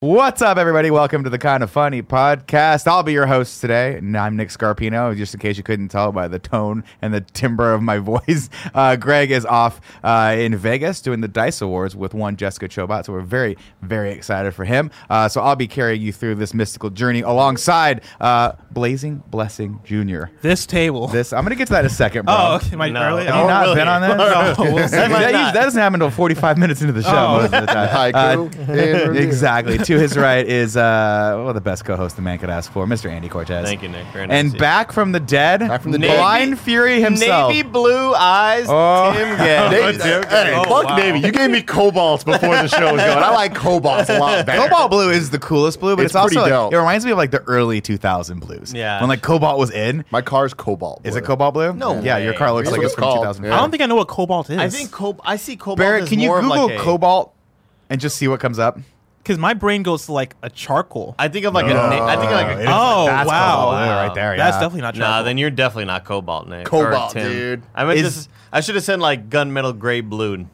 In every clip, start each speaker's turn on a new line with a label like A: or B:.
A: What's up, everybody? Welcome to the Kind of Funny podcast. I'll be your host today, and I'm Nick Scarpino. Just in case you couldn't tell by the tone and the timbre of my voice, uh, Greg is off uh, in Vegas doing the Dice Awards with one Jessica Chobot, so we're very, very excited for him. Uh, so I'll be carrying you through this mystical journey alongside uh, Blazing Blessing Jr.
B: This table.
A: This I'm gonna get to that in a second, bro.
B: oh, okay. My
C: No.
B: early.
A: Have you
C: Oh,
A: not
C: really?
A: been on that?
B: No. Well,
A: that,
C: might
A: that
C: not.
A: usually- that doesn't happen until 45 minutes into the show
B: Oh.
A: most of the time.
D: Haiku
A: Uh,
D: and review.
A: exactly. To his right is uh, well, the best co-host the man could ask for, Mr. Andy Cortez.
C: Thank you, Nick. Very nice to
A: And
C: see you.
A: back from the dead,
D: Back from the
A: Navy-
D: dead.
A: Blind Fury himself.
C: Navy blue eyes,
A: Oh.
C: Tim Gay.
D: Navy, hey,
B: Oh,
D: fuck
B: wow.
D: Navy. You gave me cobalts before the show was going. I like cobalts a lot better.
A: Cobalt blue is the coolest blue, but it's,
D: It's
A: also
D: pretty
A: like-
D: dope.
A: it reminds me of like the early 2000 blues.
C: Yeah.
A: when like cobalt was in.
D: My car's cobalt.
A: Is it
D: blue.
A: cobalt blue?
C: No
A: Yeah,
C: way.
A: your car looks
D: That's
A: like
D: what
A: it's
D: it's
A: from
D: called.
A: 2000.
B: I don't think I know what cobalt is.
C: I think co- I see cobalt.
A: Barrett,
C: as
A: can you
C: more of
A: Google
C: like a-
A: cobalt and just see what comes up?
B: because my brain goes to like a charcoal.
C: I think of like a.
D: No.
C: Na- I think of like a.
A: It is-
B: Oh,
A: that's
B: wow.
A: cobalt blue right there.
B: That's
A: yeah.
B: definitely not charcoal.
C: Nah, then you're definitely not cobalt, Nick.
D: Cobalt,
C: Or Tim.
D: dude.
C: I meant
A: Is-
C: this. I should have said like gunmetal gray blue.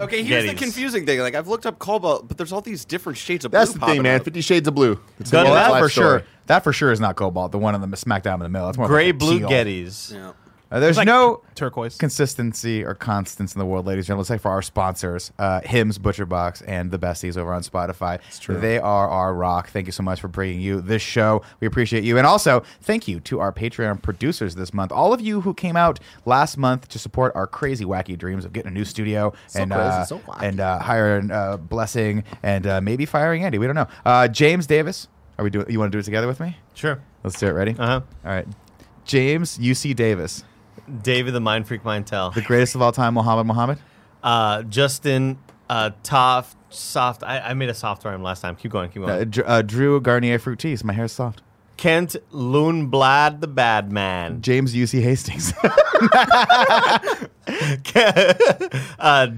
E: Okay, here's
C: Yetis.
E: the confusing thing. Like I've looked up cobalt, but there's all these different shades of
D: That's
E: blue.
D: the thing,
E: popping
D: man.
E: up.
D: Fifty Shades of Blue. It's
C: Gun-
D: a
A: Well,
D: real
C: That's
A: that
D: life
A: for
D: story.
A: sure. That for sure is not cobalt. The one on the smack down in the middle. That's more of
C: Gray
A: like a
C: blue
A: teal.
C: Gettys.
E: Yeah.
A: Uh, there's
B: It's like
A: no
B: turquoise.
A: consistency or constants in the world, ladies and gentlemen. Except for our sponsors, uh, Hims, Butcher Box, and the Besties over on Spotify.
B: true.
A: They are our rock. Thank you so much for bringing you this show. We appreciate you, and also thank you to our Patreon producers this month. All of you who came out last month to support our crazy, wacky dreams of getting a new studio and
D: crazy,
A: uh,
D: so wacky.
A: and uh, hiring uh, Blessing and uh, maybe firing Andy. We don't know. Uh, James Davis, are we doing? You want to do it together with me?
C: Sure.
A: Let's do it. Ready?
C: Uh-huh.
A: All right. James UC Davis,
C: David the Mind Freak Mintel.
A: the greatest of all time, Muhammad Muhammad.
C: Uh, Justin uh, Toff Soft. I, I made a soft rhyme last time. Keep going. Keep going.
A: Uh, Dr- uh, Drew Garnier Fructis. My hair's soft.
C: Kent Loonblad the Bad Man.
A: James UC Hastings.
C: uh,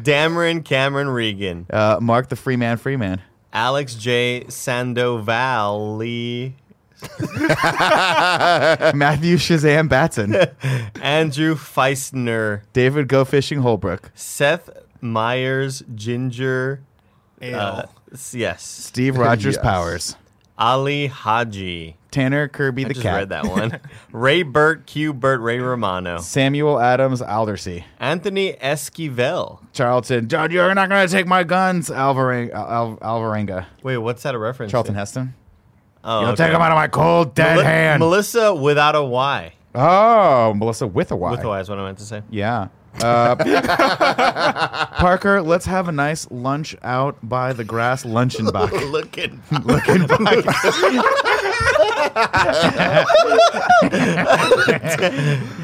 C: Dameron Cameron Regan.
A: uh, Mark the Free Man, Free Man.
C: Alex J. Sandoval,
A: Matthew Shazam Batson.
C: Andrew Feistner,
A: David Go Fishing Holbrook.
C: Seth Myers, Ginger, uh, s- yes,
A: Steve Rogers
D: Yes.
A: Powers.
C: Ali Haji.
A: Tanner Kirby
C: I
A: the
C: just
A: Cat.
C: read that one. Ray Burt, Q Burt, Ray Romano,
A: Samuel Adams Aldersey.
C: Anthony Esquivel.
A: Charlton. John, you're not going to take my guns. Alvarenga. Al- Alvarenga.
C: Wait, what's that a reference?
A: Charlton
C: to?
A: Heston.
C: Oh,
A: You'll
C: okay.
A: take them out of my cold, dead
C: Meli-
A: hand.
C: Melissa without a Y.
A: oh, Melissa with a Y.
C: With a Y is what I meant to say.
A: Yeah. Uh, Parker, let's have a nice lunch out by the grass luncheon box.
C: Looking.
A: Looking back.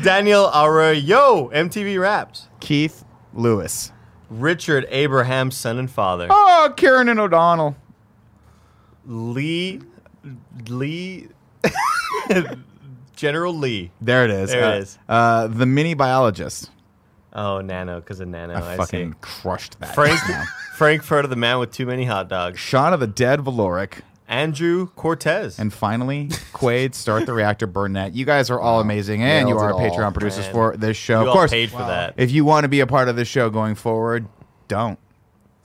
C: Daniel Arroyo, MTV Raps.
A: Keith Lewis.
C: Richard Abraham's son and father.
A: Oh, Karen and O'Donnell.
C: Lee, Lee, General Lee.
A: There it is.
C: There it
A: Uh,
C: is.
A: Uh, the mini biologist.
C: Oh, Nano, because of Nano. Oh, I,
A: I fucking
C: see.
A: crushed that.
C: Frank, Frankfurt of the man with too many hot dogs.
A: Shaun of the Dead Valoric.
C: Andrew Cortez.
A: And finally, Quaid, Start the Reactor, Burn That. You guys are all amazing, and you
D: Nailed
A: are
D: it all,
A: Patreon producers
C: man.
A: for this show.
C: you
A: of course,
C: all paid for that.
A: If you want to be a part of this show going forward, don't.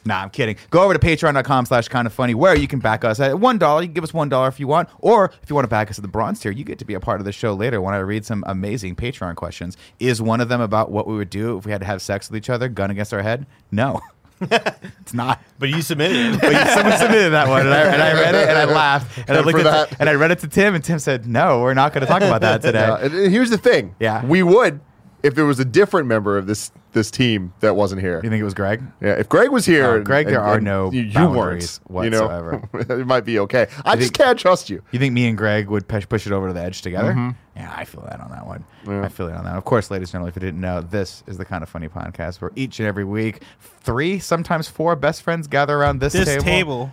A: Nah, I'm kidding. Go over to patreon.com slash kind of funny where you can back us at one dollar. You can give us one dollar if you want, or if you want to back us at the bronze tier, you get to be a part of the show later when I read some amazing Patreon questions. Is one of them about what we would do if we had to have sex with each other, gun against our head? No. it's not.
C: But you submitted it.
A: But someone submitted that one, and I, and I read it, and I laughed, and I
D: Good
A: looked
D: for
A: at,
D: that.
A: and I read it to Tim, and Tim said, "No, we're not going to talk about that today."
D: Yeah, and- and here's the thing.
A: Yeah.
D: we would if there was a different member of this this team that wasn't here.
A: you think it was Greg?
D: Yeah, if Greg was here,
A: No,
D: and-
A: Greg,
D: and-
A: there are
D: and
A: no
D: you, you weren't
A: boundaries
D: you know?
A: whatsoever.
D: it might be okay. I just
A: think-
D: can't trust you.
A: You think me and Greg would push, push it over to the edge together?
D: Mm-hmm.
A: Yeah, I feel that on that one. I feel that on that. Of course, ladies and gentlemen, if you didn't know, this is the kind of funny podcast where each and every week, three, sometimes four best friends gather around this,
B: this table.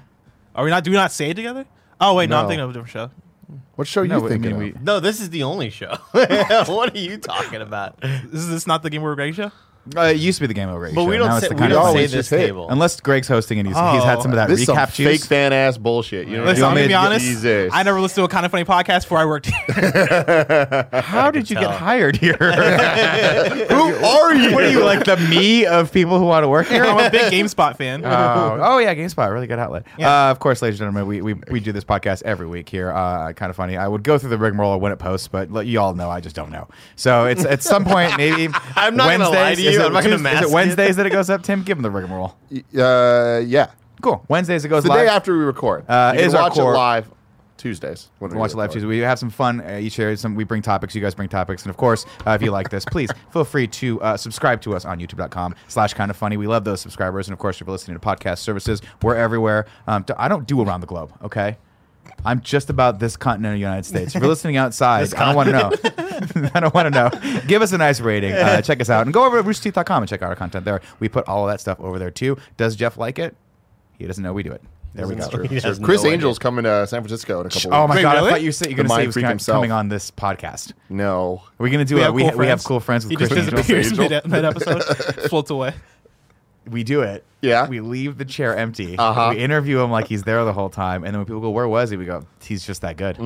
B: Are we not? Do we not say it together? Oh wait, no,
D: No.
B: I'm thinking of a different show.
D: What show are
A: No,
D: you
A: I
D: thinking?
A: mean,
D: of?
C: No, this is the only show. what are you talking about?
B: Is this not the Game Over Greg show?
A: Uh, it used to be the game over.
C: But we
A: Now
C: don't
A: it's
C: say,
A: the
C: we
A: kind of
C: don't
A: funny.
C: say
D: always
C: this
D: just hit.
C: table.
A: Unless Greg's hosting and he's, he's had some of that
D: Oh, This is some
A: recap
D: fake
A: juice.
D: fan ass bullshit. You know
B: Listen,
D: what
B: I'm
D: I mean?
B: gonna be honest.
D: Jesus.
B: I never listened to a kind of funny podcast before I worked here.
A: How did you
C: tell.
A: get hired here?
D: Who are you?
A: what are you like the me of people who want to work here?
B: I'm a big GameSpot fan.
C: Uh,
A: Oh, oh yeah, GameSpot, really good outlet.
B: Yeah.
A: Uh, of course, ladies and gentlemen, we, we, we do this podcast every week here. Uh, kind of funny. I would go through the rigmarole when it posts, but let you all know I just don't know. So it's at some point maybe.
C: I'm not gonna lie to
A: Wednesdays-
C: you.
A: Is it,
C: I'm not gonna
A: Tuesdays-
C: mask
A: Is it
C: it.
A: Wednesdays that it goes up? Tim, give him the rigmarole.
D: Uh, yeah.
A: Cool. Wednesdays it goes
D: It's the
A: live.
D: day after we record.
A: Uh,
D: you
A: is
D: can
A: our
D: watch
A: core-
D: it live Tuesdays. When
A: We watch the live Tuesday. We have some fun uh, each year. Some we bring topics. You guys bring topics, and of course, uh, if you like this, please feel free to uh, subscribe to us on YouTube.com/slash Kind of Funny. We love those subscribers, and of course, if you're listening to podcast services, we're everywhere. Um, d- I don't do around the globe. Okay. I'm just about this continent of the United States. If you're listening outside, I don't want to know. I don't want to know. Give us a nice rating. Uh, check us out. And go over to roosterteeth.com and check out our content there. We put all of that stuff over there too. Does Jeff like it? He doesn't know we do it. There we go.
C: He has
D: Chris
C: no idea.
D: Angel's coming to San Francisco in a couple
A: Oh
D: weeks.
A: my
B: Wait,
A: god! I
B: really?
A: thought you said you're
D: The
A: going to say
D: mind
A: he was
D: freak
A: kinda
D: himself.
A: coming on this podcast.
D: No.
A: We're going to do it. We, ha- we have cool friends with
B: he
A: Chris
B: just
A: Angel.
B: disappears
D: Angel.
B: mid, mid episode, floats away.
A: We do it.
D: Yeah.
A: We leave the chair empty.
D: Uh-huh.
A: We interview him like he's there the whole time, and then when people go, "Where was he?" We go, "He's just that good.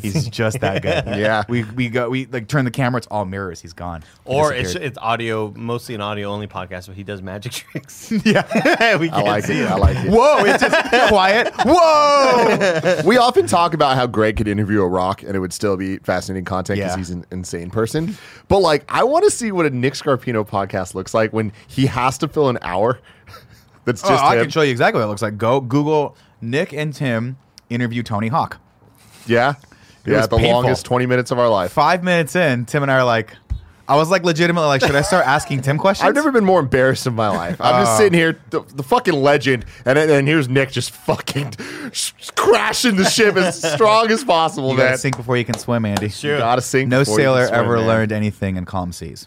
A: He's just that good."
D: Yeah.
A: We we go we like turn the camera. It's all mirrors. He's gone. He
C: Or it's
A: disappeared.
C: it's audio, mostly an audio only podcast, but he does magic tricks.
A: yeah. we
D: I
A: can't
D: like
A: see
D: it.
A: him.
D: I like it.
A: Whoa! It's just quiet. Whoa!
D: we often talk about how Greg could interview a rock and it would still be fascinating content because
A: Yeah.
D: he's an insane person. But like, I want to see what a Nick Scarpino podcast looks like when he has to fill an hour. That's
A: Oh,
D: just
A: I
D: him.
A: can show you exactly what it looks like. Go Google Nick and Tim interview Tony Hawk.
D: yeah, yeah.
A: was
D: The
A: painful.
D: longest twenty minutes of our life.
A: Five minutes in, Tim and I are like, I was like legitimately like, should I start asking Tim questions?
D: I've never been more embarrassed in my life. I'm just sitting here, the, the fucking legend, and then and here's Nick just fucking sh- crashing the ship as strong as possible,
A: You
D: man.
A: gotta sink before you can swim, Andy.
D: You gotta sink.
A: No
D: before you can
A: sailor
D: swim,
A: ever
D: man.
A: learned anything in calm seas.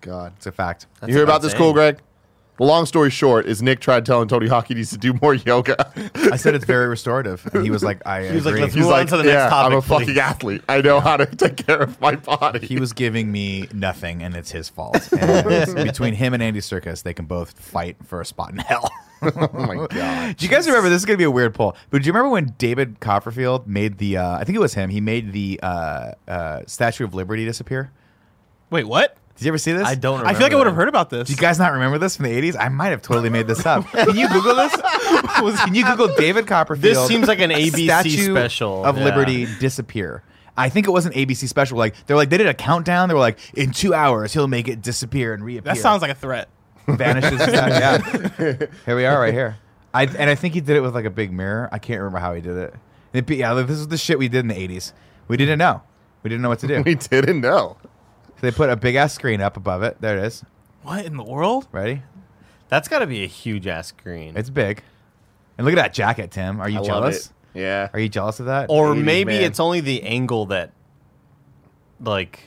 D: God,
A: It's a fact.
D: you hear
C: what
D: about
C: I'm
D: this,
C: saying.
D: cool, Greg? The long story short is Nick tried telling Tony Hawk he needs to do more yoga.
A: I said it's very restorative, and he was like, "I
C: was like,
A: agree."
C: "Let's move on to the next
D: yeah, I'm a
C: topic, please."
D: fucking athlete. I know how to take care of my body.
A: he was giving me nothing, and it's his fault. And between him and Andy Circus, they can both fight for a spot in hell.
D: oh my god.
A: Do you guys remember? This is gonna be a weird poll, but do you remember when David Copperfield made the? Uh, I think it was him. He made the uh, uh, Statue of Liberty disappear.
B: Wait, what?
A: Did you ever see this?
C: I don't
B: I feel like I
C: remember
B: would have
C: that.
B: heard about this.
A: Do you guys not remember this from the 80s? I might have totally made this up. Can you Google this? Can you Google David Copperfield?
C: This seems like an ABC
A: Statue
C: special.
A: of
C: Yeah.
A: Liberty disappear. I think it was an ABC special. Like they're like they did a countdown. They were like, in two hours he'll make it disappear and reappear.
B: that sounds like a threat.
A: vanishes. yeah. Here we are, right here. I and I think he did it with like a big mirror. I can't remember how he did it. It'd be- yeah, this is the shit we did in the 80s. We didn't know. We didn't know what to do.
D: We didn't know.
A: they put a big ass screen up above it. There it is.
B: What in the world?
A: Ready?
C: That's got to be a huge ass screen.
A: It's big. And look at that jacket, Tim. Are you
D: I
A: jealous?
D: Love it. Yeah.
A: Are you jealous of that?
C: or
D: 80s,
C: maybe
D: man.
C: it's only the angle that, like,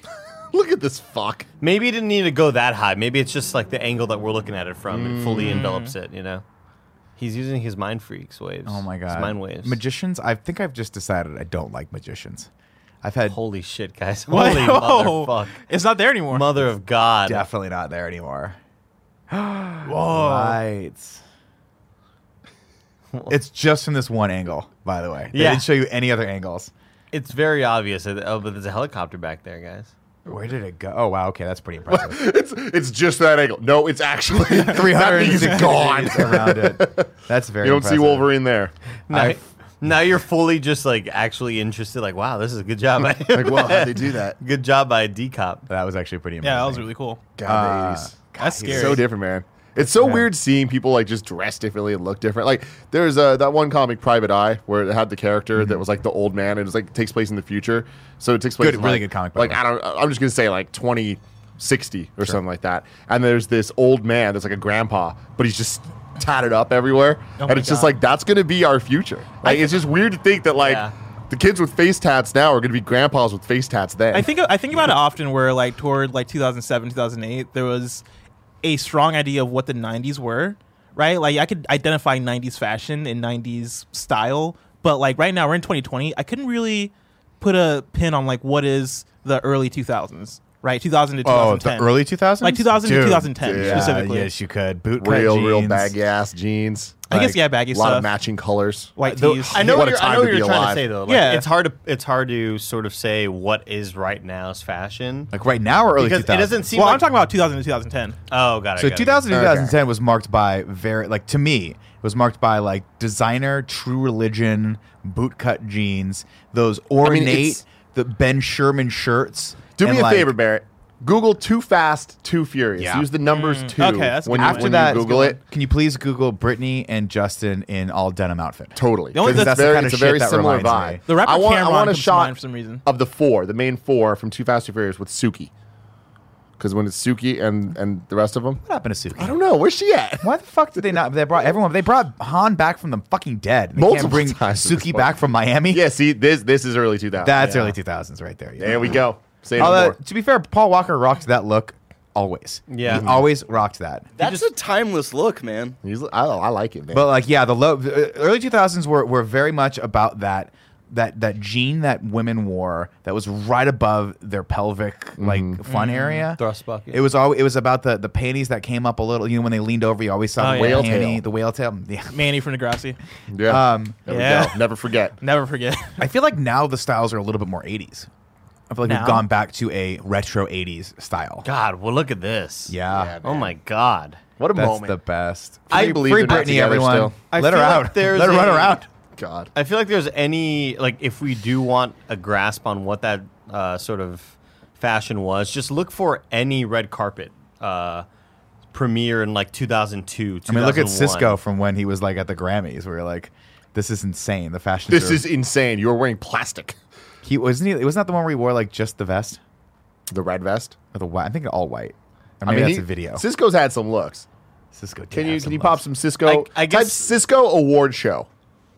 D: Look at this fuck.
C: maybe it didn't need to go that high. Maybe it's just like the angle that we're looking at it from. It fully envelops it. You know, he's using his mind freaks waves.
A: oh my god,
C: his mind waves.
A: Magicians. I think I've just decided I don't like magicians. I've had
C: Holy shit, guys!
B: What?
C: Holy
B: Whoa.
C: motherfuck!
B: It's not there anymore.
C: Mother of God!
A: definitely not there anymore.
B: Whoa.
A: Lights. It's just from this one angle, by the way. They
C: Yeah.
A: didn't show you any other angles.
C: It's very obvious. that- Oh, but there's a helicopter back there, guys.
A: Where did it go? Oh wow, okay, that's pretty impressive.
D: It's it's just that angle. No, it's actually
A: Three hundred
D: He's gone. You
A: around it. That's very.
D: don't see
A: impressive.
D: Wolverine there.
C: Now,
A: I-
C: now you're fully just like actually interested. Like, wow, this is a good job.
D: Like, well, how'd they do that?
C: good job by D cop.
A: That was actually pretty. Amazing.
B: yeah, that was really cool.
D: God,
A: Uh,
D: the 80s.
B: That's scary.
D: So different, man. It's so weird seeing people like just dress differently and look different. Like there's uh, that one comic, Private Eye, where it had the character that was like the old man, and it was like takes place in the future. So it takes place
A: Mm-hmm. Good-
D: in,
A: really
D: like-
A: good comic, by
D: Like
A: the way.
D: I don't, I'm just gonna say like 2060 or something like that. And there's this old man that's like a grandpa, but he's just tatted up everywhere,
B: Oh
D: and
B: my
D: it's just
B: God.
D: like that's gonna be our future. Like it's just weird to think that like
C: Yeah.
D: the kids with face tats now are gonna be grandpas with face tats then.
B: I think I think about it often where like toward like 2007, 2008, there was a strong idea of what the 90s were, right? Like I could identify 90s fashion and 90s style, but like right now we're in 2020, I couldn't really put a pin on like what is the early 2000s. right? 2000 to
A: Oh,
B: 2010.
A: the early 2000s?
B: Like 2000 to
A: Dude.
B: 2010
D: yeah,
B: specifically.
A: Yes, you could. Bootcut
D: real, real
A: jeans.
D: baggy ass jeans.
B: I guess, yeah, baggy
D: A lot
B: stuff.
D: of matching colors.
B: White
C: Though-
B: tees.
C: I know what,
D: What a
C: you're, I
D: time
C: know
D: to
C: what
D: be
C: you're trying
D: alive.
C: to say though. Like,
B: Yeah.
C: it's hard to it's hard to sort of say what is right now's fashion
A: Like right now or early
C: because
A: 2000s?
C: it doesn't seem.
B: Well,
C: like,
B: I'm talking about 2000 to 2010.
C: Oh, got it.
A: So
C: got it,
A: 2000 to
D: Okay.
A: 2010 was marked by very like to me it was marked by like designer True Religion bootcut jeans, those ornate
D: it's-
A: the Ben Sherman shirts.
D: Do
A: and,
D: me a
A: like,
D: favor, Barrett. Google too fast, too furious.
A: Yeah.
D: Use the numbers two.
B: Mm. Okay, that's a
D: when
B: good
D: you,
B: one.
A: After
D: when
A: that,
D: you Google it.
A: can you please Google Britney and Justin in all denim outfit?
D: Totally.
B: The only-
D: 'Cause
B: that's
D: it's
A: the
D: very,
A: kind
D: it's
A: of
D: a
A: shit
D: very
A: that
D: similar
A: reminds me.
D: vibe.
B: The rapper
D: I want,
B: Cameron
D: I want a
B: comes to
D: shot
B: mind for some reason.
D: of the four, the main four from Too Fast, Too Furious with Suki. Because when it's Suki and and the rest of them,
A: What happened to Suki?
D: I don't know where's she at.
A: Why the fuck did they not? They brought everyone. They brought Han back from the fucking dead. They
D: Multiple
A: can't bring
D: times at this
A: Suki
D: point.
A: back from Miami.
D: Yeah, see this this is early 2000.
A: that's early 2000s right there. Yeah.
D: There we go. Say no
A: Although,
D: more.
A: to be fair, Paul Walker rocked that look always.
C: Yeah.
A: he always rocked that.
E: That's a timeless look, man.
D: He's, I, I like it, man.
A: But like, yeah, the low the, uh, early two thousands were were very much about that that that jean that women wore that was right above their pelvic
D: Mm-hmm.
A: like fun area
C: Thrust bucket.
A: It was all it was about the the panties that came up a little. You know, when they leaned over, you always saw
B: Oh,
A: the
B: yeah.
A: whale
D: Whale
A: panty,
D: tail.
A: the whale tail. Yeah.
B: Manny from Degrassi.
D: yeah,
A: um,
D: there we
B: yeah.
D: go. Never forget.
B: Never forget.
A: I feel like now the styles are a little bit more eighties. I feel like
B: Now?
A: we've gone back to a retro eighties style.
C: God, well, look at this.
A: Yeah,
C: Oh my God.
D: What a
A: that's
D: moment.
A: the best.
D: I
A: Free-
D: believe
A: free
D: they're not
A: Britney,
D: together
A: everyone.
D: still.
C: I
A: Let her
C: feel
A: out.
C: like there's
A: Let her run
C: a-
A: around.
D: God.
C: I feel like there's any like if we do want a grasp on what that uh, sort of fashion was, just look for any red carpet uh, premiere in like 2002.
A: I mean, look at
C: 2001.
A: Cisco from when he was like at the Grammys. We were like, this is insane. The fashion.
D: This
A: show-
D: is insane. You were wearing plastic.
A: he wasn't. He, it was not the one where he wore like just the vest
D: The red vest.
A: or the white. I think all white. Or maybe that's
D: he-
A: a video.
D: Cisco's had some looks.
A: Cisco. did
D: Can
A: have
D: you
A: some
D: can you pop
A: looks.
D: some Cisco?
C: I- I
D: type
C: guess-
D: Cisco award show.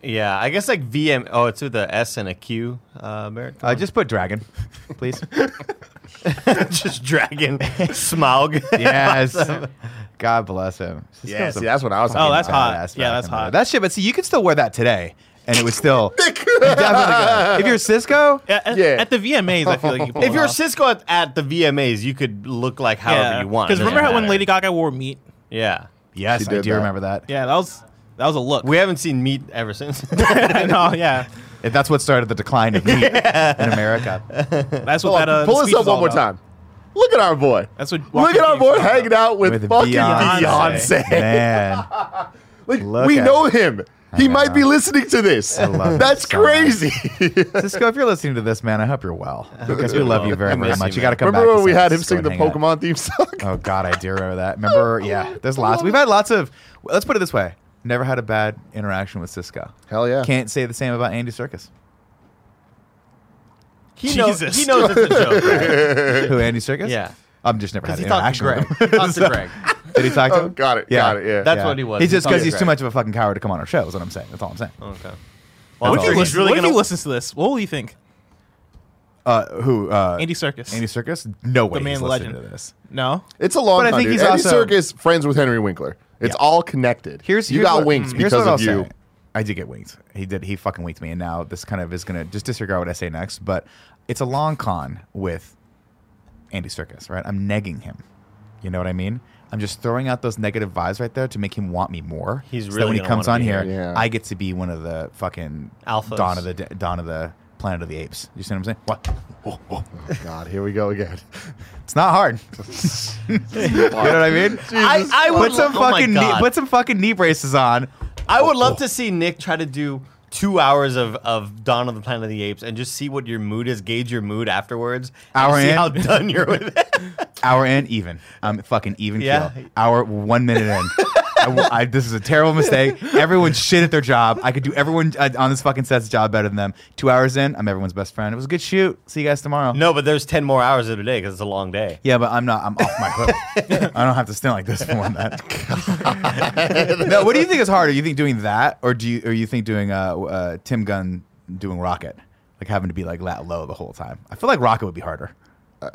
C: Yeah, I guess like VM. Oh, it's with a S and a Q. Uh, Barrett.
A: Uh, just put dragon, please.
C: just dragon Smaug.
A: yes. God bless him. Cisco's
D: Yeah,
A: a
D: see, that's what I was.
B: Oh, that's hot.
A: badass
B: Yeah,
A: back
B: that's
A: in the day.
B: hot.
A: That shit. But see, you could still wear that today, and it would still. You definitely could. if you're Cisco,
B: at,
D: Yeah.
B: at the VMAs, I feel like you pull
C: If
B: it
C: you're
B: off.
C: Cisco at, at the VMAs, you could look like however
B: yeah.
C: you want. It
B: Because
C: doesn't
B: remember how when
C: matter.
B: Lady Gaga wore meat?
C: Yeah.
A: yes,
D: She
A: I do
D: did that.
A: remember that.
B: Yeah, that was that was a look.
C: We haven't seen meat ever since.
B: no, yeah,
A: If That's what started the decline of meat in America.
B: that's what
D: Pull,
B: that. Uh,
D: pull
B: the
D: us
B: speech
D: up
B: was
D: one
B: all
D: more
B: about.
D: time. Look at our boy.
B: That's what.
D: Look
B: Walker
D: at our
B: Phoenix
D: boy
B: was about.
D: hanging out with,
A: With
D: fucking
A: Beyonce.
D: Beyonce.
A: Man.
D: Like,
A: Look
D: we
A: at-
D: know him. He
A: know.
D: might be listening to this.
A: love
D: That's
A: it so much.
D: crazy.
A: Cisco, if you're listening to this, man, I hope you're well because we love you very,
C: I
A: very
C: miss
A: much. You
C: you,
A: got to come
C: man.
A: back.
D: Remember when
A: to
D: we
A: San
D: had him
A: Francisco
D: sing the
A: and hang out.
D: Pokemon theme song?
A: Oh God, I do remember that. Remember, yeah. There's lots. We've had lots of. Let's put it this way: never had a bad interaction with Cisco.
D: Hell yeah.
A: Can't say the same about Andy Circus.
C: he, knows,
B: Jesus.
C: he knows it's a joke. Right?
A: Who Andy Circus?
C: Yeah.
A: I'm just never had
C: Because he
A: an
C: talked to
A: interaction.
C: Greg.
A: with
C: He
A: him.
C: talked to Greg.
A: Did he talk to
D: Oh,
A: him?
D: got it. Got it. Yeah.
C: That's what he was.
A: He's
C: He
A: just
C: talked
A: because
C: to
A: he's too
C: Greg.
A: much of a fucking coward to come on our show. Is what I'm saying. That's all I'm saying.
C: Okay.
A: What
C: Well, I'm
A: if
C: sure
A: he
C: he's
A: listen-
C: really
B: what if
C: gonna.
B: he listens to this? What will he think?
A: Uh, who? Uh,
B: Andy Circus.
A: Andy Circus? No way.
B: The man
A: he's listening
B: legend.
A: to this.
B: No.
D: It's a long
A: But I
D: time.
A: think
D: dude.
A: he's
D: Andy
A: also-
D: Circus friends with Henry Winkler. It's
A: Yeah.
D: all connected.
A: Here's
D: you
A: here's
D: got
A: what- mm,
D: winks
A: here's
D: because
A: what
D: of
A: I'll
D: you.
A: say. I did get winked. He did. He fucking winked me, and now this kind of is gonna just disregard what I say next. But it's a long con with Andy Circus, right? I'm negging him. You know what I mean? I'm just throwing out those negative vibes right there to make him want me more.
C: He's
A: so that
C: really
A: when he
C: gonna
A: comes on
C: wanna be
A: here,
D: here. Yeah.
A: I get to be one of the fucking
C: Alphas.
A: Dawn of the De- Dawn of the Planet of the Apes. You see what I'm saying? What?
D: God, here we go again.
A: It's not hard. you know what I mean?
C: I, I would
A: put some
C: oh my
A: fucking knee,
C: God.
A: put some fucking knee braces on.
C: I would love to see Nick try to do two hours of, of Dawn of the Planet of the Apes and just see what your mood is, gauge your mood afterwards, and
A: Hour
C: see
A: in.
C: how done you're with it.
A: Hour in, even. I'm fucking even
C: Yeah.
A: keel. Hour one minute in. I, I- this is a terrible mistake. Everyone's shit at their job. I could do everyone uh, on this fucking set's job better than them. Two hours in, I'm everyone's best friend. It was a good shoot. See you guys tomorrow.
C: No, but there's ten more hours of the day because it's a long day.
A: Yeah, but I'm not. I'm off my hook. I don't have to stand like this for one night. no, what do you think is harder? You think doing that, or do you, or you think doing uh, uh, Tim Gunn doing Rocket, like having to be like that low the whole time? I feel like Rocket would be harder.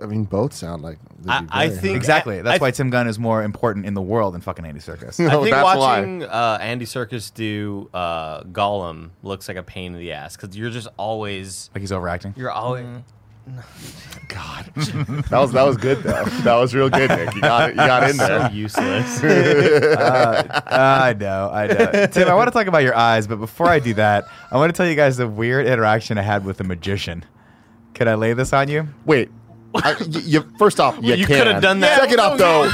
D: I mean, both sound like. they'd be
C: I- I
D: very-
C: think-
A: Exactly.
C: I-
A: That's
C: I-
A: why Tim Gunn is more important in the world than fucking Andy Circus.
D: No,
C: I think
D: that's why.
C: watching uh, Andy Circus do uh, Gollum looks like a pain in the ass because you're just always
A: Like he's overacting.
C: you're always
D: God, that was that was good though. That was real good, Nick. You got it. You got in
C: So
D: there.
C: useless.
A: I know, I know. Tim, I want to talk about your eyes, but before I do that, I want to tell you guys the weird interaction I had with a magician. Could I lay this on you?
D: Wait. I, y- you, first off, you,
C: You
D: can.
C: coulda done that.
D: Second off, though,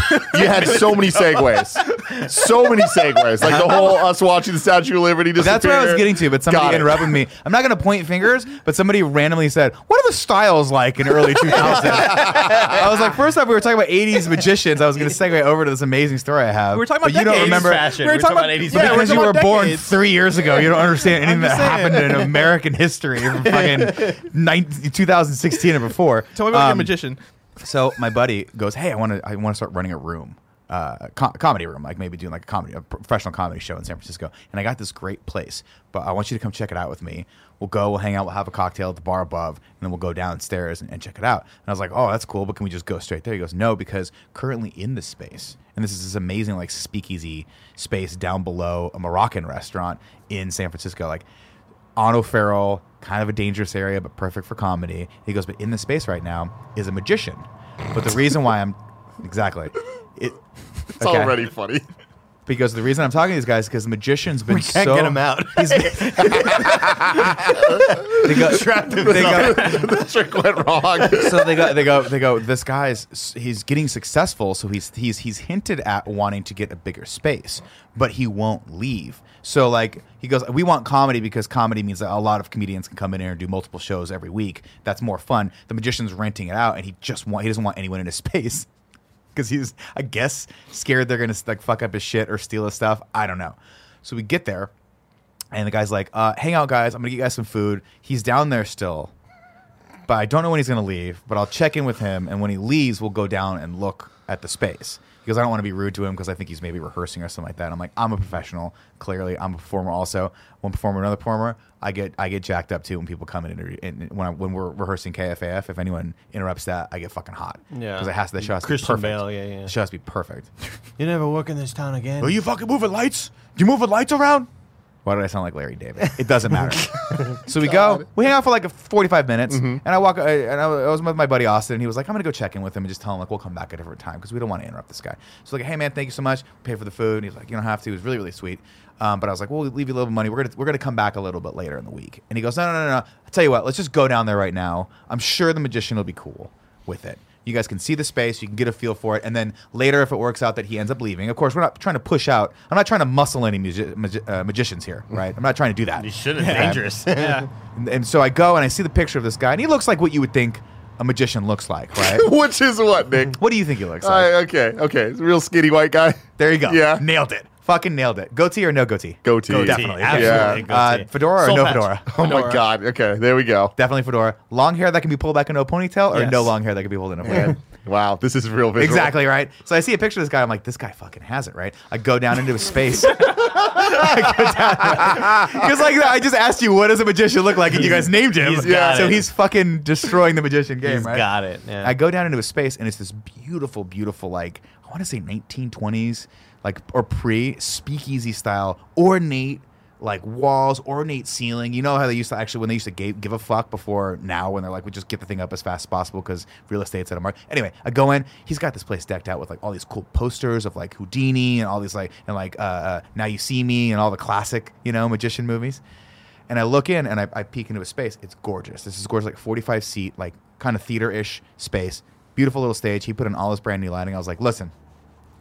D: you had so many segues, so many segues. Like the whole us watching the Statue of Liberty disappear.
A: That's what I was getting to, but
D: Got
A: somebody
D: it.
A: interrupted me. I'm not going to point fingers, but somebody randomly said, "What are the styles like in early 2000?" I was like, first off, we were talking about 80s magicians. I was going to segue over to this amazing story I have.
B: We were talking about
A: but you don't
B: decades.
A: remember
C: Fashion.
B: We
C: We're
B: were
C: talking
B: talking
C: about
B: about-
C: 80s.
B: yeah,
A: because
B: we're
A: you were
B: talking about
A: born
B: decades.
A: three years ago. You don't understand anything that
B: just saying.
A: happened in American history from fucking 19, 2016 or before.
B: Tell me about your
A: Um,
B: magician.
A: so my buddy goes, "Hey, I want to I want to start running a room, uh, a co- comedy room, like maybe doing like a comedy, a professional comedy show in San Francisco. And I got this great place, but I want you to come check it out with me. We'll go, we'll hang out, we'll have a cocktail at the bar above, and then we'll go downstairs and, and check it out." And I was like, "Oh, that's cool, but can we just go straight there?" He goes, "No, because currently in this space." And this is this amazing like speakeasy space down below a Moroccan restaurant in San Francisco. Like on O'Farrell, kind of a dangerous area, but perfect for comedy. He goes, but in the space right now is a magician. But the reason why I'm exactly it
D: It's already funny.
A: because the reason I'm talking to these guys is because the magician's been
C: can't
A: so
C: get him out.
A: He's, they go, they go,
D: the trick went wrong.
A: so they go, they go, they go. This guy's he's getting successful, so he's he's he's hinted at wanting to get a bigger space, but he won't leave. So like he goes, we want comedy because comedy means that a lot of comedians can come in here and do multiple shows every week. That's more fun. The magician's renting it out, and he just want he doesn't want anyone in his space because he's I guess scared they're gonna like fuck up his shit or steal his stuff. I don't know. So we get there. And the guy's like, uh, hang out, guys. I'm going to get you guys some food. He's down there still but I don't know when he's going to leave. But I'll check in with him, and when he leaves, we'll go down and look at the space because I don't want to be rude to him because I think he's maybe rehearsing or something like that. I'm like, I'm a professional. Clearly, I'm a performer. Also, one performer, another performer. I get I get jacked up too when people come in and, inter- and when I, when we're rehearsing KFAF. If anyone interrupts that, I get fucking hot.
C: Yeah.
A: because it has to. The show has to
C: Christian
A: be perfect.
C: Bale, yeah, yeah.
A: The show has to be perfect.
C: You never work in this town again.
A: Are you fucking moving lights? Do you move the lights around? Why did I sound like Larry David? It doesn't matter. so we go, we hang out for like 45 minutes, and I walk, I, and I was with my buddy Austin, and he was like, I'm gonna go check in with him and just tell him, like, we'll come back at a different time because we don't want to interrupt this guy. So, like, hey man, thank you so much. Pay for the food. And he's like, you don't have to. It was really, really sweet. Um, but I was like, well, we'll leave you a little money. We're gonna, we're gonna come back a little bit later in the week. And he goes, no, no, no, no. I'll tell you what, let's just go down there right now. I'm sure the magician will be cool with it. You guys can see the space, you can get a feel for it, and then later, if it works out that he ends up leaving, of course, we're not trying to push out. I'm not trying to muscle any magi- magi- uh, magicians here, right? I'm not trying to do that.
C: You should have. Dangerous. Yeah.
A: And, and so I go and I see the picture of this guy, and he looks like what you would think a magician looks like, right?
D: Which is what, Nick?
A: what do you think he looks like?
D: I, okay, okay. Real skinny white guy.
A: there you go.
D: Yeah.
A: nailed it. Fucking nailed it. Goatee or no goatee?
D: Goatee.
A: Goatee. Definitely.
C: Absolutely.
A: Uh,
C: goatee.
A: fedora or
C: Soul
A: no
C: patch.
A: fedora?
D: Oh my god. Okay, there we go.
A: Definitely fedora. Long hair that can be pulled back into a ponytail, or
B: Yes.
A: no long hair that can be pulled in a ponytail.
D: Wow, this is real visual.
A: Exactly right. So I see a picture of this guy. I'm like, this guy fucking has it, right? I go down into his space. Because like I just asked you, what does a magician look like, and you guys named him.
C: he's got
A: so
C: it.
A: he's fucking destroying the magician game,
C: He's
A: right?
C: got it. Yeah.
A: I go down into his space, and it's this beautiful, beautiful, like I want to say 1920s, like or pre speakeasy style, ornate. Like walls, ornate ceiling. You know how they used to actually when they used to ga- give a fuck before now when they're like, we just get the thing up as fast as possible because real estate's at a mark. Anyway, I go in. He's got this place decked out with like all these cool posters of like Houdini and all these like and like uh, uh, Now You See Me and all the classic you know magician movies. And I look in and I, I peek into a space. It's gorgeous. This is gorgeous, like 45 seat, like kind of theater ish space. Beautiful little stage. He put in all this brand new lighting. I was like, listen,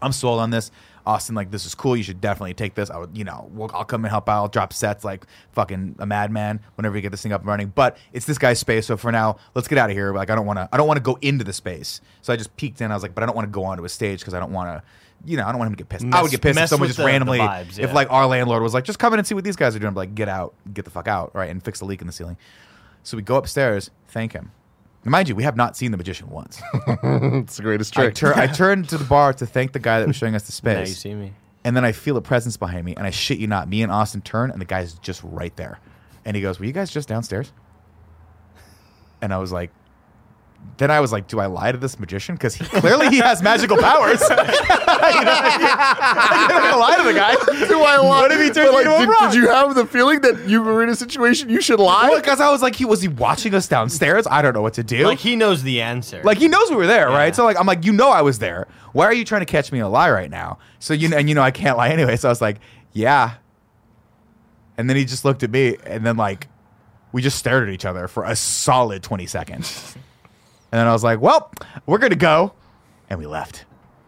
A: I'm sold on this. Austin, like, this is cool. You should definitely take this. I would, you know, we'll, I'll come and help out. I'll drop sets like fucking a madman whenever we get this thing up and running. But it's this guy's space, so for now, let's get out of here. Like, I don't want to, I don't want to go into the space. So I just peeked in. I was like, but I don't want to go onto a stage because I don't want to, you know, I don't want him to get pissed. I would
C: Mess-
A: get pissed if
C: mess
A: someone just
C: with the- the
A: randomly, if
C: vibes, yeah.
A: like our landlord was like, just come in and see what these guys are doing. I'm like, get out, get the fuck out, right, and fix the leak in the ceiling. So we go upstairs, thank him. Mind you, we have not seen the magician once.
D: It's the greatest
A: I,
D: trick.
A: tur- I turned to the bar to thank the guy that was showing us the space.
C: Now you see me.
A: And then I feel a presence behind me, and I shit you not, me and Austin turn, and the guy's just right there. And he goes, "Were you guys just downstairs?" And I was like, then I was like, do I lie to this magician? Because he clearly he has magical powers. you know, what I mean? I'm gonna lie to the guy.
D: Do I lie?
A: What if he
D: But,
A: turns
D: like,
A: into a
D: did,
A: frog?
D: did you have the feeling that you were in a situation you should lie?
A: Because I was like, he was he watching us downstairs? I don't know what to do.
C: Like he knows the answer.
A: Like he knows we were there, right? So like I'm like, you know, I was there. Why are you trying to catch me in a lie right now? So you know, and you know, I can't lie anyway. So I was like, yeah. And then he just looked at me, and then like, we just stared at each other for a solid 20 seconds, and then I was like, well, we're gonna go, and we left,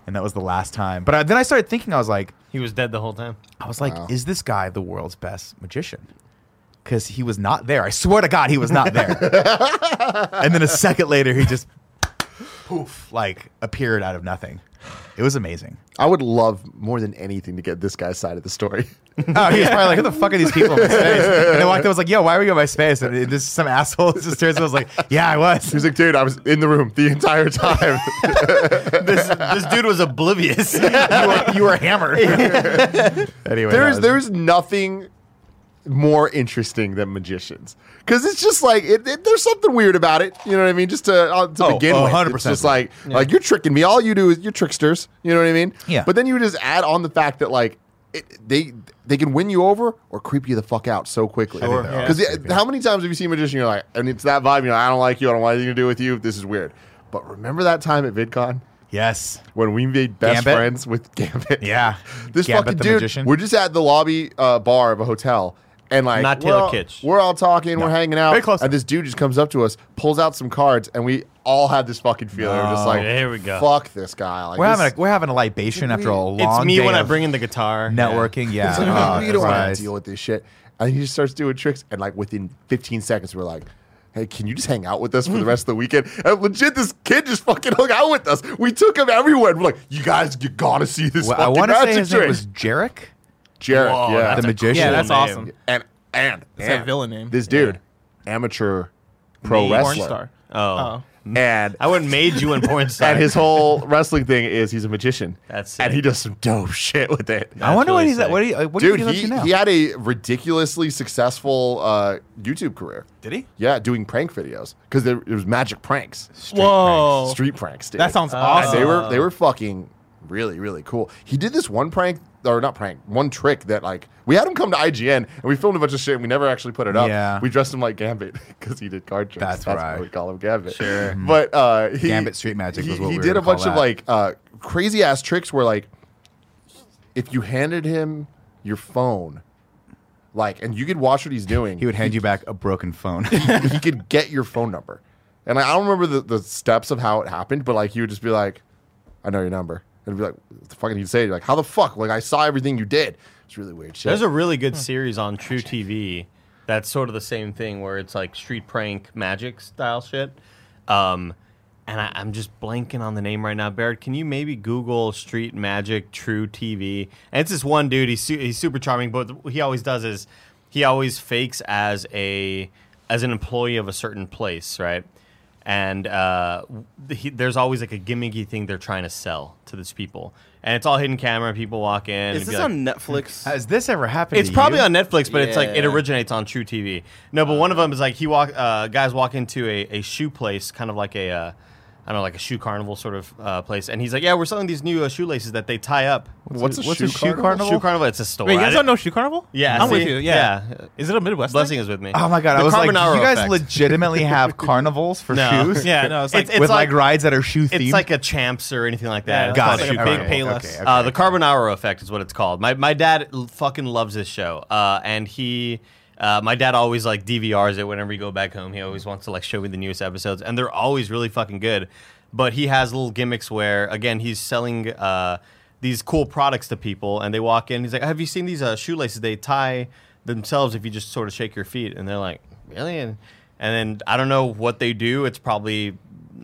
A: and that was the last time. But I, then I started thinking, I was like,
C: he was dead the whole time.
A: I was like,
D: Wow.
A: is this guy the world's best magician? Because he was not there. I swear to God, he was not there. and then a second later, he just poof, like appeared out of nothing. It was amazing.
D: I would love more than anything to get this guy's side of the story.
A: Oh, he was probably like, who the fuck are these people in my space? And I walked up, was like, yo, why were you in my space? And it- this some asshole just turns and was like, yeah, I was.
D: He's like, dude, I was in the room the entire time.
C: This this dude was oblivious.
A: You were, you were hammered. anyway,
D: there's
A: that was-
D: there's nothing more interesting than magicians because it's just like it, it- there's something weird about it. You know what I mean? Just to uh, to
A: Oh,
D: begin
A: oh,
D: with,
A: 100%.
D: it's just like like you're tricking me. All you do is you're tricksters. You know what I mean?
A: Yeah.
D: But then you just add on the fact that like. It, they they can win you over or creep you the fuck out so quickly.
A: think they're
D: Because how many times have you seen a magician? You're like, and it's that vibe. You're like, I don't like you. I don't want anything to do with you. This is weird. But remember that time at VidCon
A: yes.
D: when we made best
A: Gambit?
D: friends with Gambit?
A: Yeah.
D: this
A: Gambit
D: fucking
A: the
D: dude.
A: magician.
D: We're just at the lobby uh, bar of a hotel, and like
C: Not
D: we're
C: Taylor
D: all-
C: Kitsch.
D: We're all talking, we're hanging out,
A: Very close.
D: and this dude just comes up to us, pulls out some cards, and we all had this fucking feeling. We're just like,
C: Here we go.
D: Fuck this guy. Like,
A: we're,
D: this-
A: having a, we're having a libation after a long
C: it's me
A: day
C: when I
A: of
C: bring in the guitar.
A: networking. Yeah.
D: it's like,
A: Oh,
D: we don't want
A: Christ.
D: to deal with this shit. And he just starts doing tricks, and like within 15 seconds, we're like. Hey, can you just hang out with us for the rest of the weekend? And legit, this kid just fucking hung out with us. We took him everywhere. We're like, you guys, you gotta see this.
A: Well, I
D: want to
A: say his name was Jarek,
D: Jarek.
C: Whoa,
D: yeah,
C: that's
A: the
C: a
A: magician.
B: yeah, that's
C: name.
B: awesome.
D: and and,
B: It's
D: and
B: that villain name.
D: this dude, amateur pro
C: Me,
D: wrestler,
B: Porn star.
C: Oh.
D: and
C: I would have made you in porn star.
D: and his whole wrestling thing is he's a magician.
C: That's
D: and
C: sick.
D: he does some dope shit with it.
A: I wonder
C: really
A: what he's at.
C: sick.
A: What, do you, uh, what
D: Dude,
A: do you
D: he,
A: do now?
D: he had a ridiculously successful uh, YouTube career.
A: Did he?
D: Yeah, doing prank videos because there, there was magic pranks,
B: Whoa.
C: Oh.
D: street pranks. Dude.
B: That sounds
D: And
B: awesome.
D: they were they were fucking really really cool. He did this one prank or not prank, one trick that like we had him come to IGN and we filmed a bunch of shit and we never actually put it up.
A: Yeah.
D: We dressed him like Gambit because he did card tricks.
A: That's
D: why
A: right.
D: we call him Gambit. Sure. But uh, he,
A: Gambit Street Magic
D: He,
A: was what
D: he
A: we were
D: did a
A: gonna call
D: bunch of
A: that.
D: like uh, crazy ass tricks where like if you handed him your phone. Like and you could watch what he's doing.
A: He would hand you back a broken phone.
D: he could get your phone number. And like, I don't remember the, the steps of how it happened, but like he would just be like, I know your number. And it'd be like, what the fuck? And he'd say, like, how the fuck? Like, I saw everything you did. It's really weird shit.
C: There's a really
E: Hmm.
C: good series on True TV that's sort of the same thing where it's like street prank magic style shit. Um, and I, I'm just blanking on the name right now. Barrett, can you maybe Google Street Magic True TV? And it's this one dude. He's su- he's super charming, but what he always does is he always fakes as a as an employee of a certain place, right? and uh, he, there's always like a gimmicky thing they're trying to sell to these people, and it's all hidden camera. People walk in. and
E: Is
C: be
E: this
C: like-
E: on Netflix?
A: Has this ever happened?
C: It's
A: to
C: probably
A: you?
C: on Netflix, but it's like it
E: Yeah.
C: originates on True TV. No, but one of them is like he walk uh, guys walk into a, a shoe place, kind of like a uh, I don't know, like a shoe carnival sort of uh, place, and he's like, "Yeah, we're selling these new uh, shoelaces that they tie up."
D: what's a
A: what's
D: shoe,
A: a shoe
D: carnival?
A: carnival?
C: Shoe carnival, it's a store.
B: Wait, you
C: I
B: guys
C: didn't-
B: don't know Shoe Carnival?
C: Yeah,
B: I'm
C: see?
B: with you. Yeah.
C: Yeah.
B: Is it a Midwest? thing?
C: Blessing is with me.
A: Oh my god! I
C: The
A: was like,
C: Carbonaro
A: you guys
C: effect.
A: legitimately have carnivals for
C: No.
A: shoes?
B: Oh, Yeah, no, it's like
C: It's- it's
A: with like,
C: like-
A: rides that are shoe themed.
C: It's like a champs or anything like
B: Yeah,
C: that. It's
A: Got
C: called
A: it.
B: it's like
C: Shoe
B: a big
C: Carnival.
A: Okay,
B: payless.
A: okay.
C: Uh, the Carbonaro effect is what it's called. My my dad l- fucking loves this show, uh, and he. Uh, my dad always like DVRs it whenever we go back home. He always wants to like show me the newest episodes, and they're always really fucking good. But he has little gimmicks where, again, he's selling uh, these cool products to people, and they walk in. He's like, "Have you seen these uh, shoelaces? They tie themselves if you just sort of shake your feet." And they're like, "Really?" And, and then I don't know what they do. It's probably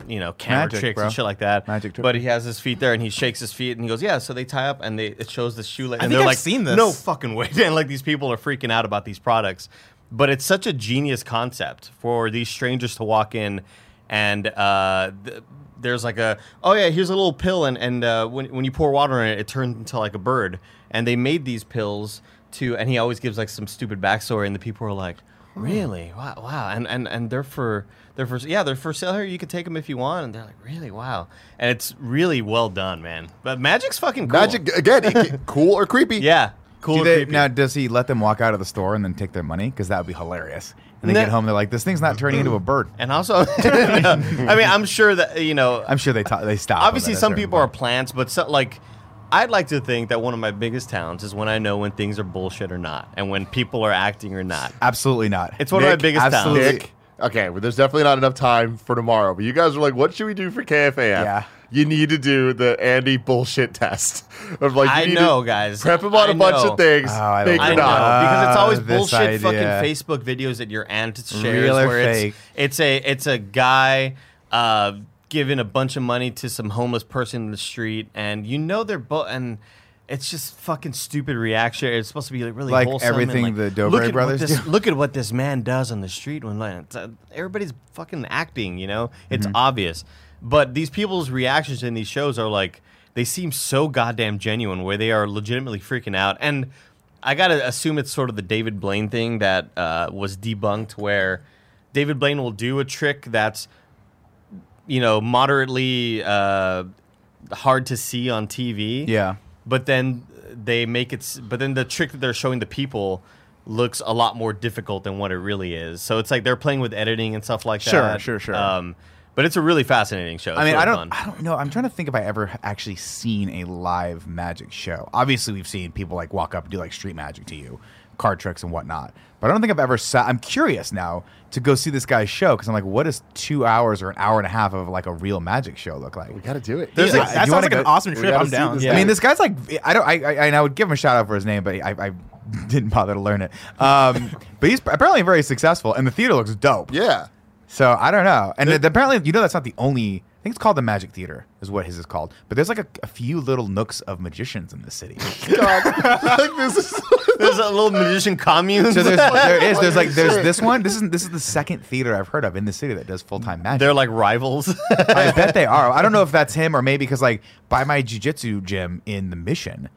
C: you know camera
A: Magic,
C: tricks
A: bro.
C: and shit like that.
A: Magic trick.
C: but he has his feet there and he shakes his feet and he goes, Yeah, so they tie up and they it shows the shoelace.
B: I
C: and
B: think
C: they're
B: I've
C: like,
B: seen this.
C: No fucking way. And like these people are freaking out about these products. But it's such a genius concept for these strangers to walk in and uh, th- there's like a, oh yeah, here's a little pill and, and uh, when, when you pour water in it, it turns into like a bird. And they made these pills to, and he always gives like some stupid backstory and the people are like,
A: Hmm.
C: Really? Wow! Wow! And and and they're for they're for yeah they're for sale here. You can take them if you want. And they're like really wow. And it's really well done, man. But magic's fucking cool.
D: Magic again, it can- cool or creepy.
C: Yeah, cool.
A: uh, Do
C: and
A: they-
C: creepy.
A: now, does he let them walk out of the store and then take their money? Because that would be hilarious. And they
C: No.
A: get home, they're like, "This thing's not turning into a bird."
C: and also, I mean, I'm sure that you know.
A: I'm sure they ta- they stop.
C: obviously some people are plants, but so, like I'd like to think that one of my biggest talents is when I know when things are bullshit or not, and when people are acting or not.
A: absolutely not.
C: It's one of my
A: Nick,
C: biggest talents.
A: absolutely.
D: Nick. Okay, well, there's definitely not enough time for tomorrow. But you guys are like, what should we do for KFAF?
A: Yeah.
D: You need to do the Andy bullshit test. Of like, you
C: I
D: need to
C: know, guys.
D: Prep him on
C: a
D: a bunch of things.
A: Oh, I
D: make
A: love
C: I
D: it
C: know
A: Uh,
D: up.
C: because it's always
A: this
C: bullshit fucking
A: idea.
C: Facebook videos that your aunt shares
A: Real or
C: where
A: fake?
C: it's it's a it's a guy uh, giving a bunch of money to some homeless person in the street, and you know they're both and. It's just fucking stupid reaction. It's supposed to be like really
A: Like
C: wholesome and,
A: everything
C: like,
A: the
C: look
A: Dobrik
C: at what
A: brothers
C: this-
A: do.
C: Look at what this man does on the street when like, it's, uh, everybody's fucking acting. You know, it's
A: Mm-hmm.
C: obvious. But these people's reactions in these shows are like they seem so goddamn genuine, where they are legitimately freaking out. And I gotta assume it's sort of the David Blaine thing that uh, was debunked, where David Blaine will do a trick that's you know moderately uh, hard to see on TV.
A: Yeah.
C: But then they make it. s- But then the trick that they're showing the people looks a lot more difficult than what it really is. So it's like they're playing with editing and stuff like
A: Sure,
C: that.
A: sure, sure.
C: Um, but it's a really fascinating show.
A: I
C: It's
A: mean, I
C: really
A: don't,
C: fun.
A: I don't know. I'm trying to think if I ever ha- actually seen a live magic show. Obviously, we've seen people like walk up and do like street magic to you, card tricks and whatnot. But I don't think I've ever sat. I'm curious now to go see this guy's show because I'm like, what does two hours or an hour and a half of like a real magic show look like?
D: We got to do it.
B: There's
A: Yeah.
B: like,
A: You
B: that sounds
A: wanna
B: like an
A: go-
B: awesome
D: we
B: trip.
D: gotta
B: I'm
D: see
B: down.
D: this
A: I mean, this guy's like I don't I, I and I would give him a shout out for his name, but I, I didn't bother to learn it. Um, but he's apparently very successful, and the theater looks dope.
D: Yeah.
A: So I don't know. And th- apparently, you know, that's not the only. I think it's called the Magic Theater, is what his is called. But there's like a, a few little nooks of magicians in the city.
D: God. like, this is.
C: There's a little magician commune.
A: So there's, there is there's like there's this one. This is this is the second theater I've heard of in the city that does full time magic.
C: they're like rivals.
A: I bet they are. I don't know if that's him or maybe because like by my jujitsu gym in the Mission,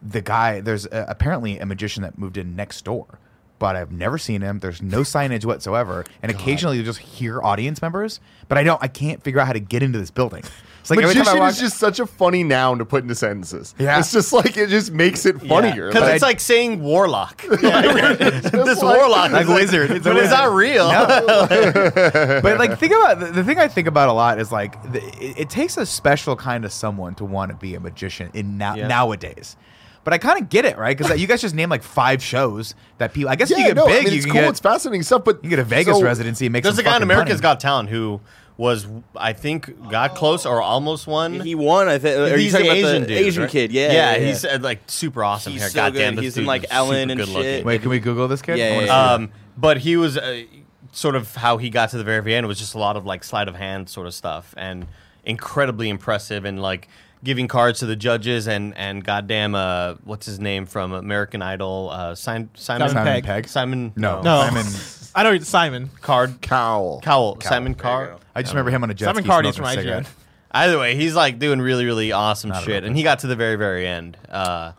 A: the guy there's uh, apparently a magician that moved in next door, but I've never seen him. There's no signage whatsoever, and occasionally you just hear audience members, but I don't. I can't figure out how to get into this building. It's like every time
D: Magician
A: I walk,
D: is just such a funny noun to put into sentences.
A: Yeah.
D: It's just like, it just makes it funnier.
C: Because
D: Like,
C: it's like saying warlock. this
D: like-
C: warlock,
A: Like
C: is like-
A: wizard. It's a
C: but it's not
A: wizard.
C: real.
A: but like think about the, the thing I think about a lot is like the, it, it takes a special kind of someone to want to be a magician in now
C: Yeah.
A: nowadays. But I kind of get it, right? Because you guys just named like five shows that people. I guess if you
D: yeah,
A: get
D: no, I
A: big,
D: mean,
A: you
D: it's
A: can
D: cool.
A: get
D: it's fascinating stuff, but.
A: You can get a Vegas
D: so-
A: residency and make
C: There's
A: some
C: a guy on
A: fucking
C: America's
A: money.
C: Got Talent who was, I think, got close or almost won.
E: He won. I think. Are you
C: he's the
E: talking about
C: Asian
E: the
C: dude,
E: Asian
C: right?
E: kid? Yeah.
C: yeah, he's uh, like super awesome
E: He's
C: here.
E: so
C: Goddamn,
E: good.
C: this
E: He's in,
C: dude
E: like,
C: is
E: Ellen
C: super
E: and
C: good looking.
E: shit.
A: Wait, can we Google this kid?
E: Yeah,
A: I wanna see
E: yeah, yeah.
A: it.
C: Um, but he was uh, sort of how he got to the very end was just a lot of like sleight of hand sort of stuff and incredibly impressive and like giving cards to the judges and and goddamn uh what's his name from American Idol uh Simon Simon,
B: Simon Pegg.
A: Pegg?
C: Simon
A: no,
B: No,
A: Simon.
B: I know Simon Card.
D: Cowl.
C: Cowell, Simon Carr.
A: I just remember him on a jet
B: Simon
A: ski
B: Cardi's from
A: smoking a
B: IGN.
A: cigarette.
C: Either way, he's like doing really, really awesome
A: Not a
C: shit,
A: real
C: and he got to the very, very end. Uh,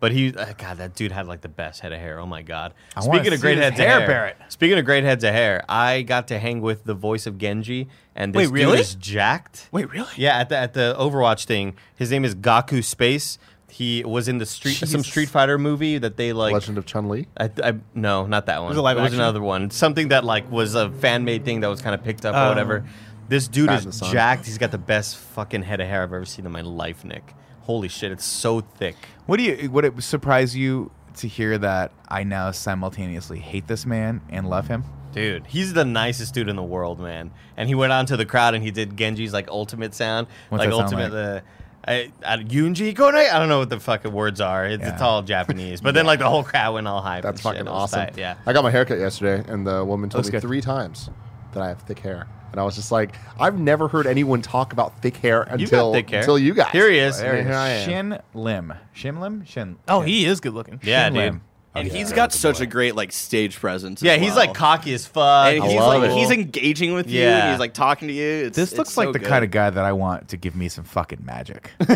C: but he, uh, God, that dude had like the best head of hair. Oh my God!
A: I wanna
C: speaking of
A: see
C: great
A: his
C: heads
A: hair,
C: of hair,
A: Barrett.
C: Speaking of great heads of hair, I got to hang with the voice of Genji, and this
B: Wait, really?
C: dude is jacked.
B: Wait, really?
C: Yeah, at the at the Overwatch thing, his name is Gaku Space. He was in the street some
B: Jesus.
C: Street Fighter movie that they like.
D: Legend of Chun Li.
C: I, I, no, not that one.
B: was a live action?
C: another one. Something that like was a fan made thing that was kind of picked up or
B: Oh.
C: whatever. This dude
D: Fat in the
C: is
D: sun.
C: jacked. He's got the best fucking head of hair I've ever seen in my life, Nick. Holy shit, it's so thick.
A: What do you? Would it surprise you to hear that I now simultaneously hate this man and love him?
C: Dude, he's the nicest dude in the world, man. And he went on to the crowd and he did Genji's like ultimate sound,
A: What's
C: like
A: that sound
C: ultimate
A: like?
C: the. I, I, Yunji Konai? I don't know what the fucking words are. It's, it's
A: Yeah.
C: all Japanese. But then, like, the whole crowd went all hype.
D: That's
C: and shit.
D: fucking
C: It was
D: awesome.
C: tight, Yeah.
D: I got my haircut yesterday, and the woman told
A: Looks
D: me
A: good.
D: three times that I have thick hair, and I was just like, I've never heard anyone talk about thick hair
C: You
D: until
C: got thick hair.
D: until you guys.
C: Here he is.
D: There he is. I am.
A: Shin Lim. Shin Lim? Shin.
B: Oh, he is good looking.
C: Yeah,
A: Shin
C: dude.
A: Lim.
E: And
A: yeah.
E: he's got such a great like stage presence. as
C: Yeah, he's
E: well.
C: like cocky as fuck.
E: and
D: I
E: he's
D: love
E: like
D: it.
E: he's engaging with you.
C: Yeah.
E: And he's like talking to you. It's,
A: This
E: it's
A: looks like
E: so
A: the
E: good.
A: kind of guy that I want to give me some fucking magic.
D: See,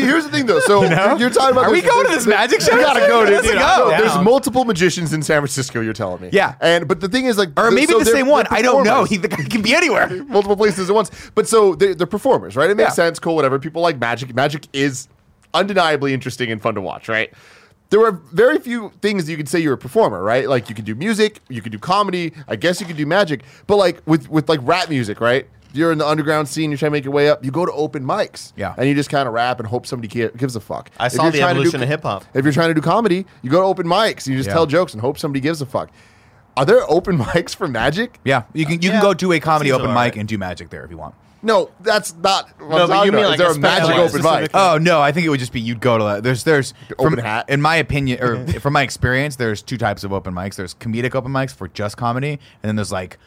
D: here's the thing though. So you're talking about
A: Are we
D: there's-
A: going to
D: there's-
A: this magic show
D: You gotta
A: soon?
D: go, dude.
A: Let's
D: Dude,
A: go.
D: no, there's
A: Down.
D: multiple magicians in San Francisco. You're telling me.
A: Yeah.
D: And but the thing is, like,
A: or
D: th-
A: maybe
D: so
A: the
D: they're-
A: same one.
D: they're
A: I don't know.
D: performers.
A: He, the guy can be anywhere.
D: multiple places at once. But so they're, they're performers, right? It makes
A: Yeah.
D: sense, cool, whatever. People like magic. Magic is undeniably interesting and fun to watch, right? There are very few things you can say you're a performer, right? Like you can do music, you can do comedy, I guess you can do magic, but like with with like rap music, right? You're in the underground scene, you're trying to make your way up. You go to open mics,
A: Yeah.
D: and you just kind of rap and hope somebody ca- gives a fuck.
C: I
D: If
C: saw
D: you're
C: the
D: trying to do
C: evolution
D: co-
C: of hip hop.
D: if you're trying to do comedy, you go to open mics and you just
A: Yeah.
D: tell jokes and hope somebody gives a fuck. Are there open mics for magic?
A: Yeah, you can you
C: Yeah.
A: can go do a comedy
C: Seems
A: open mic
C: alright.
A: and do magic there if you want.
D: No, that's not. What
C: No,
D: I'm
C: but
D: talking
C: you mean
D: about.
C: like
D: Is there
C: a
D: a magic
C: special-
D: open mic?
C: specific-
A: Oh no, I think it would just be you'd go to that. There's there's
D: Open
A: from-
D: hat?
A: In my opinion, or from my experience, there's two types of open mics. There's comedic open mics for just comedy, and then there's like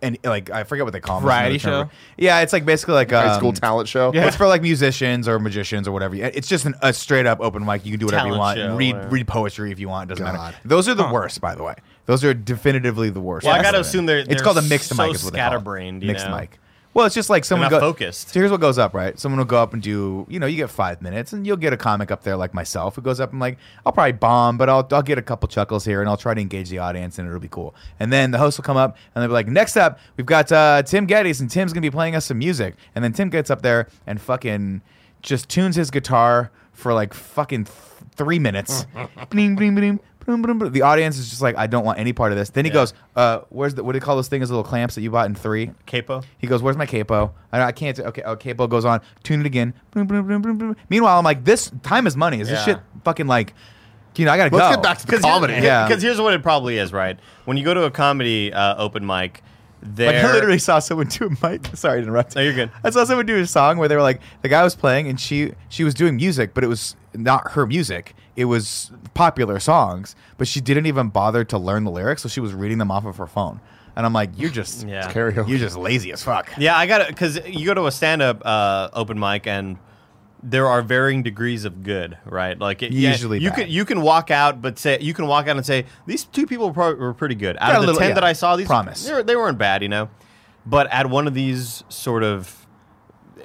A: and like I forget what they call 'em. There's
B: Variety
A: another term
B: show?
A: for- Yeah, it's like basically like um,
D: High school talent show.
A: It's for like musicians or magicians or whatever. It's just an, a straight up open mic. You can do whatever you
C: Talent
A: want.
C: show,
A: read
C: yeah.
A: read poetry if you want. It doesn't
D: God.
A: matter. Those are the worst, by the way. Those are definitively the worst.
C: Well, I gotta
A: That's-
C: assume they're-
A: it's
C: they're
A: called a mixed
C: so
A: mic. Is what they call it.
C: scatterbrained, you
A: Mixed
C: know?
A: mic. Well, it's just like someone
C: not
A: go-
C: focused.
A: So here's what goes up, right? Someone will go up and do, you know, you get five minutes, and you'll get a comic up there like myself who goes up and like, I'll probably bomb, but I'll I'll get a couple chuckles here, and I'll try to engage the audience, and it'll be cool. And then the host will come up, and they'll be like, next up, we've got uh, Tim Geddes, and Tim's gonna be playing us some music. And then Tim gets up there and fucking just tunes his guitar for like fucking th- three minutes. Bling, bling, bling, bling, bling, bling. The audience is just like, I don't want any part of this. Then he
C: Yeah.
A: goes, uh, "Where's the what do you call those things? Little clamps that you bought in three?
C: Capo.
A: He goes, "Where's my capo? I, I can't. Okay, oh, capo goes on. Tune it again. Boom, boom, boom, boom, boom. Meanwhile, I'm like, this time is money. Is this
C: Yeah.
A: shit fucking like, you know, I gotta
D: Let's
A: go.
D: get back to the
C: Because
D: comedy.
C: Here's,
A: Yeah.
C: Because here's what it probably is, right? When you go to a comedy uh, open mic,
A: like,
C: there.
A: I literally saw someone do a mic. Sorry to interrupt.
C: No, you're good.
A: I saw someone do a song where they were like, the guy was playing and she she was doing music, but it was not her music. It was popular songs, but she didn't even bother to learn the lyrics, so she was reading them off of her phone. And I'm like, you're just
C: Yeah. It's
D: karaoke.
A: You're just lazy as fuck.
C: Yeah, I got it. Because you go to a stand up uh, open mic and. There are varying degrees of good, right? Like it, yeah,
A: Usually
C: you
A: bad.
C: can you can walk out, but say you can walk out and say these two people pro- were pretty good.
A: Got
C: Out of
A: a
C: the
A: little-
C: ten
A: yeah,
C: that I saw, these
A: promise.
C: they, were, they weren't bad, you know. But at one of these sort of,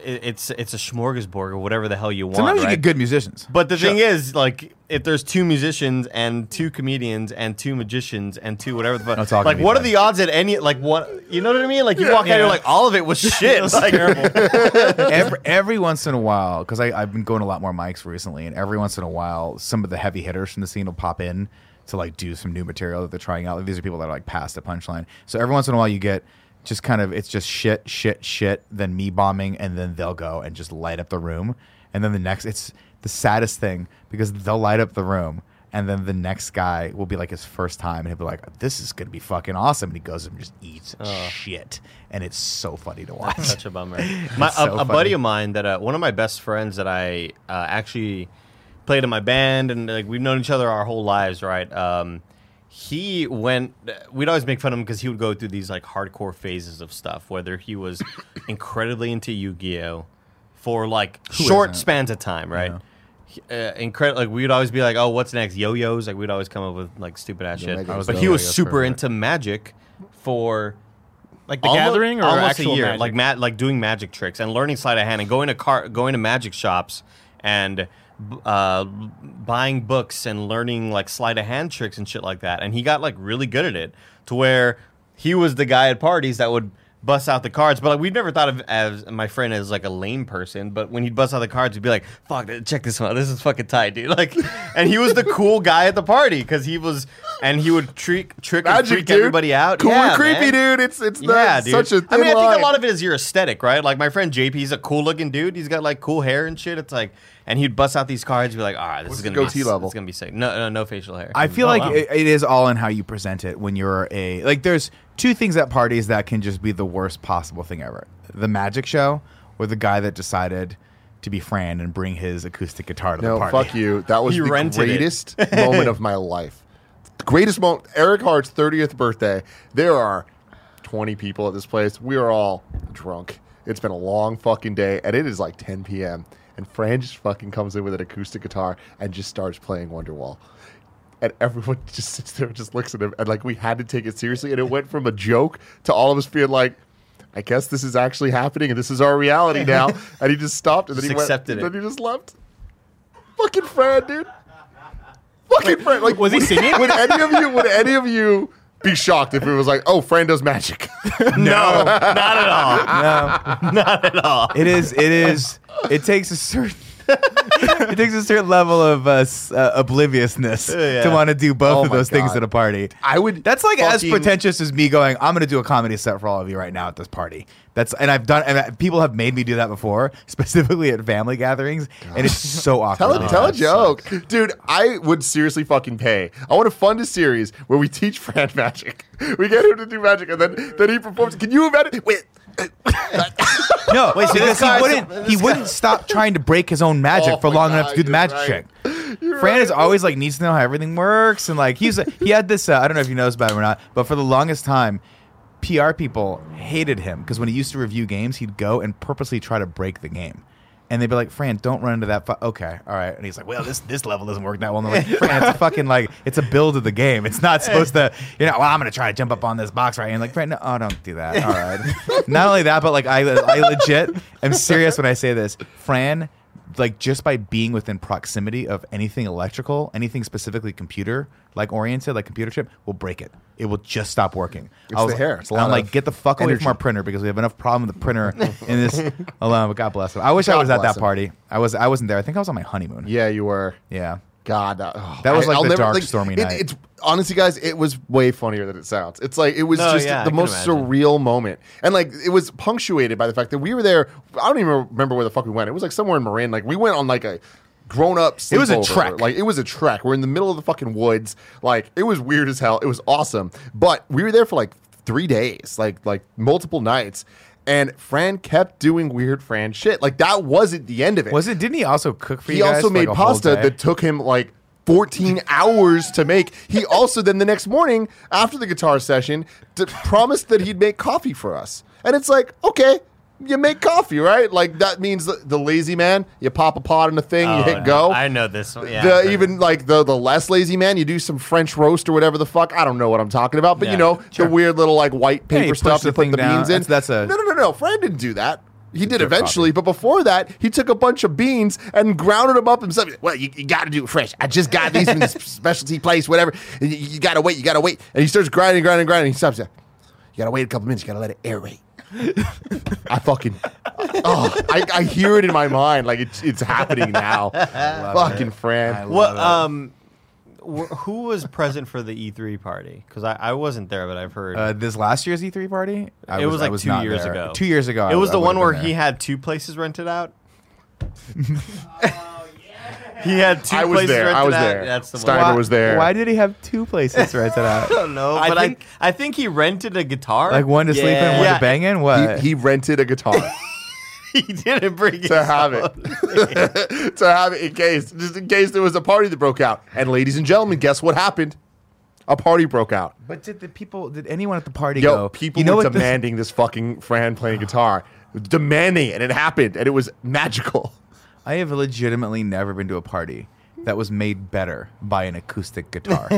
C: it, it's it's a smorgasbord or whatever the hell you want.
A: Sometimes you
C: right?
A: get good musicians,
C: But the thing is, like, if there's two musicians and two comedians and two magicians and two whatever the
A: That's
C: fuck,
A: all gonna
C: like,
A: be
C: what
A: bad.
C: are the odds at any, like, what, you know what I mean? Like, you walk out,
B: Yeah.
C: you're like, all of it was shit. like,
A: every, every once in a while, because I've been going to a lot more mics recently, and every once in a while, some of the heavy hitters from the scene will pop in to like do some new material that they're trying out. Like, these are people that are like past the punchline. So every once in a while, you get just kind of it's just shit, shit, shit, then me bombing, and then they'll go and just light up the room. And then the next, it's the saddest thing because they'll light up the room. And then the next guy will be like his first time, and he'll be like, "This is gonna be fucking awesome." And he goes and just eats shit, and it's so funny to watch.
C: Such a bummer. My,
A: so
C: a, a
A: funny.
C: buddy of mine that uh, one of my best friends that I uh, actually played in my band and like we've known each other our whole lives, right? Um, he went. We'd always make fun of him because he would go through these like hardcore phases of stuff. Whether he was incredibly into Yu-Gi-Oh for like short
A: isn't?
C: spans of time, right? He- Uh, incredible. Like we'd always be like, "Oh, what's next? Yo-yos." Like we'd always come up with like stupid ass shit.
D: Mega- I was
C: But
D: the
C: he was
A: Yo-Yos
C: super
A: for a
C: into magic for
B: Like the
C: Almo-
B: gathering or
C: almost
B: actual
C: a year,
B: magic?
C: like ma- like doing magic tricks and learning sleight of hand and going to car, going to magic shops and b- uh, buying books and learning like sleight of hand tricks and shit like that. And he got like really good at it to where he was the guy at parties that would bust out the cards. But like we've never thought of as my friend as like a lame person. But when he'd bust out the cards, he'd be like, "Fuck, check this one. out. This is fucking tight, dude." Like, and he was the cool guy at the party because he was, and he would trick trick and
D: Magic,
C: freak
D: dude.
C: everybody out.
D: Cool
C: Yeah,
D: and creepy,
C: man.
D: dude. It's it's
C: Yeah,
D: not
C: dude.
D: such a thin
C: I mean, I think
D: line.
C: a lot of it is your aesthetic, right? Like my friend JP, he's a cool looking dude. He's got like cool hair and shit. It's like, and he'd bust out these cards, and be like, all right, this
D: What's
C: is gonna
D: the
C: be
D: goatee
C: s-
D: level?
C: It's gonna be sick. No, no, no facial hair.
A: I feel
B: Oh,
A: like
B: wow.
A: it, it is all in how you present it when you're a like. There's two things at parties that can just be the worst possible thing ever: the magic show or the guy that decided to be Fran and bring his acoustic guitar to
D: no,
A: the party.
D: fuck you. That was
C: He
D: the
C: rented it.
D: greatest moment of my life. The greatest moment. Eric Hart's 30th birthday. There are 20 people at this place. We are all drunk. It's been a long fucking day, and it is like 10 p.m. and Fran just fucking comes in with an acoustic guitar and just starts playing Wonderwall. And everyone just sits there and just looks at him. And like we had to take it seriously. And it went from a joke to all of us being like, I guess this is actually happening and this is our reality now. And he just stopped and then
C: Just
D: he went,
C: accepted
D: and
C: it.
D: then he just left. Fucking Fran, dude. Fucking Fran. Like
B: Was he singing?
D: Would any of you would any of you be shocked if it was like, oh, Fran does magic?
C: No, not at all.
A: It is. It is. It takes a certain. it takes a certain level of uh, s- uh, obliviousness
C: yeah.
A: to want to do both
D: Oh
A: of
D: my
A: those things
D: God.
A: at a party.
D: I would
A: That's like as
D: fucking-
A: pretentious as me going, I'm going to do a comedy set for all of you right now at this party. That's and I've done and I, people have made me do that before, specifically at family gatherings, and it's so awkward.
D: Tell, a
A: man.
D: tell a joke. Dude, I would seriously fucking pay. I want to fund a series where we teach Fran magic. We get him to do magic and then, then he performs. Can you imagine? Wait.
A: No, wait, because
C: guy's-
A: he wouldn't he wouldn't stop trying to break his own magic
D: Oh
A: for
D: my
A: long enough
D: God,
A: to do the
D: you're
A: magic
D: right.
A: trick. Fran is always like needs to know how everything works and like he's he had this uh, I don't know if you noticed about it or not, but for the longest time PR people hated him because when he used to review games, he'd go and purposely try to break the game. And they'd be like, Fran, don't run into that. Fu- okay, all right. And he's like, well, this this level doesn't work that well. And I'm like, Fran, it's fucking like, it's a build of the game. It's not supposed to, you know, well, I'm going to try to jump up on this box right here. And like, Fran, no, oh, don't do that. All right. not only that, but like, I, I legit am serious when I say this. Fran, like, just by being within proximity of anything electrical, anything specifically computer, like oriented, like computer chip, will break it. It will just stop working.
D: It's the hair. It's a lot
A: I'm like,
D: of
A: get the fuck away
D: energy.
A: from our printer because we have enough problem with the printer in this alone. But God bless him. I wish I
D: God
A: was at
D: bless
A: that
D: him.
A: party. I was. I wasn't there. I think I was on my honeymoon.
D: Yeah, you were.
A: Yeah.
D: God, that, oh,
A: That was like the dark, stormy
D: it-
A: night.
D: It's honestly, guys, it was way funnier than it sounds. It's like it was
C: No,
D: just
C: yeah, I
D: the
C: can
D: most
C: imagine.
D: surreal moment, and like it was punctuated by the fact that we were there. I don't even remember where the fuck we went. It was like somewhere in Marin. Like we went on like a grown up.
A: It was a trek.
D: Like it was a trek. We're in the middle of the fucking woods. Like it was weird as hell. It was awesome, but we were there for like three days, like like multiple nights. And Fran kept doing weird Fran shit. Like that wasn't the end of it
A: Was it? Didn't he also cook for
D: he
A: you guys?
D: also
A: for,
D: made
A: like, a whole
D: pasta
A: day?
D: that took him like 14 hours to make. He also then the next morning after the guitar session d- promised that he'd make coffee for us. And it's like, okay, you make coffee, right? Like that means the, the lazy man, you pop a pot in a thing, you
C: Oh,
D: hit
C: no.
D: go.
C: I know this one. Yeah,
D: the
C: I've heard
D: even
C: it.
D: like the the less lazy man, you do some French roast or whatever the fuck. I don't know what I'm talking about, but
C: Yeah,
D: you know the weird little like white
A: you
D: paper
A: push
D: stuff
A: the
D: you put
A: thing
D: the
A: down.
D: beans in.
A: That's- that's a-
D: no no no no. Fran didn't do that. He did
A: drip
D: eventually, but before that, he took a bunch of beans and grounded them up himself. Well, you, you got to do it fresh. I just got these from this specialty place, whatever. And you, you got to wait. You got to wait. And he starts grinding, grinding, grinding. He stops. There. You got to wait a couple minutes. You got to let it aerate. I fucking, oh, I, I hear it in my mind. Like it's it's happening now. Fucking Fran.
C: What? Um, wh- who was present for the E3 party? Because I, I wasn't there, but I've heard
A: Uh, this last year's E3 party. I
C: it was,
A: I
C: like two
A: not
C: years
A: there.
C: ago.
A: Two years ago. I
C: it was
A: w-
C: the
A: I
C: one
A: would've
C: where
A: been
C: he
A: there.
C: had two places rented out. He had two
D: I was
C: places
D: there.
C: rented
D: I was
C: out.
D: there.
C: That's the
D: Stein-
C: one.
A: Why-
D: was there.
A: Why did he have two places rented
C: I
A: out?
C: don't know,
B: I
C: but I
B: think-
C: think, I, think he rented a guitar.
A: Like one to sleep in, one
C: Yeah.
A: to bang in. What?
D: he, he rented a guitar
C: he didn't bring it.
D: to have it, to have it in case, just in case there was a party that broke out. And ladies and gentlemen, guess what happened? A party broke out.
A: but did the people? Did anyone at the party
D: Yo,
A: go?
D: people
A: you know
D: were
A: what this-
D: demanding this? fucking Fran playing guitar, demanding it, and it happened, and it was magical.
A: I have legitimately never been to a party that was made better by an acoustic guitar.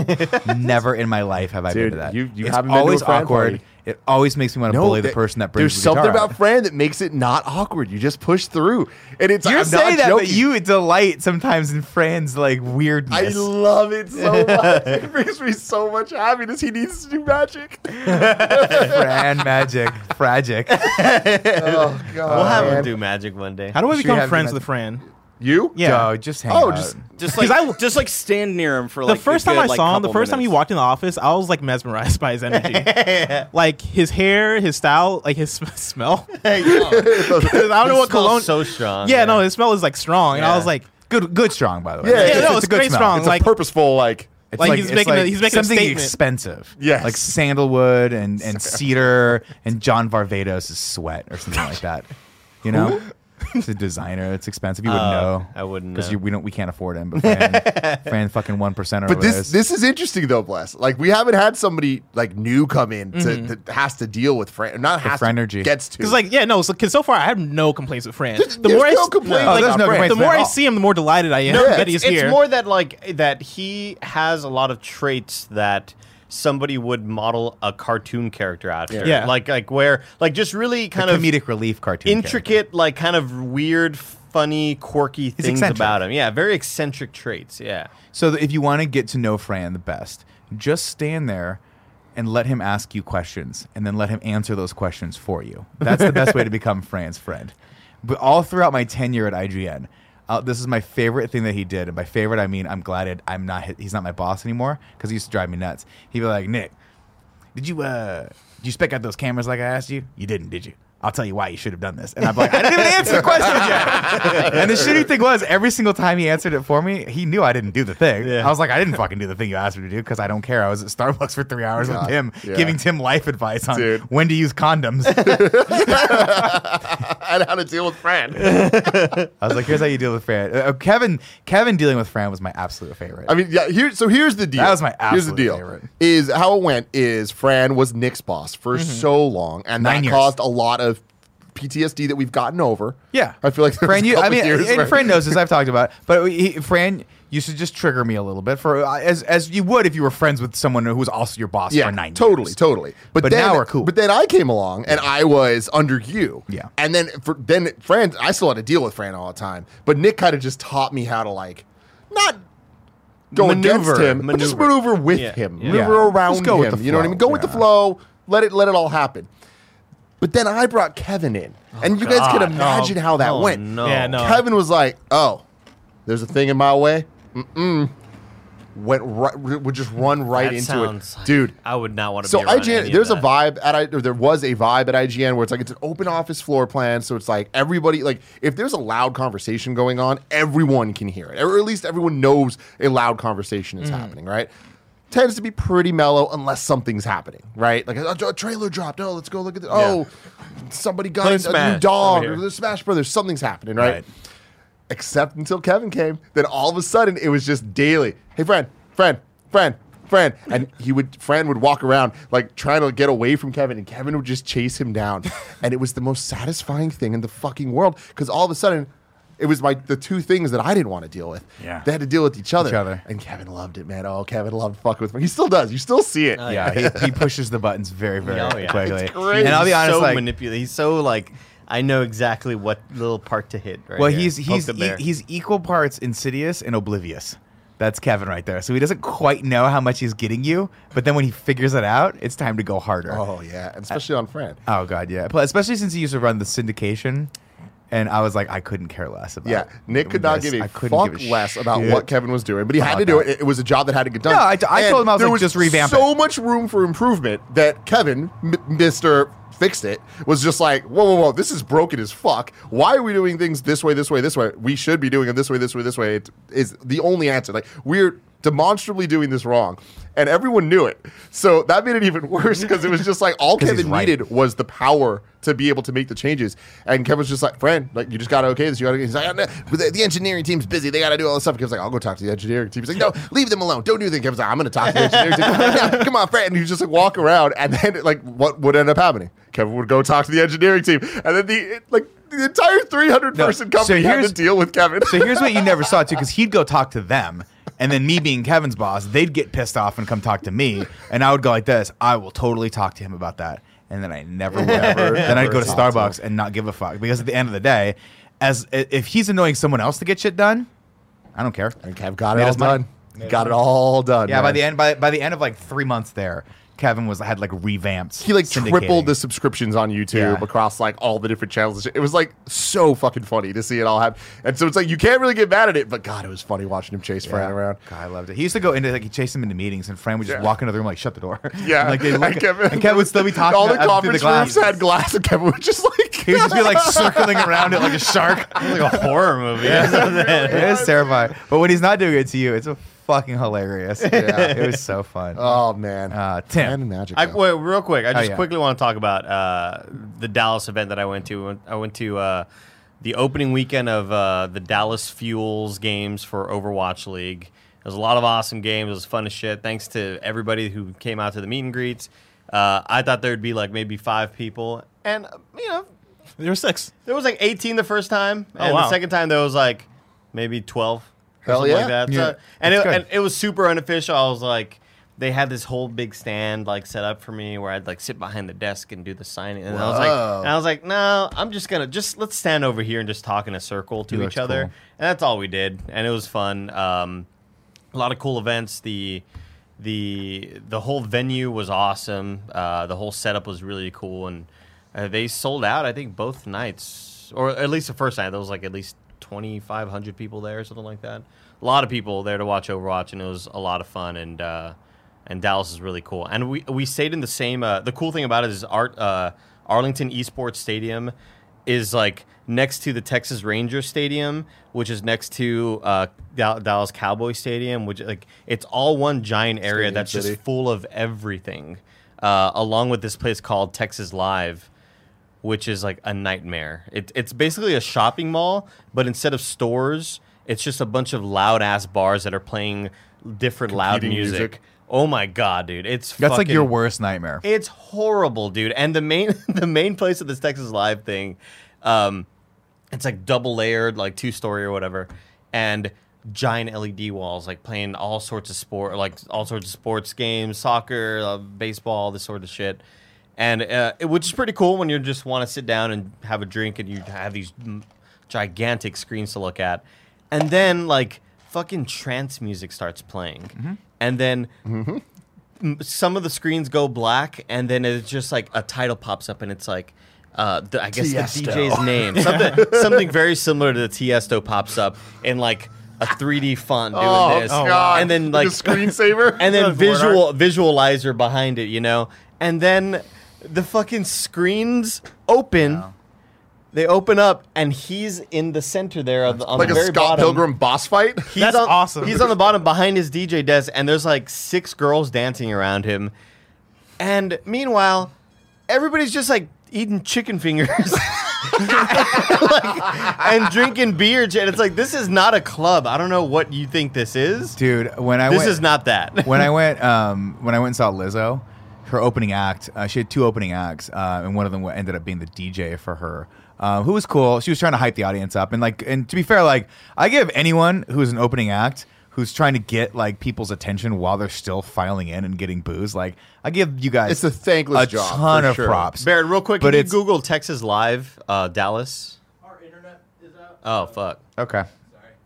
A: never in my life have I been
D: Dude,
A: to that.
D: you- you
A: it's
D: haven't been to
A: always
D: a Fran
A: awkward.
D: party.
A: It always makes me want to bully the
D: that-
A: person that brings
D: There's
A: the
D: something
A: guitar out.
D: about Fran that makes it not awkward. You just push through, and it's
A: You're
D: I'm
A: saying
D: not
A: that,
D: joking.
A: but you delight sometimes in Fran's like
D: I
A: weirdness.
D: love it so much. It brings me so much happiness. He needs to do magic.
A: Oh, Fran magic, fragic.
D: Oh god.
C: We'll have
D: man.
C: him do magic one day.
B: How do I
A: Should we
B: become
A: have
B: friends
A: that-
B: with Fran?
D: you?
B: Yeah.
A: Yo, just hang
D: Oh,
A: out.
D: just-
E: Just
B: 'Cause
E: like,
B: I-
E: just like stand near him for
B: The
E: like a
B: first time
E: good,
B: I
E: like,
B: saw him, the
E: couple
B: first time he
E: minutes.
B: walked in the office, I was like mesmerized by his energy. like his hair, his style, like his sm- smell.
C: Hey, yo.
B: I don't know
C: It
B: what
C: smells
B: cologne.
C: So strong.
B: yeah, no, his smell is like strong, and I
C: Yeah.
B: was like,
A: Good, good strong by the way.
D: Yeah, yeah, no,
B: it's great
A: smell.
B: strong.
D: It's
B: Like-
D: a purposeful like
A: It's
B: Like, he's
A: it's
B: making a- he's making a
A: something
B: statement.
A: expensive.
D: Yes.
A: Like sandalwood and, and cedar and John Varvatos' sweat or something like that. You know? He's a designer. It's expensive. You wouldn't
C: Oh,
A: know.
C: I wouldn't
A: because
C: know.
A: we don't we can't afford him. But fan, fan fucking one percent or
D: But this this is interesting though, bless. Like we haven't had somebody like new come in to, that has to deal with Fran. Not has to,
A: Franergy.
D: gets to
B: Because like yeah no so Mm-hmm. cause so far I have no complaints with Fran.
D: There's-
B: The
D: there's
B: more I
D: no
B: s-
D: complaints
A: Oh,
B: like,
A: there's no
B: the
A: complaints
B: more
A: at
B: I
A: all.
B: see him, the more delighted I am
D: No,
B: that
D: it's-
B: he's
C: it's
B: here.
C: more that like that he has a lot of traits that somebody would model a cartoon character after.
B: Yeah.
C: Like like where like just really kind of
A: comedic relief cartoon.
C: intricate, like kind of weird, funny, quirky things
A: eccentric.
C: about him. Yeah, very eccentric traits. Yeah.
A: So that if you want to get to know Fran the best, just stand there and let him ask you questions and then let him answer those questions for you. That's the best way to become Fran's friend. But all throughout my tenure at IGN, uh, this is my favorite thing that he did. And by favorite, I mean I'm glad it, I'm not hi- he's not my boss anymore because he used to drive me nuts. He'd be like, Nick, did you uh did you spec out those cameras like I asked you? You didn't, did you? I'll tell you why you should have done this. And I'm like, I didn't even answer the question yet. and the shitty thing was, every single time he answered it for me, he knew I didn't do the thing. I was like, I didn't fucking do the thing you asked me to do because I don't care. I was at Starbucks for three hours
D: God,
A: with Tim,
D: yeah.
A: giving Tim life advice on
D: Dude.
A: when to use condoms.
D: and how to deal with Fran.
A: I was like, here's how you deal with Fran. Uh, Kevin, Kevin dealing with Fran was my absolute favorite.
D: I mean, yeah. Here, so here's the deal.
A: That was my
D: here's the
A: absolute
D: deal.
A: favorite.
D: Is how it went. Is Fran was Nick's boss
B: Mm-hmm.
D: for so long, and
A: Nine
D: that
A: years.
D: caused a lot of PTSD that we've gotten over.
A: Yeah,
D: I feel like there
A: Fran.
D: was a
A: You, I
D: couple
A: mean,
D: years
A: and
D: where-
A: Fran knows this. I've talked about, it. but he, Fran, you should just trigger me a little bit for uh, as as you would if you were friends with someone who was also your boss for nine.
D: totally,
A: years.
D: totally. But,
A: But
D: then,
A: now we're cool.
D: But then I came along and I was under you.
A: Yeah.
D: And then for, then Fran, I still had to deal with Fran all the time. But Nick kind of just taught me how to like not go
C: Maneuver,
D: against him, but just
C: maneuver.
D: maneuver with
C: Yeah,
D: him,
C: yeah.
D: maneuver
A: Yeah.
D: around
A: Just go
D: him.
A: with the
D: you know what I
A: flow,
D: mean? Go with the
A: yeah.
D: flow. Let it let it all happen. But then I brought Kevin in,
A: Oh,
D: and you guys can
C: God.
D: imagine how that
C: Oh,
D: went.
C: No.
B: Yeah, no.
D: Kevin was like, "Oh, there's a thing in my way." Mm-mm. Went right, would just run right
C: That
D: into
C: sounds
D: it,
C: like-
D: dude.
C: I would not want to.
D: So
C: be around
D: IGN,
C: any of
D: there's a
C: that.
D: vibe at I, or there was a vibe at IGN where it's like it's an open office floor plan, so it's like everybody like if there's a loud conversation going on, everyone can hear it, or at least everyone knows a loud conversation
C: Mm.
D: is happening, right? Tends to be pretty mellow unless something's happening, right? Like a, a trailer dropped. Oh, let's go look at the. Oh, somebody got
C: Play
D: a, new
C: Smash
D: dog.
C: over
D: Or
C: here.
D: the Smash Brothers. Something's happening, right?
A: Right.
D: Except until Kevin came, then all of a sudden it was just daily. Hey, friend, friend, friend, friend, and he would Fran would walk around like trying to get away from Kevin, and Kevin would just chase him down, and it was the most satisfying thing in the fucking world because all of a sudden. It was like the two things that I didn't want to deal with.
A: Yeah.
D: They had to deal with each other.
A: other.
D: And Kevin loved it, man. Oh, Kevin loved fuck with me. He still does. You still see it.
A: Oh, Yeah, he, he pushes the buttons very, very
C: Oh, yeah.
A: quickly.
C: It's
A: And I'll be
C: He's
A: honest,
C: so
A: like,
C: manipulative. He's so like I know exactly what little part to hit. Right.
A: well,
C: here.
A: he's
C: Poke
A: he's
C: the
A: e-
C: bear.
A: he's equal parts insidious and oblivious. That's Kevin right there. So he doesn't quite know how much he's getting you, but then when he figures it out, it's time to go harder.
D: Oh, yeah. And especially on Fran.
A: Oh, god, yeah. Plus, especially since he used to run the syndication, and I was like, I couldn't care less about.
D: Yeah, Nick could not
A: this.
D: give a
A: I couldn't
D: fuck
A: give a
D: less about
A: shit.
D: what Kevin was doing, but he had
A: About
D: to do
A: that.
D: it. It- It was a job that had to get done.
A: No, I t- I
D: And
A: told him, I was
D: there
A: like, just revamp
D: So much room for improvement that Kevin, Mister Fixed It, was just like, whoa, whoa, whoa, this is broken as fuck. Why are we doing things this way, this way, this way? We should be doing it this way, this way, this way. It is the only answer. Like we're demonstrably doing this wrong, and everyone knew it. So that made it even worse because it was just like all
A: 'Cause he's
D: Kevin
A: right.
D: needed was the power to be able to make the changes. And Kevin's just like, friend, like you just gotta okay this. You gotta. He's like, no, but the, the engineering team's busy. They gotta do all this stuff. Kevin's like, I'll go talk to the engineering team. He's like, no, leave them alone. Don't do anything. Kevin's like, I'm gonna talk to the engineering team. No, come on, friend. And you just like walk around, and then like what would end up happening? Kevin would go talk to the engineering team, and then the like the entire 300
A: No,
D: person
A: so
D: company had
A: here's-
D: to deal with Kevin.
A: So here's what you never saw too, because he'd go talk to them, and then me being Kevin's boss, they'd get pissed off and come talk to me, and I would go like this: I will totally talk to him about that, and then I never would. then I'd go to
D: talk to
A: Starbucks and not give a fuck because at the end of the day, as i- if he's annoying someone else to get shit done, I don't care.
D: and Kev got it
A: Made
D: all
A: us money.
D: done. Got it all done.
A: Yeah, by
D: man.
A: the end by, by the end of like three months there, Kevin was had like revamped.
D: he like tripled
A: syndicating.
D: the subscriptions on YouTube
A: Yeah.
D: across like all the different channels. and shit. It was like so fucking funny to see it all happen. And so it's like you can't really get mad at it, but God, it was funny watching him chase Fran around.
A: God, I loved it. He used to go into like he chased him into meetings, and Fran would just
D: Yeah.
A: walk into the room like shut the door.
D: Yeah,
A: and, like they look, and, Kevin, would still be talking.
D: All the
A: out through
D: conference
A: glass.
D: rooms had glass, and Kevin would just like
A: He would just be like circling around it like a shark.
C: like a horror movie. or something.
A: it is terrifying. But when he's not doing it to you, it's a fucking hilarious. it was so fun.
D: "Oh man,
A: Uh, Tim.
D: Fran and magic."
C: I,
D: though.
C: wait, real quick, I just
A: Oh, yeah.
C: quickly want to talk about uh, the Dallas event that I went to. I went to uh, the opening weekend of uh, the Dallas Fuels games for Overwatch League. There was a lot of awesome games. It was fun as shit. Thanks to everybody who came out to the meet and greets. Uh, I thought there would be like maybe five people, and uh, you know,
B: There were six.
C: there was like 18 the first time,
A: Oh,
C: and
B: wow.
C: the second time there was like maybe 12. or
D: Hell
C: something
D: yeah.
C: Like that.
A: Yeah.
C: So- and, it,
A: That's good.
C: and it was super unofficial. I was like, they had this whole big stand like set up for me where I'd like sit behind the desk and do the signing. And I was
D: Whoa.
C: like, and I was like, no, I'm just gonna just let's stand over here and just talk in a circle to
A: Dude,
C: each
A: that's
C: other.
A: cool.
C: And that's all we did, and it was fun. Um, a lot of cool events. The the the whole venue was awesome. Uh, the whole setup was really cool, and uh, they sold out. I think both nights, or at least the first night, there was like at least twenty five hundred people there, or something like that. A lot of people there to watch Overwatch, and it was a lot of fun. And uh, and Dallas is really cool. And we we stayed in the same. Uh, the cool thing about it is Art uh, Arlington Esports Stadium is like next to the Texas Ranger Stadium, which is next to uh, Dal- Dallas Cowboy Stadium, which like it's all one giant area
D: Stadium
C: that's
D: City.
C: just full of everything, uh, along with this place called Texas Live. Which is like a nightmare. It, it's basically a shopping mall, but instead of stores, it's just a bunch of loud ass bars that are playing different loud
D: Competing
C: music.
D: music.
C: Oh my god, dude! It's
A: That's like
C: fucking-
A: your worst nightmare.
C: it's horrible, dude. And the main the main place of this Texas Live thing, um, it's like double layered, like two story or whatever, and giant LED walls, like playing all sorts of sport, like all sorts of sports games, soccer, uh, baseball, this sort of shit. And uh, it, which is pretty cool when you just want to sit down and have a drink, and you have these mm, gigantic screens to look at, and then like fucking trance music starts playing,
A: Mm-hmm.
C: and then m- some of the screens go black, and then it's just like a title pops up, and it's like, uh, the, I guess
D: Tiesto.
C: the DJ's name, something, something very similar to the Tiesto pops up in like a 3D font doing
D: Oh,
C: this,
D: God.
C: and then like
D: the screensaver.
C: and then
B: That's bored
C: visual visualizer behind it, you know, and then the fucking screens open. They open up, and he's in the center there on the, on
D: like
C: the
D: a
C: very
D: Scott
C: bottom.
D: Pilgrim boss fight.
C: He's
B: That's
C: on,
B: awesome.
C: He's on the bottom behind his DJ desk, and there's like six girls dancing around him. And meanwhile, everybody's just like eating chicken fingers Like, and drinking beer. And it's like, this is not a club. I don't know what you think this is.
A: Dude, when I
C: this
A: went,
C: is not that.
A: when I went um, when I went and saw Lizzo, her opening act, uh, she had two opening acts, uh, and one of them wa- ended up being the DJ for her. Uh, who was cool. She was trying to hype the audience up, and like, and to be fair, like, I give anyone who's an opening act who's trying to get like people's attention while they're still filing in and getting booze, like, I give you guys
D: It's a thankless
A: a
D: job,
A: ton
D: for
A: of
D: sure.
A: props.
C: Baron, real quick,
A: But
C: but can you
A: it's-
C: Google Texas Live, uh, Dallas? Oh, fuck.
A: Okay.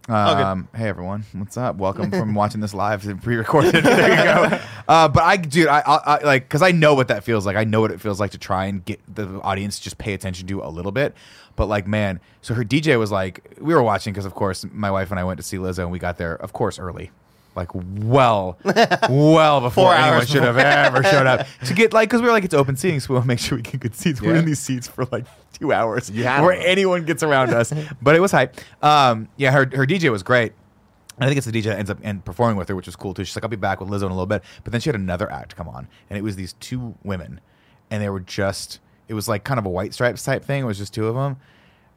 C: good.
A: Um, hey everyone, what's up? Welcome from watching this live and pre-recorded. there you go. Uh, but I, dude, I, I, I like because I know what that feels like. I know what it feels like to try and get the audience to just pay attention to a little bit. But like, man, so her DJ was like, we were watching because of course my wife and I went to see Lizzo and we got there, of course, early. Like well, well before
C: Four
A: anyone
C: hours
A: should have ever showed up to get like because we were like it's open seating, so we want to make sure we get good seats. We're
D: Yeah.
A: in these seats for like two hours
D: You had
A: where
D: them.
A: anyone gets around us. But it was hype. Um, yeah, her, her DJ was great. I think it's the DJ that ends up and performing with her, which was cool too. She's like, I'll be back with Lizzo in a little bit. But then she had another act come on, and it was these two women, and they were just, it was like kind of a white stripes type thing. It was just two of them.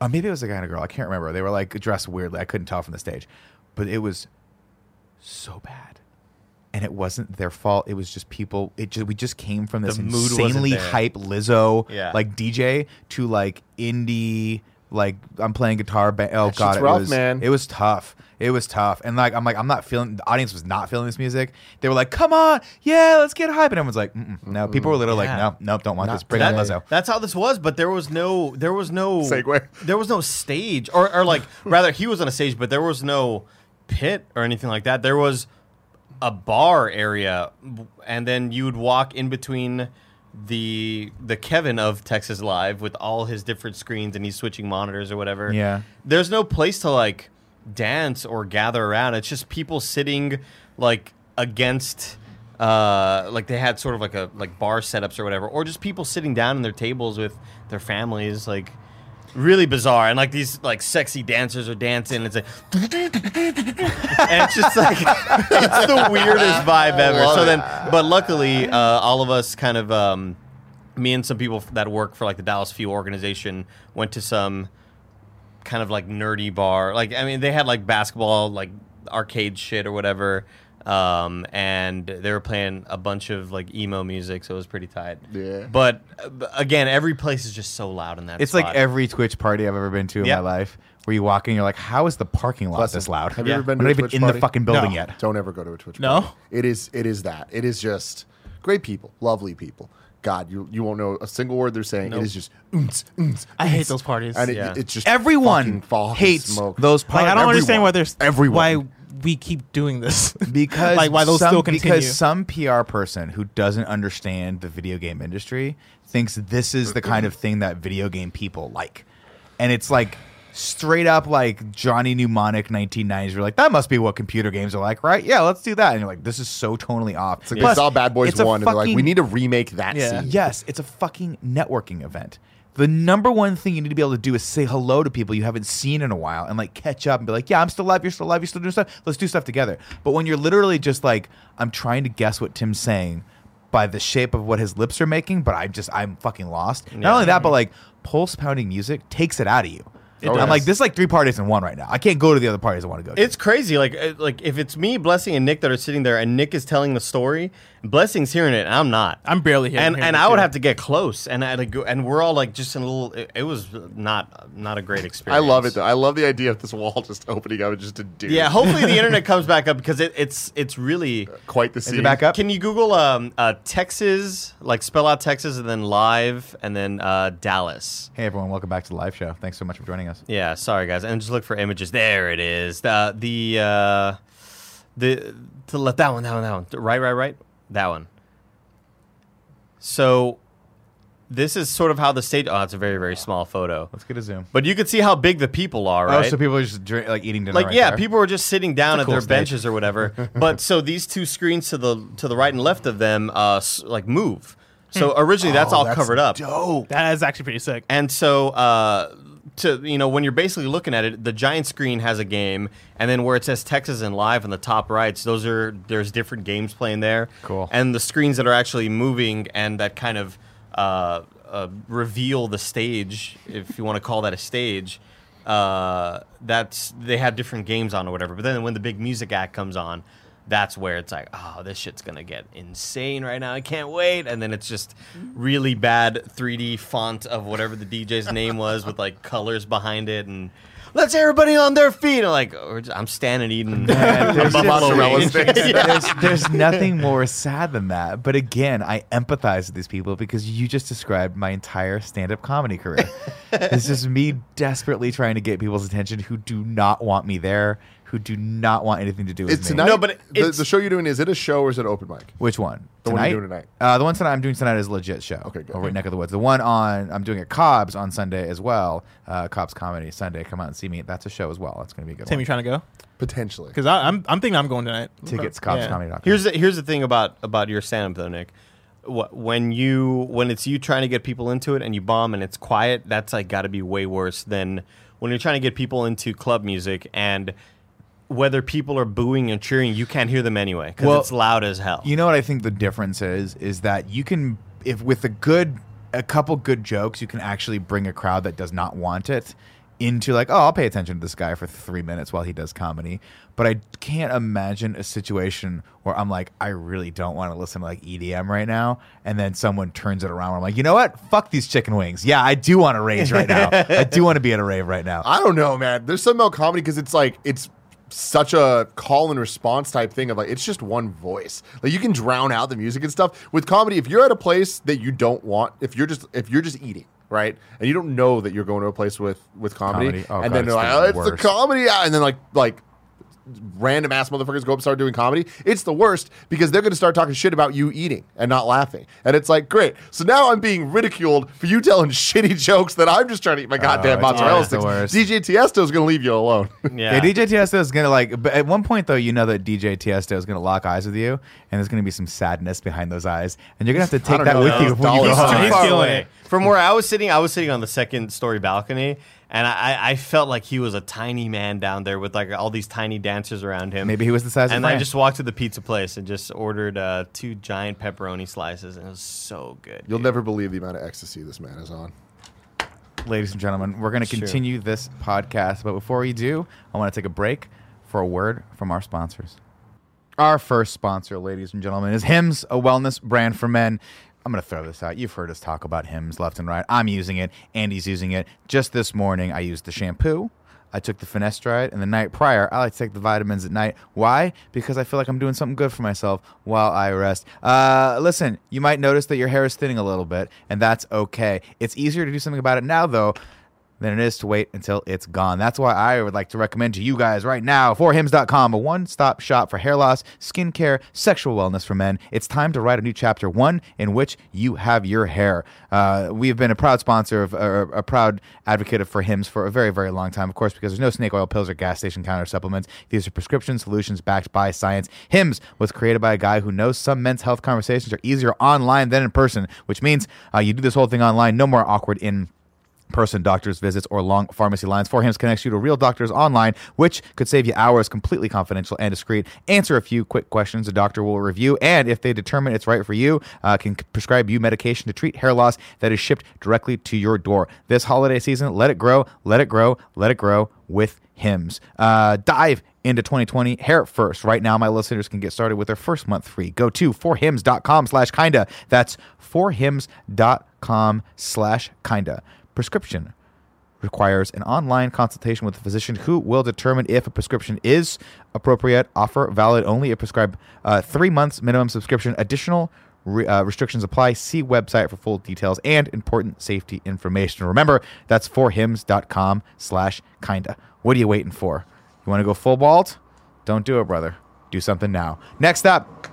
A: Uh, maybe it was a guy and a girl. I can't remember. They were like dressed weirdly. I couldn't tell from the stage, but it was so bad. And it wasn't their fault. It was just people. It just, we just came from this
C: The mood wasn't
A: insanely
C: there.
A: hype Lizzo,
C: Yeah.
A: like DJ to like indie. Like I'm playing guitar. Ba- oh god,
D: shit's
A: it
D: rough,
A: was
D: man.
A: it was tough. It was tough. And like I'm like I'm not feeling. The audience was not feeling this music. They were like, "Come on, yeah, let's get hype." And everyone's like, Mm-mm. "No." People were literally
C: Yeah.
A: like, "No, no, don't want
D: Not
A: this. Bring on
C: That-
A: Lizzo."
C: That's how this was, but there was no, there was no
D: Segue.
C: There was no stage, or, or like rather, he was on a stage, but there was no pit or anything like that. There was a bar area, and then you would walk in between the the Kevin of Texas Live with all his different screens, and he's switching monitors or whatever.
A: Yeah.
C: there's no place to like dance or gather around. It's just people sitting like against uh like they had sort of like a like bar setups or whatever or just people sitting down in their tables with their families like really bizarre and like these like sexy dancers are dancing it's like and it's just like it's the weirdest vibe ever so then but luckily uh all of us kind of um me and some people that work for like the Dallas Fuel organization went to some kind of like nerdy bar. Like I mean, they had like basketball, like arcade shit or whatever. Um, and they were playing a bunch of like emo music, so it was pretty tight.
D: Yeah.
C: But uh, b- again, every place is just so loud in that.
A: It's like
C: spot.
A: every Twitch party I've ever been to in
C: Yep.
A: my life, where you walk in, you're like, "How is the parking lot
D: Plus,
A: this loud?"
D: Have you ever
C: Yeah.
D: been to
A: I'm not
D: a
A: even
D: Twitch
A: in
D: party?
A: the fucking building
B: No.
A: yet.
D: Don't ever go to a Twitch.
B: No?
D: party. it is it is that. It is just great people, lovely people. God, you you won't know a single word they're saying. It is just oons, oons,
B: I hate
D: oons.
B: those parties.
D: And it,
C: Yeah.
D: it's just fucking
A: Everyone
D: fog and
A: hates
D: smoke.
A: those parties.
B: Like I don't understand why
D: everyone.
B: there's
D: Everyone.
B: why we keep doing this.
A: because
B: like why those
A: some,
B: still continue.
A: because some PR person who doesn't understand the video game industry thinks this is the kind of thing that video game people like, and it's like straight up like Johnny Mnemonic 1990s. We're like, that must be what computer games are like, right? Yeah, let's do that. And you're like, this is so tonally off. It's, like,
D: They saw Bad Boys
A: it's a
D: One, and they're like, "We
A: fucking-
D: need to remake that
B: Yeah.
D: scene."
A: Yes, it's a fucking networking event. The number one thing you need to be able to do is say hello to people you haven't seen in a while and like catch up and be like, yeah, I'm still alive, you're still alive, you're still doing stuff. Let's do stuff together. But when you're literally just like, I'm trying to guess what Tim's saying by the shape of what his lips are making, but I just I'm fucking lost. Not only that, but like pulse pounding music takes it out of you. I'm
D: does.
A: like, this is like three parties in one right now. I can't go to the other parties I want to go to.
C: It's crazy. Like uh, like if it's me, Blessing, and Nick that are sitting there, and Nick is telling the story, Blessing's hearing it, and I'm not.
B: I'm barely hearing-
C: And
B: hearing
C: and
B: it,
C: I would
B: too.
C: have to get close, and I go, and we're all like just in a little. It, it was not not a great
D: I
C: experience.
D: love it though. I love the idea of this wall just opening up and just a dude.
C: Yeah, hopefully the internet comes back up because it, it's it's
D: Uh,
C: really.
D: quite the scene.
A: it back up?
C: Can you Google um, uh, Texas, like spell out Texas, and then live, and then uh, Dallas?
A: hey everyone, welcome back to the live show. Thanks so much for joining us.
C: Yeah, sorry guys, and just look for images. There it is. The the uh, the to let that one, that one, that one. Right, right, right. That one. So, this is sort of how the stage. Oh, it's a very very small photo,
A: Let's get a zoom.
C: but you can see how big the people are, right?
A: Oh, so people are just drink, like eating dinner.
C: like
A: right
C: yeah,
A: there.
C: people are just sitting
A: It's
C: down at
A: a cool
C: their
A: stage.
C: benches or whatever. but so these two screens to the to the right and left of them, uh, s- like move.
A: Hmm.
C: So originally that's
A: Oh,
C: all covered up.
D: Oh, Dope.
B: that is actually pretty sick.
C: And so, uh, to you know, when you're basically looking at it, the giant screen has a game, and then where it says Texas and Live on the top right, so those are there's different games playing there.
A: Cool.
C: And the screens that are actually moving and that kind of uh, uh, reveal the stage, if you want to call that a stage. Uh, that's they have different games on or whatever. But then when the big music act comes on, that's where it's like, oh, this shit's gonna get insane right now. I can't wait. And then it's just really bad 3D font of whatever the DJ's name was with like colors behind it and. Let's everybody on their feet. I'm like, "Oh, we're just- I'm standing eating a
A: there's
C: buffalo
D: mozzarella
C: wings."
D: sticks.
A: there's, there's nothing more sad than that. But again, I empathize with these people because you just described my entire stand-up comedy career. it's just me desperately trying to get people's attention who do not want me there, who do not want anything to do with
D: It's
A: me.
D: tonight.
C: No, but
D: the,
C: it's-
D: the show you're doing is it a show or is it open mic?
A: Which one?
D: The one
A: tonight?
D: you're doing tonight.
A: Uh, the one tonight I'm doing tonight is a legit show.
D: Okay, good.
A: Over at Neck of the Woods. The one on I'm doing at Cobb's on Sunday as well. Uh, Cobb's Comedy Sunday. Come out and see me. That's a show as well. That's going to be a good
B: Tim,
A: one.
B: you trying to go?
D: Potentially.
B: Because I'm I'm thinking I'm going tonight.
A: Tickets,
B: Yeah.
A: cobbscomedy.com.
C: Here's the, here's the thing about about your stand up though, Nick. Wh- When you when it's you trying to get people into it and you bomb and it's quiet, that's like got to be way worse than when you're trying to get people into club music and whether people are booing and cheering, you can't hear them anyway because
A: Well,
C: it's loud as hell.
A: You know what I think the difference is is that you can if with a good a couple good jokes you can actually bring a crowd that does not want it into like oh I'll pay attention to this guy for 3 minutes while he does comedy but I can't imagine a situation where I'm like I really don't want to listen to like EDM right now and then someone turns it around and I'm like you know what fuck these chicken wings yeah I do want to rage right now I do want to be at a rave right now
D: I don't know, man. There's some about comedy because it's like it's such a call and response type thing of like it's just one voice. Like you can drown out the music and stuff. With comedy, if you're at a place that you don't want, if you're just if you're just eating, right? And you don't know that you're going to a place with with
A: Comedy.
D: comedy,
A: Oh, God,
D: and then
A: it's
D: they're like,
A: the
D: oh, it's the
A: worst."
D: comedy, hour," and then like like random ass motherfuckers go up and start doing comedy, it's the worst because they're going to start talking shit about you eating and not laughing. And it's like, great. So now I'm being ridiculed for you telling shitty jokes that I'm just trying to eat my goddamn
A: Oh, it's
D: mozzarella
A: always the
D: sticks.
A: worst.
D: DJ Tiesto's going to leave you alone.
A: Yeah. DJ Tiesto is gonna like. But at one point though, you know that DJ Tiesto is gonna lock eyes with you, and there's gonna be some sadness behind those eyes, and you're gonna have to take
D: don't
A: that
D: know,
A: with
D: that
A: you
D: was
A: when you go
D: dollar
A: home.
B: signs.
C: Oh, too
B: He's
C: far
B: feeling
C: away.
B: it.
C: From where I was sitting, I was sitting on the second story balcony, and I, I- I felt like he was a tiny man down there with like all these tiny dancers around him.
A: Maybe he was the size of
C: And I
A: Fran.
C: just walked to the pizza place and just ordered uh, two giant pepperoni slices, and it was so good.
D: You'll
C: dude.
D: never believe the amount of ecstasy this man is on.
A: ladies and gentlemen, we're going to continue this podcast. But before we do, I want to take a break for a word from our sponsors. Our first sponsor, ladies and gentlemen, is Hims, a wellness brand for men. I'm going to throw this out. You've heard us talk about Hims left and right. I'm using it. Andy's using it. Just this morning, I used the shampoo. I took the finasteride, and the night prior, I like to take the vitamins at night. Why? Because I feel like I'm doing something good for myself while I rest. Uh, listen, you might notice that your hair is thinning a little bit, and that's okay. It's easier to do something about it now, though than it is to wait until it's gone. That's why I would like to recommend to you guys right now forhims.com, a one-stop shop for hair loss, skincare, sexual wellness for men. It's time to write a new chapter, one in which you have your hair. Uh, we've been a proud sponsor of, or a proud advocate of for Hims for a very, very long time, of course, because there's no snake oil pills or gas station counter supplements. These are prescription solutions backed by science. Hims was created by a guy who knows some men's health conversations are easier online than in person, which means uh, you do this whole thing online, no more awkward in person doctors visits or long pharmacy lines for hims connects you to real doctors online which could save you hours completely confidential and discreet answer a few quick questions a doctor will review and if they determine it's right for you uh, can prescribe you medication to treat hair loss that is shipped directly to your door this holiday season let it grow let it grow let it grow with hims uh, dive into 2020 hair first right now my listeners can get started with their first month free go to forhims.com slash kinda that's forhims.com slash kinda prescription requires an online consultation with a physician who will determine if a prescription is appropriate offer valid only if prescribed uh, three months minimum subscription additional re- uh, restrictions apply see website for full details and important safety information remember that's forhims.com slash kinda what are you waiting for you want to go full bald don't do it brother do something now next up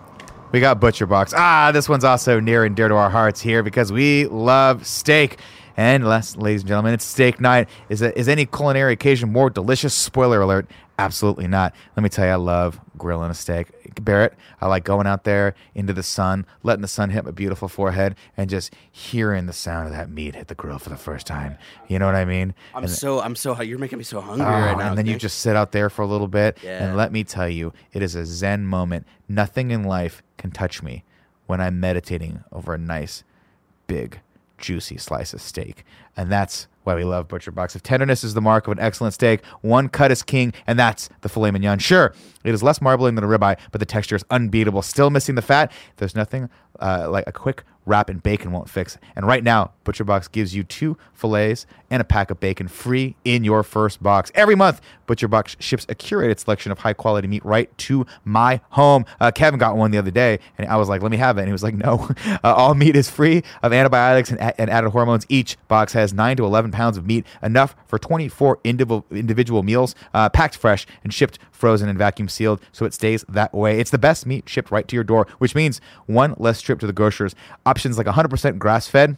A: we got Butcher Box. Ah, this one's also near and dear to our hearts here because we love steak. And last, ladies and gentlemen, it's steak night. Is, is any culinary occasion more delicious? Spoiler alert, absolutely not. Let me tell you, I love grilling a steak. Barrett, I like going out there into the sun, letting the sun hit my beautiful forehead, and just hearing the sound of that meat hit the grill for the first time. You know what I mean?
E: I'm
A: And-
E: so I'm so hu- you're making me so hungry
D: Ah,
A: Oh,
E: right now.
A: and then you
E: Nick.
A: just sit out there for a little bit.
E: Yeah.
A: And let me tell you, it is a Zen moment. Nothing in life can touch me when I'm meditating over a nice, big, juicy slice of steak. And that's why we love Butcher Box. If tenderness is the mark of an excellent steak, one cut is king, and that's the filet mignon. Sure, it is less marbling than a ribeye, but the texture is unbeatable. Still missing the fat. There's nothing uh, like a quick wrap and bacon won't fix. And right now, ButcherBox gives you two fillets and a pack of bacon free in your first box. Every month, ButcherBox ships a curated selection of high quality meat right to my home. Uh, Kevin got one the other day, and I was like, let me have it. And he was like, no. Uh, all meat is free of antibiotics and, a- and added hormones. Each box has 9 to 11 pounds of meat, enough for 24 individual, individual meals, uh, packed fresh and shipped frozen and vacuum sealed so it stays that way. It's the best meat shipped right to your door, which means one less trip to the grocers. Options like 100% grass fed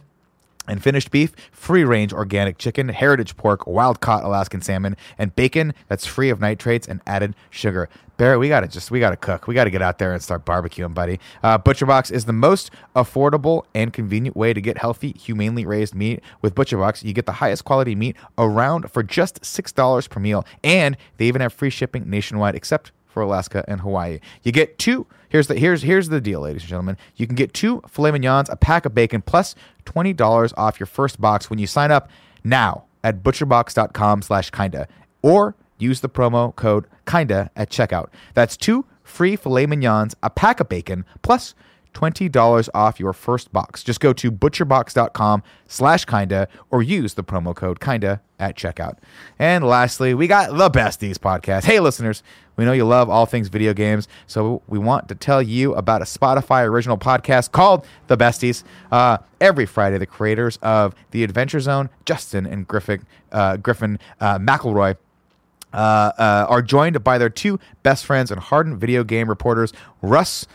A: and finished beef, free range organic chicken, heritage pork, wild caught Alaskan salmon, and bacon that's free of nitrates and added sugar. Barry, we gotta just we gotta cook. We gotta get out there and start barbecuing, buddy. Uh, ButcherBox is the most affordable and convenient way to get healthy, humanely raised meat. With ButcherBox, you get the highest quality meat around for just six dollars per meal, and they even have free shipping nationwide, except for Alaska and Hawaii. You get two. Here's the here's here's the deal, ladies and gentlemen. You can get two filet mignons, a pack of bacon, plus twenty dollars off your first box when you sign up now at butcherbox.com/kinda or use the promo code kinda at checkout. That's two free filet mignons, a pack of bacon, plus $20 off your first box. Just go to butcherbox.com slash kinda or use the promo code kinda at checkout. And lastly, we got the Besties podcast. Hey, listeners, we know you love all things video games, so we want to tell you about a Spotify original podcast called The Besties. Uh, every Friday, the creators of The Adventure Zone, Justin and Griffin, uh, Griffin uh, McElroy, uh, uh, are joined by their two best friends and hardened video game reporters, Russ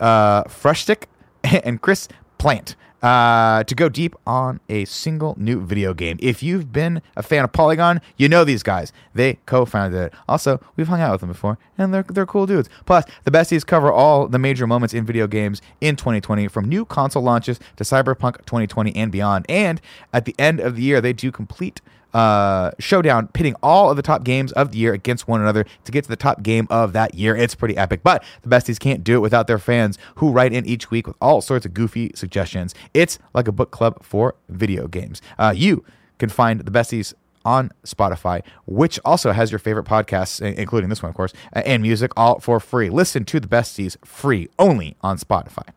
A: uh, Freshtick and Chris Plant. Uh, to go deep on a single new video game. If you've been a fan of Polygon, you know these guys. They co-founded it. Also, we've hung out with them before, and they're they're cool dudes. Plus, the besties cover all the major moments in video games in 2020, from new console launches to Cyberpunk 2020 and beyond. And at the end of the year, they do complete uh, showdown pitting all of the top games of the year against one another to get to the top game of that year. It's pretty epic, but the besties can't do it without their fans who write in each week with all sorts of goofy suggestions. It's like a book club for video games. Uh, you can find the besties on Spotify, which also has your favorite podcasts, i- including this one, of course, a- and music, all for free. Listen to the besties free only on Spotify.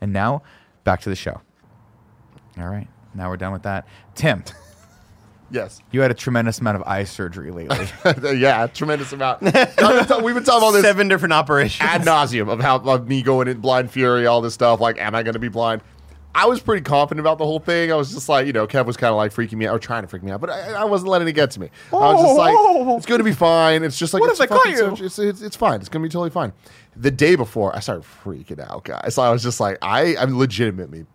A: And now back to the show. All right. Now we're done with that. Tim,
D: Yes.
A: you had a tremendous amount of eye surgery lately.
D: yeah, tremendous amount. I've been ta- We've been talking about this
C: Seven different operations.
D: ad nauseum of how of me going in blind fury, all this stuff. Like, am I going to be blind? I was pretty confident about the whole thing. I was just like, you know, Kev was kind of like freaking me out or trying to freak me out, but I, I wasn't letting it get to me. I was just like, it's going to be fine. It's just like,
A: What
D: it's
A: if they call
D: fucking
A: you?
D: surgery. It's, it's, it's fine. It's going to be totally fine. The day before, I started freaking out, guys. So I was just like, I, I'm legitimately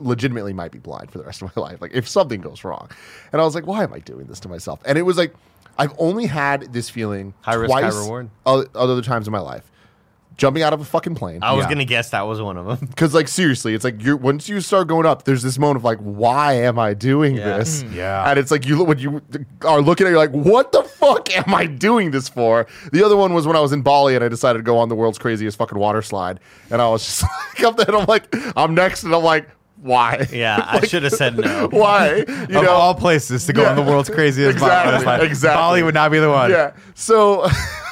D: legitimately might be blind for the rest of my life. Like if something goes wrong. And I was like, why am I doing this to myself? And it was like, I've only had this feeling
C: High risk, high
D: twice
C: reward.
D: o- other times in my life. Jumping out of a fucking plane.
C: I was
A: Yeah.
C: gonna guess that was one of them.
D: Because like seriously, it's like you once you start going up, there's this moment of like, why am I doing
C: Yeah.
D: this?
A: Yeah.
D: and it's like you look when you are looking at, it, you're like, what the fuck am I doing this for? The other one was when I was in Bali and I decided to go on the world's craziest fucking water slide, and I was just like up there, and I'm like, I'm next, and I'm like, why?
C: Yeah, I should have said no.
D: why? You
A: of
D: know,
A: all places to go on the world's craziest
D: Exactly,
A: bottom slide.
D: exactly.
A: Bali would not be the one.
D: Yeah. So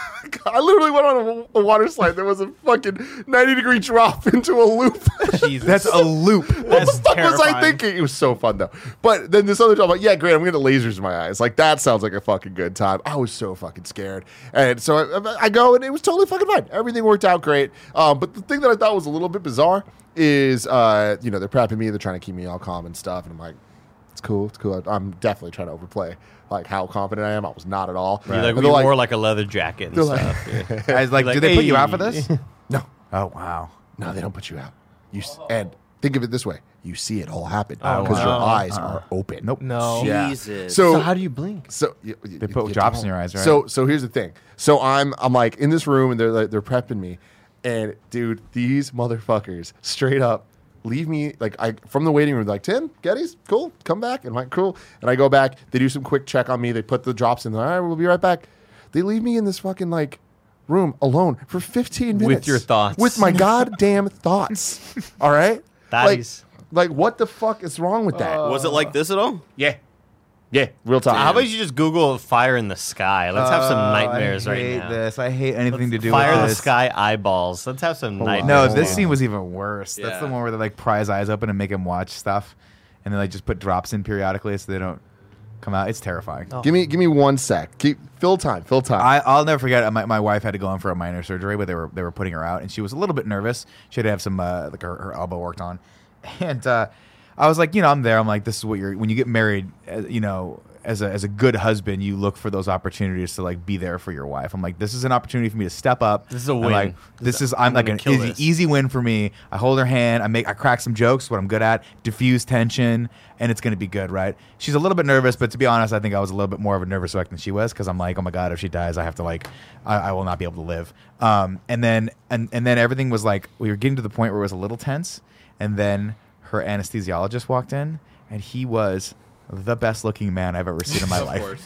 D: I literally went on a, a water slide. There was a fucking 90 degree drop into a loop.
B: Jesus.
A: That's a loop.
D: What
B: That's
D: the fuck was I
B: terrifying.
D: thinking? It was so fun though. But then this other time, like, yeah, great. I'm gonna lasers in my eyes. Like that sounds like a fucking good time. I was so fucking scared, and so I- I, I go, and it was totally fucking fine. Everything worked out great. Um, but the thing that I thought was a little bit bizarre is, uh, you know, they're prepping me, they're trying to keep me all calm and stuff, and I'm like, it's cool, it's cool. I'm definitely trying to overplay like how confident I am. I was not at all.
C: You're like,
D: And
C: we
D: they're like,
C: wore like a leather jacket and
D: they're like-
C: stuff. Yeah.
A: I was like,
C: Like,
A: do they put you out
C: hey.
A: for this?
D: no,
A: Oh wow.
D: No, they don't put you out. You s and think of it this way: you see it all happen
A: Oh,
D: because your
B: wow.
D: eyes are open.
A: Nope.
B: no.
D: Yeah.
E: Jesus.
D: So,
C: So how do you blink?
D: so y- y-
A: They put
D: you
A: drops in
D: don't.
A: your eyes, right?
D: So so here's the thing. So I'm I'm like in this room and they're like, they're prepping me, and dude, these motherfuckers straight up leave me like I from the waiting room they're like Tim Gettys cool come back and I'm like cool and I go back they do some quick check on me they put the drops in they're like, all right we'll be right back they leave me in this fucking like room alone for 15 minutes
C: your thoughts.
D: with my goddamn thoughts all right
C: That
D: like,
C: is- Uh,
D: like what the fuck is wrong with that
E: was it like this at all?
D: yeah yeah real talk
C: How about you just Google fire in the sky? Let's have some
A: Oh,
C: nightmares
A: I
C: right
A: hate
C: now.
A: This. I hate anything to do
C: Fire
A: with
C: in the
A: this.
C: sky eyeballs. Let's have some nightmares.
A: No,
D: Hold
A: this
D: on.
A: scene was even worse. That's
E: Yeah.
A: the one where they like pry his eyes open and make him watch stuff, and then they just put drops in periodically so they don't come out. It's terrifying.
C: Oh,
D: Give me give me one sec. Keep fill time. Fill time.
A: I, I'll never forget. uh, My, my wife had to go in for a minor surgery, but they were they were putting her out, and she was a little bit nervous. She had to have some uh, like her, her elbow worked on, and uh, I was like, you know, I'm there. I'm like, this is what you're when you get married. uh, You know, as a as a good husband, you look for those opportunities to like be there for your wife. I'm like, this is an opportunity for me to step up.
C: This is a
A: I'm
C: win.
A: Like, this is I'm
C: I'm
A: like
C: gonna
A: an
C: kill
A: easy,
C: this.
A: easy win for me. I hold her hand. I make I crack some jokes. What I'm good at, diffuse tension, and it's gonna be good, right? She's a little bit nervous, but to be honest, I think I was a little bit more of a nervous wreck than she was because I'm like, oh my god, if she dies, I have to like, I, I will not be able to live. Um, and then and and then everything was like we were getting to the point where it was a little tense, and then her anesthesiologist walked in, and he was the best looking man I've ever seen in my life.
E: course.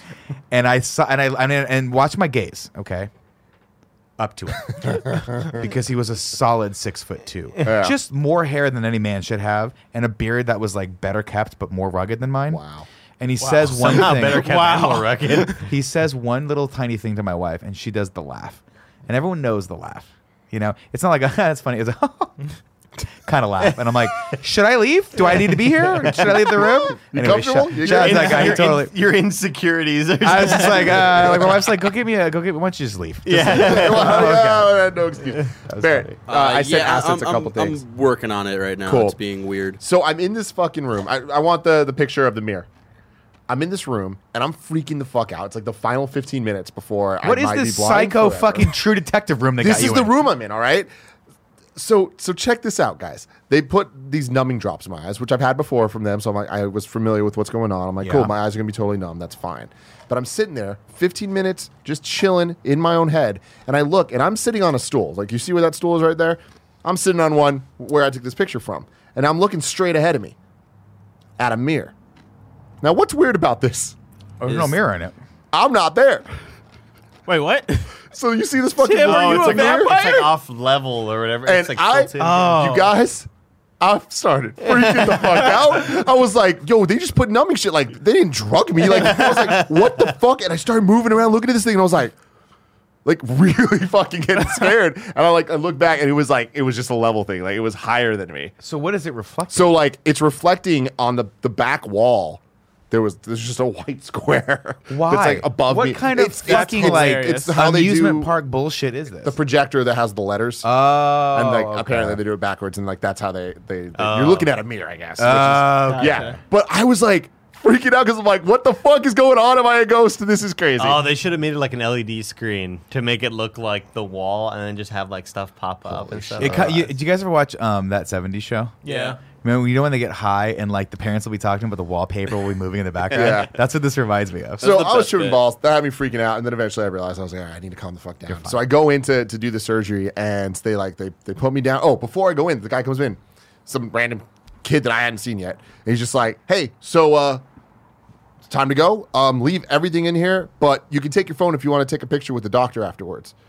A: And I saw and I and, and watch my gaze, okay, up to it because he was a solid six foot two.
D: Yeah.
A: Just more hair than any man should have, and a beard that was like better kept but more rugged than mine.
D: Wow.
A: And he says one
C: Somehow
A: thing.
C: better kept
B: Wow.
C: animal record.
A: He says one little tiny thing to my wife, and she does the laugh, and everyone knows the laugh. You know, it's not like "Ah, that's funny. It's a kind of laugh, and I'm like, should I leave? Do I need to be here? Should I leave the room?
D: You
A: shout,
D: comfortable? You
A: shout out
D: good?
A: to that guy. He
C: Your in-
A: totally.
C: your insecurities. Are
A: I was just like, uh, like my wife's like, go get me a, go get. Why don't you just leave? Just
C: yeah.
D: Well, yeah, Oh, I had no excuse. Barrett, uh, I said
E: yeah,
D: assets
E: I'm,
D: a couple
E: I'm,
D: things.
E: I'm working on it right now.
D: Cool.
E: It's being weird.
D: so I'm in this fucking room. I, I want the the picture of the mirror. I'm in this room and I'm freaking the fuck out. It's like the final 15 minutes before
A: What
D: I
A: is
D: might
A: this
D: be blind
A: psycho
D: forever.
A: fucking True Detective room they
D: This
A: got you
D: is the
A: in?
D: room I'm in, all right? So so check this out, guys. They put these numbing drops in my eyes, which I've had before from them, so I'm like I was familiar with what's going on. I'm like,
A: Yeah.
D: cool, my eyes are gonna be totally numb, that's fine. But I'm sitting there, 15 minutes, just chilling in my own head, and I look and I'm sitting on a stool. Like you see where that stool is right there? I'm sitting on one where I took this picture from, and I'm looking straight ahead of me at a mirror. Now what's weird about this?
A: Oh, There's no
E: Is-
A: mirror in it.
D: I'm not there.
B: Wait, what?
D: So you see this fucking
B: Tim,
D: mirror?
B: are you
D: It's
B: a
D: like mirror?
B: vampire?
C: It's like off level or whatever.
D: And
C: it's like
D: I-
C: tilted.
B: Oh.
D: You guys, I started freaking the fuck out. I was like, yo, they just put numbing shit. Like, they didn't drug me. Like, I was like, what the fuck? And I started moving around looking at this thing and I was like, like really fucking getting scared. And I like I looked back and it was like it was just a level thing. Like it was higher than me.
A: So what does it reflect?
D: So like it's reflecting on the the back wall. There was there's just a white square
A: Why?
D: that's like above
A: what
D: me.
A: kind of
D: It's- it's-
A: fucking
D: it's-
A: like
B: hilarious.
D: it's how they
A: amusement
D: do
A: park bullshit is this?
D: the projector that has the letters.
A: oh,
D: and like
A: okay.
D: apparently they do it backwards and like that's how they they, they- you're looking at a mirror, I guess. which is-
A: Oh,
D: yeah.
B: okay.
D: But I was like freaking out because I'm like, what the fuck is going on? Am I a ghost? This is crazy.
C: Oh, they should have made it like an LED screen to make it look like the wall, and then just have like stuff pop up and stuff.
A: It, ki- you, did you guys ever watch um, that '70s show?
B: Yeah.
A: Remember, you know when they get high and like the parents will be talking, but the wallpaper will be moving in the background.
D: Yeah.
A: That's what this reminds me of.
D: So
E: the
D: I was
E: best
D: tripping
E: bit.
D: balls. That had me freaking out, and then eventually I realized I was like, All right, I need to calm the fuck down. So I go in to, to do the surgery, and they like they they put me down. Oh, before I go in, the guy comes in, some random kid that I hadn't seen yet, and he's just like, "Hey, so uh, it's time to go. Um, leave everything in here, but you can take your phone if you want to take a picture with the doctor afterwards."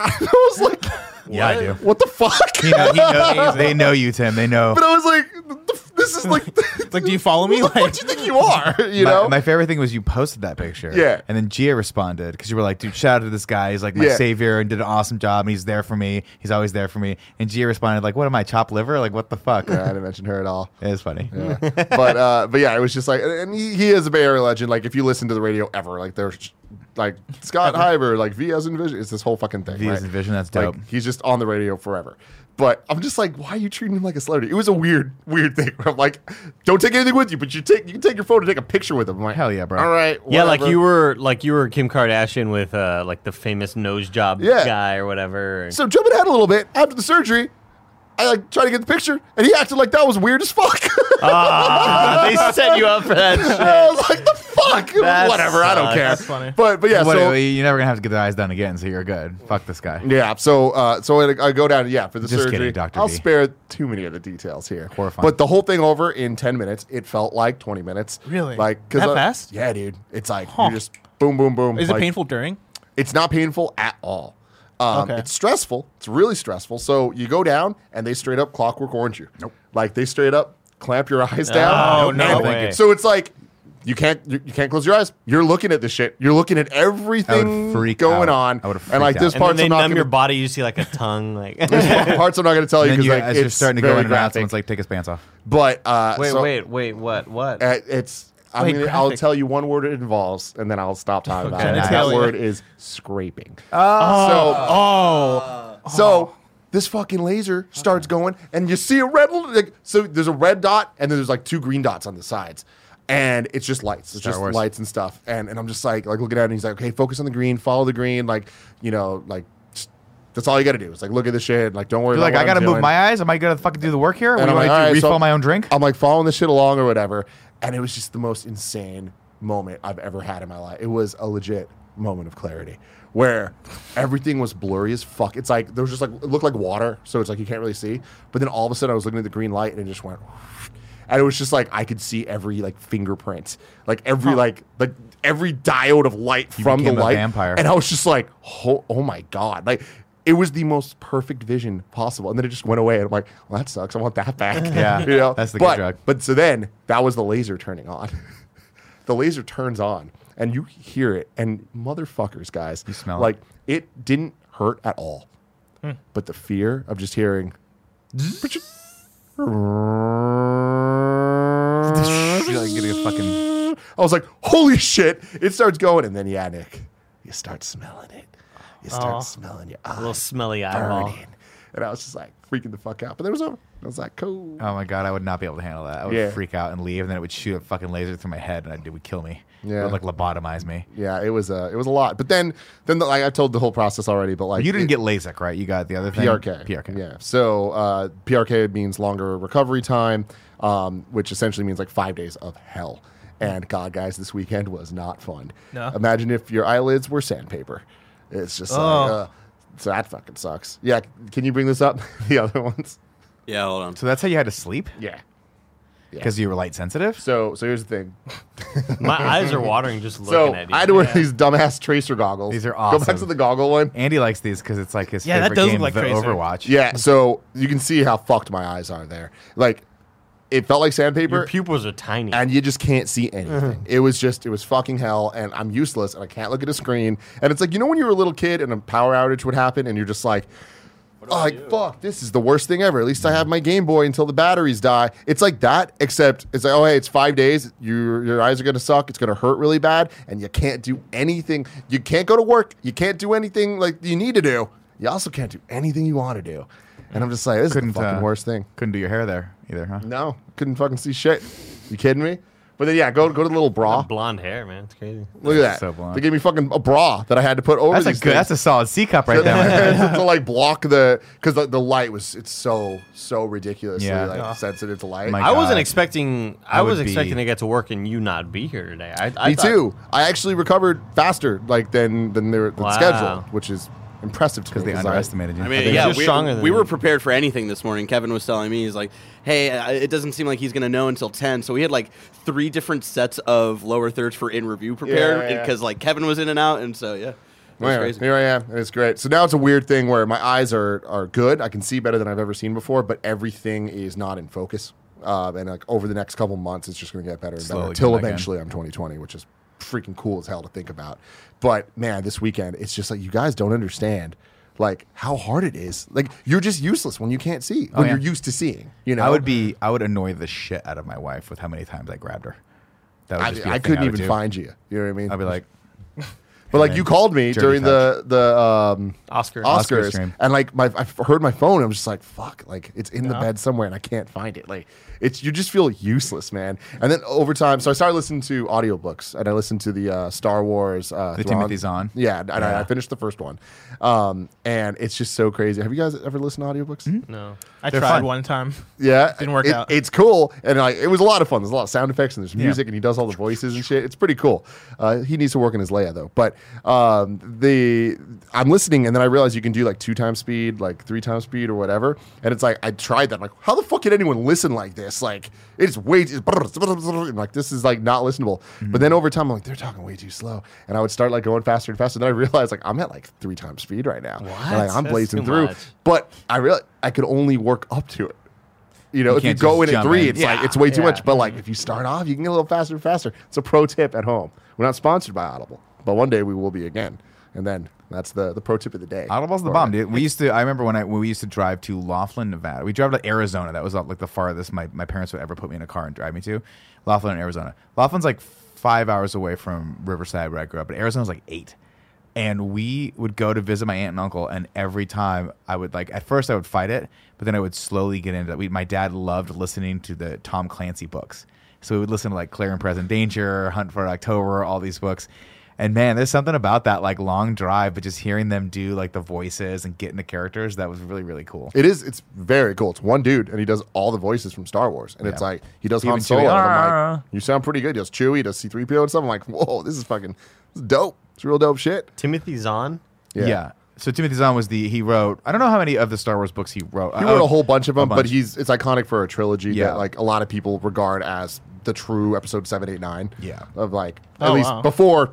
D: I was like,
A: Yeah, I do.
D: "What the fuck?"
A: He know- he knows- they know you, Tim. They know.
D: But I was like, "This is like,
B: It's like, do you follow me?
D: what
B: Like,
D: do you think you are?" You
A: my,
D: know.
A: my favorite thing was you posted that picture.
D: Yeah.
A: And then Gia responded because you were like, dude, shout out to this guy. He's like my
D: Yeah.
A: savior and did an awesome job and he's there for me. He's always there for me. And Gia responded, like, what am I, chopped liver? Like, what the fuck?
D: yeah, I didn't mention her at all.
A: It was funny.
D: but uh, but yeah, it was just like, and he, he is a Bay Area legend. Like if you listen to the radio ever, like there's like Scott Hyber, like V as in Vision, it's this whole fucking thing.
A: V as
D: right?
A: in Vision, that's dope.
D: Like, he's just on the radio forever. But I'm just like, why are you treating him like a celebrity? It was a weird, weird thing. Where I'm like, don't take anything with you, but you take you can take your phone and take a picture with him. I'm like,
A: Hell yeah, bro.
D: All right,
C: yeah, like
D: whatever.
C: you were like you were Kim Kardashian with uh, like the famous nose job
D: Yeah.
C: guy or whatever.
D: So jumping ahead a little bit after the surgery. I like tried to get the picture, and he acted like that was weird as fuck.
A: Oh,
C: Ah, they set you up for that. shit.
D: I was like, the fuck,
C: That
D: whatever. I don't
C: sucks.
D: care.
B: That's funny.
D: But but yeah,
A: What-
D: so
A: you're never going to have to get the eyes done again, so you're good. Fuck this guy.
D: Yeah, so uh, so I, I go down. Yeah, for the
A: Just
D: surgery.
A: kidding, Dr.
D: I'll
A: D.
D: spare too many of the details here.
A: Horrifying.
D: But the whole thing over in ten minutes. It felt like twenty minutes.
B: Really?
D: Like 'cause
B: That
D: I-
B: fast?
D: Yeah, dude. It's like
B: Huh.
D: you just boom, boom, boom.
B: is it
D: like,
B: painful during?
D: It's not painful at all. Um,
B: Okay.
D: It's stressful. It's really stressful. So you go down and they straight up clockwork orange you. Nope. Like they straight up clamp your eyes down.
B: Oh, no
D: And-
C: way.
D: So it's like. You can't you, you can't close your eyes. You're looking at this shit. You're looking at everything
A: freak
D: going
A: out.
D: on.
A: I would've
D: and like
A: freaked out.
C: and
D: this
C: then
D: part's
C: they
D: I'm not
C: numb
D: gonna-
C: your body. You see like a tongue. Like
D: there's parts I'm not going to tell you
A: And then
D: because
A: you,
D: like
A: as
D: it's
A: you're starting to go
D: very
A: in and out,
D: graphic.
A: someone's like, take his pants off.
D: but uh,
C: wait,
D: so,
C: wait, wait, what, what?
D: uh, it's. I
B: Wait,
D: mean, I'll
B: graphic.
D: tell you one word it involves, and then I'll stop talking about
B: Okay.
D: it. And that
B: Genitalia.
D: word is scraping. Oh, so, oh, so this fucking laser starts going, and you see a red. Like, so there's a red dot, and then there's like two green dots on the sides, and it's just lights. It's
A: Star
D: just
A: Wars.
D: lights and stuff. And and I'm just like like looking at it, and he's like, okay, focus on the green, follow the green, like you know, like. just- That's all you got to do. It's like look at the shit. Like don't worry.
A: You're like,
D: about what
A: I
D: I'm
A: got to move
D: doing."
A: my eyes? Am I going to fucking do the work here? What do
D: And
A: you want
D: I'm
A: to
D: like,
A: do?
D: "All right,
A: Refill
D: so
A: my own drink?
D: I'm like following this shit along or whatever. And it was just the most insane moment I've ever had in my life. It was a legit moment of clarity where everything was blurry as fuck. It's like there was just like it looked like water, so it's like you can't really see. But then all of a sudden I was looking at the green light and it just went and it was just like I could see every like fingerprint, like every like like every diode of light
A: You
D: from the
A: became a
D: light.
A: vampire.
D: And I was just like, oh, oh my god, like it was the most perfect vision possible. And then it just went away, and I'm like, well, that sucks. I want that back.
A: Yeah,
D: you know,
A: that's the good
D: but,
A: drug.
D: But so then that was the laser turning on. the laser turns on, and you hear it, and motherfuckers, guys, you
A: smell it.
D: like it didn't hurt at all, but the fear of just hearing.
A: You're like getting a fucking.
D: I was like, holy shit. It starts going. And then, yeah, Nick, you start smelling it. You start
B: Aw.
D: smelling your
C: a little
D: eyes
C: smelly eyeball.
D: burning. And I was just like freaking the fuck out. But then it was over. I was like, cool.
A: Oh my god, I would not be able to handle that. I would
D: Yeah.
A: freak out and leave, and then it would shoot a fucking laser through my head, and it would kill me.
D: Yeah.
A: it would like lobotomize me.
D: Yeah, it was a it was a lot. But then then the, like I told the whole process already, but like
A: You didn't
D: it-
A: get LASIK, right? You got the other thing.
D: PRK.
A: PRK.
D: Yeah. So uh, PRK means longer recovery time, um, which essentially means like five days of hell. And God, guys, this weekend was not fun.
B: No.
D: Imagine if your eyelids were sandpaper. It's just like,
B: Oh.
D: uh, so that fucking sucks. Yeah. Can you bring this up? the other ones?
E: Yeah, hold on.
A: So that's how you had to sleep.
D: Yeah. Yeah.
A: because you were light sensitive.
D: So so here's the thing.
C: My eyes are watering just looking
D: So
C: at you.
D: I had to wear these dumbass tracer goggles.
A: These are
D: Go
A: awesome.
D: back to the goggle one.
A: Andy likes these because it's like his
B: Yeah, that
A: favorite
B: does look
A: game,
B: like
A: the
B: Tracer.
A: Overwatch.
D: Yeah, so you can see how fucked my eyes are there. Like it felt like
C: Your
D: sandpaper.
C: pupils are tiny.
D: and you just can't see
A: Uh-huh.
D: anything. It was just, it was fucking hell, and I'm useless, and I can't look at a screen. And it's like, you know, when you were a little kid and a power outage would happen, and you're just like, oh, like, fuck, this is the worst thing ever. At least I have my Game Boy until the batteries die. It's like that, except it's like, oh, hey, it's five days. Your, your eyes are going to suck. It's going to hurt really bad, and you can't do anything. You can't go to work. You can't do anything like you need to do. You also can't do anything you want to do. And I'm just like, this
A: couldn't
D: is the fucking
A: uh,
D: worst thing.
A: Couldn't do your hair there either, huh?
D: No, couldn't fucking see shit. You kidding me? But then yeah, go go to the little bra.
C: blonde hair, man. It's crazy.
D: Look at that.
A: So blonde.
D: They gave me fucking a bra that I had to put over.
A: That's a
D: these
A: good. That's a solid C cup right there. my friend.
D: to, to, like block the because the, the light was it's so so ridiculously
A: Yeah.
D: like
A: Yeah.
D: sensitive to light.
A: My
C: I wasn't
A: God.
C: expecting. I,
A: I would
C: was
A: be-
C: expecting to get to work and you not be here today. I, I
D: me
C: thought-
D: too. I actually recovered faster like than than they were than
C: Wow.
D: scheduled, which is impressive to me.
A: Because they
D: 'cause I-
A: underestimated you.
E: I
C: think
E: mean, yeah,
C: you're stronger
E: we,
C: than
E: we were
C: them.
E: prepared for anything this morning. Kevin was telling me, he's like, hey, I- it doesn't seem like he's going to know until 10. So we had like three different sets of lower thirds for in review
D: Yeah,
E: prepared
D: yeah.
E: because like Kevin was in and out. And so, yeah. It was
D: Where?
E: crazy.
D: Here I am. and It's great. So now it's a weird thing where my eyes are are good. I can see better than I've ever seen before, but everything is not in focus. Um, and like over the next couple months, it's just going to get better and
A: Slowly
D: better until
A: come back in.
D: eventually I'm 2020, which is freaking cool as hell to think about. But man, this weekend, it's just like you guys don't understand like how hard it is. Like you're just useless when you can't see when
A: Oh, yeah.
D: you're used to seeing. You know,
A: I would be. I would annoy the shit out of my wife with how many times I grabbed her. That would
D: I,
A: just be a
D: I
A: thing
D: couldn't
A: would
D: even
A: do.
D: find you. You know what I mean?
A: I'd be like,
D: But like
A: then
D: you called me
A: Jersey
D: during the the um,
C: Oscar-
A: Oscar
D: Oscars,
A: stream.
D: and like my I heard my phone. I'm just like fuck, like it's in the bed somewhere, and I can't find it. Like it's you just feel useless, man. And then over time, so I started listening to audiobooks, and I listened to the uh, Star Wars. Uh,
A: The
D: Thrawn-
A: Timothy Zahn.
D: Yeah, and I, I finished the first one, um, and it's just so crazy. Have you guys ever listened to audiobooks?
A: Mm-hmm.
C: No.
B: I
A: They're
B: tried
A: fun.
B: one time.
D: Yeah,
B: Didn't work
D: it-
B: out.
D: It's cool, and like it was a lot of fun. There's a lot of sound effects, and there's music, and he does all the voices and shit. It's pretty cool. Uh, he needs to work on his Leia though. But um, the I'm listening, and then I realize you can do like two times speed, like three times speed, or whatever. And it's like I tried that. I'm like, how the fuck can anyone listen like this? Like it's way it's and, like this is like not listenable. But then over time, I'm like they're talking way too slow, and I would start like going faster and faster. And then I realized like I'm at like three times speed right now. And, like, I'm
C: That's
D: blazing
C: too
D: through,
C: much.
D: but I realized I could only work up to it. You know,
A: You
D: if you
A: can't
D: go
A: just
D: in at
A: jump
D: three,
A: in.
D: it's
A: Yeah,
D: like it's way too
C: yeah.
D: much. But like if you start off, you can get a little faster and faster. It's a pro tip at home. We're not sponsored by Audible, but one day we will be again. And then that's the the pro tip of the day.
A: Audible's the
D: Or-
A: bomb, dude. We used to. I remember when I when we used to drive to Laughlin, Nevada. We drove to Arizona. That was uh, like the farthest my, my parents would ever put me in a car and drive me to Laughlin, Arizona. Laughlin's like five hours away from Riverside, where I grew up, but Arizona's like eight. And we would go to visit my aunt and uncle, and every time I would like at first I would fight it, but then I would slowly get into it. We, my dad loved listening to the Tom Clancy books, so we would listen to like Claire and Present Danger, Hunt for October, all these books. And man, there's something about that like long drive, but just hearing them do like the voices and get into characters that was really really cool.
D: It is. It's very cool. It's one dude, and he does all the voices from Star Wars, and it's
A: Yeah.
D: like he does
A: Even
D: Han Solo.
A: Chewie,
D: and I'm
A: "Arr."
D: like, you sound pretty good. He does Chewie, he does C three PO, and stuff. I'm like, whoa, this is fucking this is dope. It's real dope shit.
C: Timothy Zahn.
A: Yeah. So Timothy Zahn was the he wrote. I don't know how many of the Star Wars books he wrote. Oh,
D: He wrote a whole bunch of them, but
A: Uh, bunch.
D: he's it's iconic for a trilogy
A: Yeah.
D: that like a lot of people regard as the true episode seven, eight, nine.
A: Yeah.
D: of like at
B: Oh,
D: least
B: wow.
D: before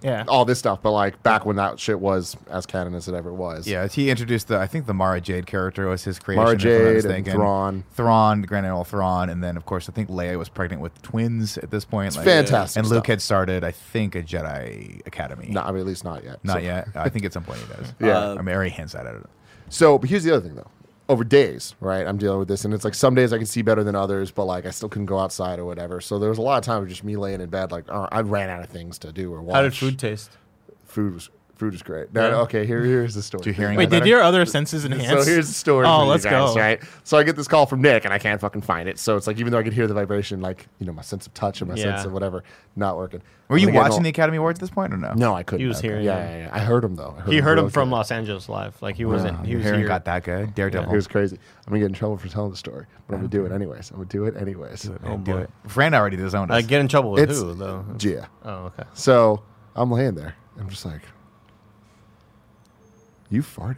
B: Yeah.
D: all this stuff, but like back when that shit was as canon as it ever was.
A: Yeah, he introduced the I think the Mara Jade character was his creation.
D: Mara
A: if I'm not
D: Jade and
A: mistaken.
D: Thrawn.
A: Thrawn, Grand Admiral Thrawn, and then of course I think Leia was pregnant with twins at this point. like-
D: fantastic
A: And Luke
D: stuff.
A: had started, I think, a Jedi Academy.
D: No, I mean, at least not yet.
A: Not
D: so,
A: yet. I think at some point he does.
D: Yeah.
C: Uh,
A: I mean, Ari hints at it.
D: So, but here's the other thing though. Over days, right? I'm dealing with this, and it's like some days I can see better than others, but like I still couldn't go outside or whatever. So there was a lot of time of just me laying in bed, like oh, I ran out of things to do or watch.
C: How did food taste?
D: Food was food was great. No, no, okay, here here's the story.
A: You're hearing
B: Wait, did
A: better?
B: your other senses enhance?
D: So here's the story.
B: Oh,
D: for you
B: let's
D: guys,
B: go.
D: Right. So I get this call from Nick, and I can't fucking find it. So it's like even though I could hear the vibration, like you know my sense of touch and my
C: Yeah.
D: sense of whatever, not working.
A: Were
D: I'm
A: you
D: gonna get
A: watching
D: home-
A: the Academy Awards at this point or no?
D: No, I couldn't.
C: He was
D: Okay.
C: hearing
D: Yeah,
C: him.
D: yeah, yeah. I heard him though. I
C: He heard him
D: real
C: from
D: good.
C: Los Angeles live. Like he wasn't. he
A: Your
C: was
A: hearing
C: here.
A: got that good. Daredevil.
D: It was crazy. I'm gonna get in trouble for telling the story, but I'm gonna do it anyways. I'm gonna do it anyways.
A: Man, do it. Fran already disowned us.
C: I Uh, get in trouble with
D: It's-
C: who though?
D: Yeah.
C: Oh, okay.
D: So I'm laying there. I'm just like, you farted.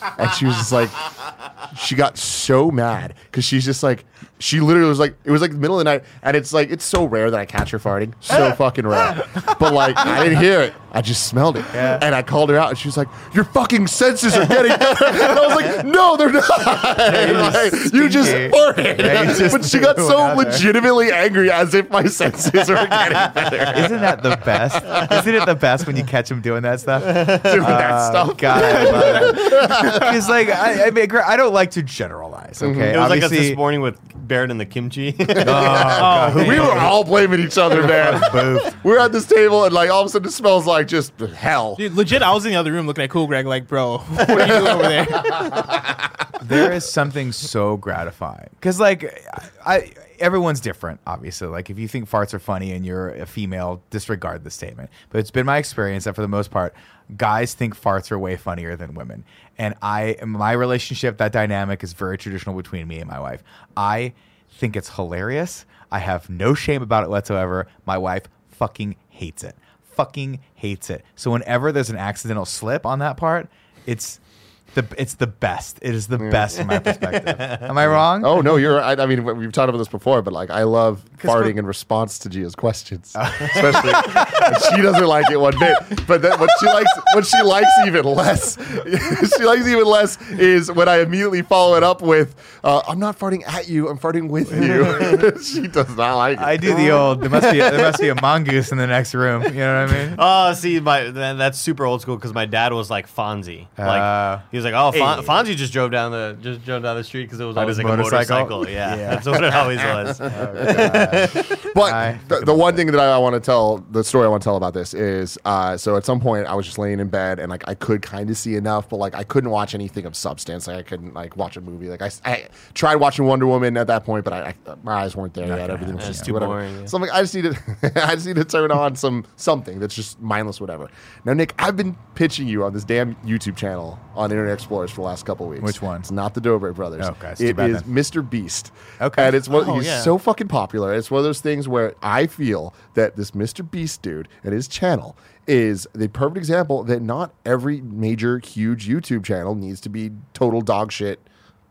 D: And she was just like, she got so mad because she's just like, She literally was like, it was like the middle of the night, and it's like it's so rare that I catch her farting, so fucking rare. But like, I didn't hear it. I just smelled it, and I called her out, and she was like, "Your fucking senses are getting better." And I was like, "No, they're not. Like, you just
A: stinky.
D: farted."
A: Yeah, you just
D: but she got
A: threw it
D: so
A: out there.
D: legitimately angry, as if my senses are getting better.
A: Isn't that the best? Isn't it the best when you catch them doing that stuff?
D: Doing that
A: Uh,
D: stuff.
A: God, I love it. 'Cause, like I, I mean, gr- I don't like to generalize. Okay,
C: It was like us
A: obviously.
C: this morning with Barrett and the kimchi.
A: Oh,
B: Oh,
D: We were all blaming each other, man.
A: Boof.
D: We're at this table, and like all of a sudden, it smells like just hell.
B: Dude, legit, I was in the other room looking at Cool Greg like, bro, what are you doing over there?
A: there is something so gratifying because like I, I everyone's different obviously like if you think farts are funny and you're a female disregard the statement but it's been my experience that for the most part guys think farts are way funnier than women and i my relationship that dynamic is very traditional between me and my wife i think it's hilarious i have no shame about it whatsoever my wife fucking hates it fucking hates it so whenever there's an accidental slip on that part it's the, it's the best. It is the best in my perspective. Am I wrong?
D: Oh no, you're. I, I mean, we've talked about this before, but like, I love
A: 'Cause
D: farting
A: we're-
D: in response to Gia's questions, especially. and she doesn't like it one bit, but then what she likes, what she likes even less, she likes even less is when I immediately follow it up with, uh, "I'm not farting at you, I'm farting with you." she does not like it.
A: I do the old. There must be a, there must be a mongoose in the next room. You know what I mean?
C: Oh, see, my th- that's super old school because my dad was like Fonzie. Like
A: Ah.
C: he was like, oh, Fon-
A: Hey.
C: Fonzie just drove down the just drove down the street because it was always
A: his
C: like a
A: motorcycle?
C: motorcycle. Yeah,
A: Yeah.
C: that's what it always was.
A: I
D: But the, the one thing that I, want to tell, the story I want to tell about this is, uh, so at some point I was just laying in bed and like I could kind of see enough, but like I couldn't watch anything of substance. Like I couldn't like watch a movie. Like I, s- I tried watching Wonder Woman at that point, but I, I my eyes weren't there yet. Everything was
C: happen.
D: just
C: It's too
D: whatever.
C: boring, yeah.
D: So I'm like, I just need to, I just need to turn on some something that's just mindless, whatever. Now, Nick, I've been pitching you on this damn YouTube channel on Internet Explorers for the last couple weeks.
A: Which one?
D: It's not the Dobrik Brothers.
A: Oh, guys, too
D: it
A: bad
D: is
A: then.
D: Mr. Beast.
A: Okay.
D: And it's one.
B: Oh,
D: he's
B: yeah.
D: so fucking popular. It's one of those things where I feel that this Mr. Beast dude and his channel is the perfect example that not every major, huge YouTube channel needs to be total dog shit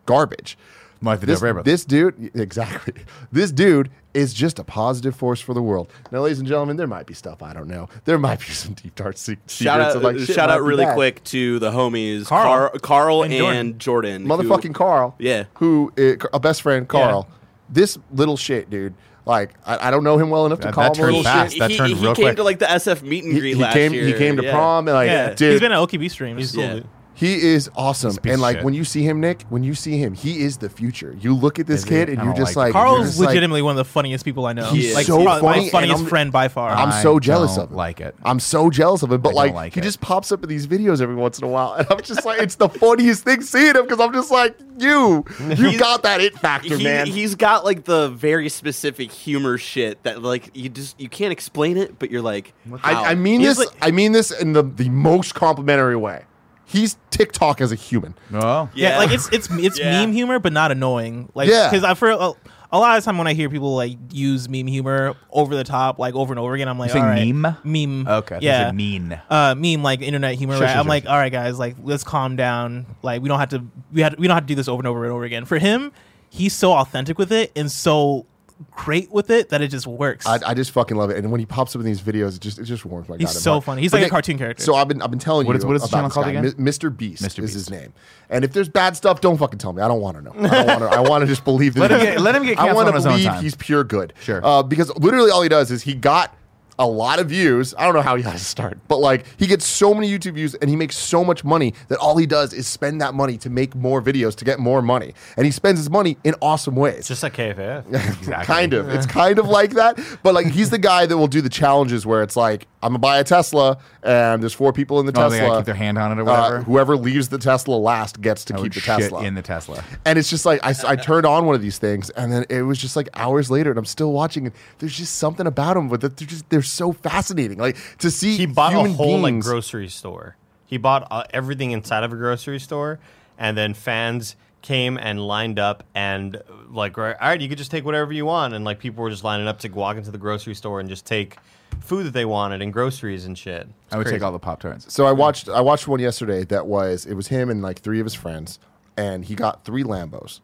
D: garbage.
A: Martha
D: this,
A: Del Rey brothers.
D: this dude, exactly. This dude is just a positive force for the world. Now, ladies and gentlemen, there might be stuff I don't know. There might be some deep dark se- secrets.
E: Shout out, uh,
D: of, like, shit
E: shout
D: might
E: out
D: be
E: really
D: bad.
E: quick to the homies
B: Carl.
E: Carl, Carl
B: And
E: and,
B: Jordan.
E: Jordan.
D: motherfucking
E: who-
D: Carl.
E: Yeah.
D: who uh, a best friend Carl. This little shit, dude. Like I, I don't know him well enough to
A: That-
D: call
A: that
D: him a little
A: turned fast.
D: shit.
A: That
E: he,
A: turned
E: he
A: real
E: came
A: quick.
E: to like the SF meet and
D: He,
E: greet
D: he
E: last
D: came.
E: year.
D: He came to
E: yeah.
D: prom and like,
B: Yeah.
D: dude,
B: He's been at OKB streams.
E: Yeah. cool, dude.
D: he is awesome.
A: a piece
D: And
A: of
D: like
A: shit.
D: when you see him, Nick, when you see him, he is the future. You look at this
A: Is he?
D: kid and
A: I
D: you're
A: don't
D: just
A: like him.
D: like, you're
B: Carl's
D: just like-
B: legitimately one of the funniest people I know.
E: He's
B: like,
D: so
B: probably
D: funny,
B: my
D: and
B: funniest
D: I'm-
B: friend by far.
D: I'm
A: I
D: so jealous
A: don't
D: of him.
A: like it.
D: I'm so jealous of him, but
A: I don't
D: like,
A: like
D: he
A: it.
D: just pops up in these videos every once in a while, and I'm just like, it's the funniest thing seeing him because I'm just like, you, you got that it factor,
E: He,
D: man.
E: he's got like the very specific humor shit that like you just you can't explain it, but you're like, how?
D: I, I mean
E: He's
D: this.
E: like-
D: I mean this in the, the most complimentary way. He's TikTok as a human.
C: Oh.
A: No.
B: yeah.
E: Yeah.
B: like it's it's it's
E: Yeah.
B: meme humor, but not annoying. Like,
D: Yeah.
B: because I for a, a lot of time when I hear people like use meme humor over the top, like over and over again, I'm like,
A: You say
B: all right,
A: meme?
B: meme,
A: Okay. I thought you
B: yeah,
A: said mean.
B: uh, meme like internet humor.
A: Sure,
B: right?
A: sure,
B: I'm
A: sure,
B: like,
A: sure.
B: all right, guys, like let's calm down. Like we don't have to we had we don't have to do this over and over and over again. For him, he's so authentic with it and so great with it that it just works.
D: I, I just fucking love it. And when he pops up in these videos, it just it just warms my
B: He's
D: god.
B: so
D: apart.
B: funny. He's
D: But
B: like a
D: Nick,
B: cartoon character.
D: So I've been I've been telling
A: What
D: you
A: is- what is the
D: about
A: channel
D: this
A: called
D: guy.
A: again?
D: Mi- Mr. Beast
A: Mr.
D: is his
A: Beast.
D: name. And if there's bad stuff, don't fucking tell me. I don't want to know. I don't want to. I want to just believe that.
A: Let him
D: he's-
A: get- let him get
D: I
A: canceled
D: wanna
A: on his own
D: believe
A: time.
D: he's pure good.
A: Sure.
D: Uh, because literally all he does is he got. A lot of views. I don't know how he got to start, but like he gets so many YouTube views and he makes so much money that all he does is spend that money to make more videos to get more money. And he spends his money in awesome ways.
C: Just like KFF.
A: Exactly.
D: Kind of. It's kind of like that. But like he's the guy that will do the challenges where it's like, I'm gonna buy a Tesla and there's four people in the
A: Oh, they
D: Tesla.
A: gotta keep their hand on it or
D: Uh,
A: whatever.
D: whoever leaves the Tesla last gets to
A: I
D: keep
A: would
D: the
A: shit
D: Tesla.
A: in the Tesla.
D: and it's just like I, s- I turned on one of these things and then it was just like hours later and I'm still watching it. There's just something about them but they're just they're so fascinating. Like to see
C: he bought a
D: human
C: whole like
D: beings-
C: grocery store. He bought uh, everything inside of a grocery store, and then fans came and lined up and uh, like, all right, you could just take whatever you want, and like people were just lining up to walk into the grocery store and just take food that they wanted and groceries and shit. It's
A: I would
C: crazy.
A: take all the pop tarts.
D: So I watched I watched one yesterday that was it was him and like three of his friends, and he got three Lambos,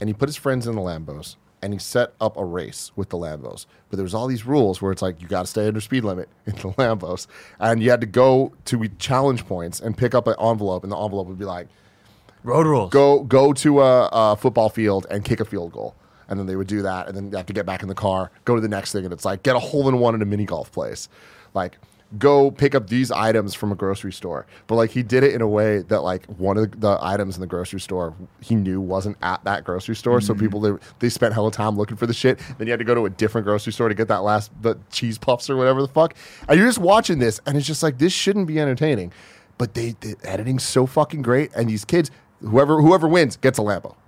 D: and he put his friends in the Lambos, and he set up a race with the Lambos. But there was all these rules where it's like you got to stay under speed limit in the Lambos, and you had to go to e, challenge points and pick up an envelope, and the envelope would be like
C: Road rules.
D: go go to a, a football field and kick a field goal. And then they would do that, and then you have to get back in the car, go to the next thing, and it's like get a hole in one at a mini golf place, like go pick up these items from a grocery store. But like he did it in a way that like one of the, the items in the grocery store he knew wasn't at that grocery store, so people they, they spent hella time looking for the shit. Then you had to go to a different grocery store to get that last the cheese puffs or whatever the fuck. And you're just watching this, and it's just like this shouldn't be entertaining, but they the editing's so fucking great, and these kids whoever whoever wins gets a Lambo.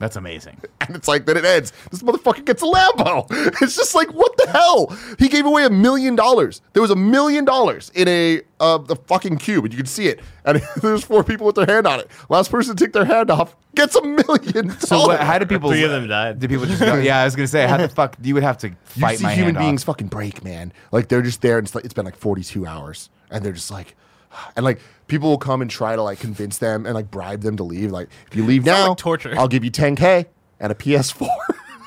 A: That's amazing.
D: And it's like, then it ends. This motherfucker gets a Lambo. It's just like, what the hell? He gave away a million dollars. There was a million dollars in a uh, the fucking cube, and you can see it. And there's four people with their hand on it. Last person to take their hand off gets a million dollars.
A: So what, how did people?
C: Three of them died.
A: Did people just go? Yeah, I was gonna say, how the fuck you would have to
D: you
A: fight
D: see
A: my
D: human
A: hand off.
D: beings fucking break, man. Like they're just there, and it's, like, it's been like 42 hours, and they're just like, and like people will come and try to like convince them and like bribe them to leave. Like if you leave
B: Sounds
D: now,
B: like torture.
D: I'll give you 10k and a PS4.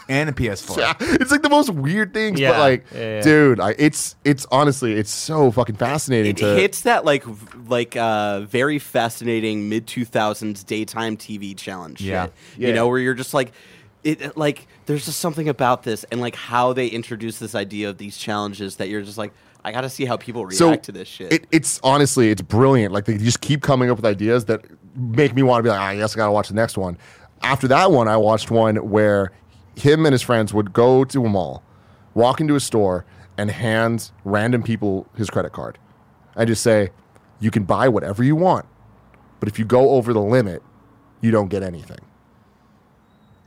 A: and a PS4.
D: Yeah, it's like the most weird things, but
C: Yeah.
D: like,
C: Yeah, yeah.
D: dude, I, it's it's honestly, it's so fucking fascinating
E: It
D: to
E: hits that like v- like uh, very fascinating mid two thousands daytime TV challenge.
A: Yeah.
E: shit,
D: Yeah.
E: you know where you're just like. It, it, like there's just something about this and like how they introduce this idea of these challenges that you're just like I got to see how people react
D: so
E: to this shit.
D: It, it's honestly, it's brilliant. Like they just keep coming up with ideas that make me want to be like, ah, yes, I gotta watch the next one. After that one, I watched one where him and his friends would go to a mall, walk into a store, and hand random people his credit card, and just say, "You can buy whatever you want, but if you go over the limit, you don't get anything."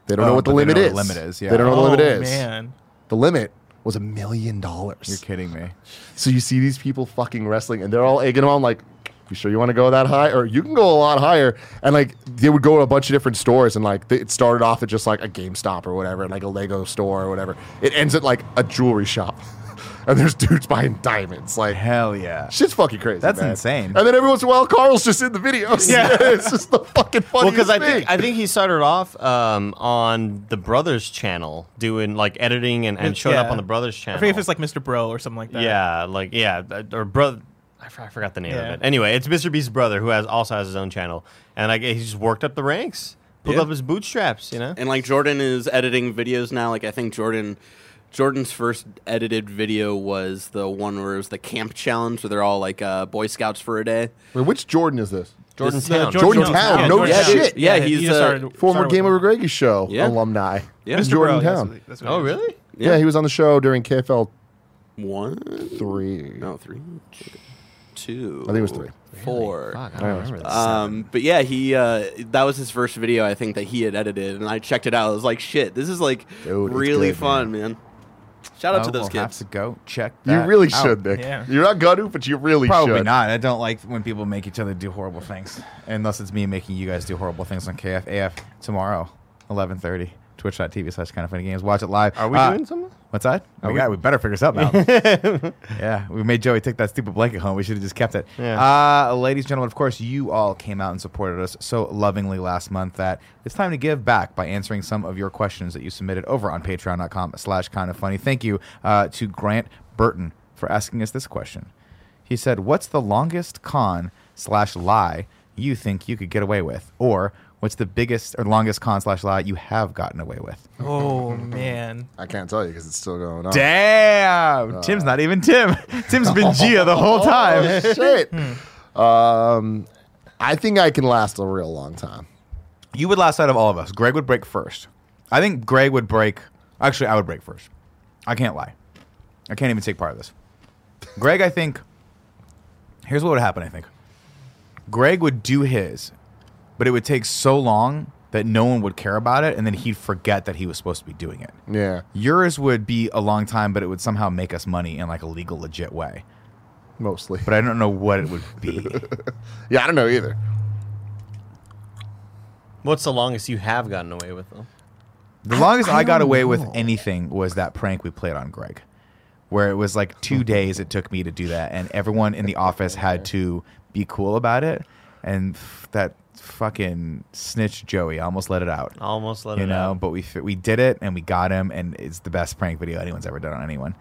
D: They don't
A: Oh,
D: know what the
A: but they
D: limit
A: know
D: is.
A: what the limit is, yeah.
D: They don't know
B: oh,
D: what the limit is.
B: man.
D: The limit was a million dollars.
A: You're kidding me.
D: So you see these people fucking wrestling, and they're all egging them on, like, "You sure you want to go that high? Or you can go a lot higher." And like, they would go to a bunch of different stores, and like, th- it started off at just like a GameStop or whatever, and like a Lego store or whatever. It ends at like a jewelry shop, and there's dudes buying diamonds, like.
A: Hell yeah.
D: Shit's fucking crazy.
A: That's
D: man.
A: insane.
D: And then every once in a while, Carl's just in the videos. Yeah, it's just the fucking
C: Well,
D: funniest
C: because I
D: thing.
C: think I think he started off um, on the brothers channel doing like editing and, and showed up
B: Yeah.
C: on the brothers
B: I
C: channel.
B: forget if it's like Mr. Bro or something like that.
C: yeah, like yeah, that- or brother. I f- I forgot the name
B: Yeah.
C: of it. Anyway, it's Mr. Beast's brother who has also has his own channel, and like he just worked up the ranks, pulled
B: Yeah.
C: up his bootstraps, you know.
E: And like Jordan is editing videos now. Like I think Jordan, Jordan's first edited video was the one where it was the camp challenge where they're all like uh, Boy Scouts for a day.
D: Wait, which Jordan is this?
C: Jordan
B: This is, uh,
C: Town.
D: Jordan
B: Jones.
D: Town,
B: Yeah,
D: no
B: Jordan Town.
D: shit.
E: Yeah,
B: he
E: he's,
B: just
E: uh,
B: started-
D: Former
B: started
D: Gamer
B: with-
D: McGregor show
E: Yeah.
D: alumni.
E: Yeah.
B: Mr.
D: Jordan
B: Bro, that's
D: Town.
B: what- that's what
C: Oh,
B: it is.
C: really?
D: yeah, he was on the show during KFL
E: One,
D: three.
E: no, three, two. I
D: think it was three.
E: Four.
C: Fuck, I don't remember that.
E: Um, but yeah, he uh, that was his first video I think that he had edited, and I checked it out. I was like, shit, this is like
D: Dude, it's
E: really
D: good,
E: fun, man. Shout out
A: Oh,
E: to those
A: we'll have
E: kids.
A: to go check.
D: You
A: that
D: really
A: out.
D: should, Nick.
B: Yeah.
D: You're not going to, but you really
A: Probably
D: should.
A: not. I don't like when people make each other do horrible things, unless it's me making you guys do horrible things on KFAF tomorrow, eleven thirty, twitch.tv slash kind of funny games. Watch it live.
C: Are we
A: Uh,
C: doing something?
A: What's that? Oh, we, got, we better figure something out. yeah, we made Joey take that stupid blanket home. We should have just kept it. Uh, ladies and gentlemen, of course, you all came out and supported us so lovingly last month that it's time to give back by answering some of your questions that you submitted over on patreon.com slash kind of funny. Thank you uh, to Grant Burton for asking us this question. He said, what's the longest con slash lie you think you could get away with? Or what's the biggest or longest con slash lie you have gotten away with?
B: Oh man.
D: I can't tell you because it's still going
A: Oh.
D: on.
A: Damn! Tim's not even Tim. Tim's been Gia the whole time.
D: Oh, shit.
C: Hmm.
D: um, I think I can last a real long time.
A: You would last out of all of us. Greg would break first. I think Greg would break. Actually, I would break first. I can't lie. I can't even take part of this. Greg, I think. Here's what would happen, I think. Greg would do his, but it would take so long that no one would care about it, and then he'd forget that he was supposed to be doing it.
D: Yeah.
A: Yours would be a long time, but it would somehow make us money in like a legal, legit way.
D: Mostly.
A: But I don't know what it would be.
D: Yeah, I don't know either.
C: What's the longest you have gotten away with though?
A: The longest I,
D: I
A: got
D: don't
A: away with
D: know.
A: anything was that prank we played on Greg, where it was like two days it took me to do that, and everyone in the office had to be cool about it. and f- that fucking snitch Joey almost let it out.
C: Almost let
A: you
C: it
A: know,
C: out.
A: but we fi- we did it and we got him, and it's the best prank video anyone's ever done on anyone.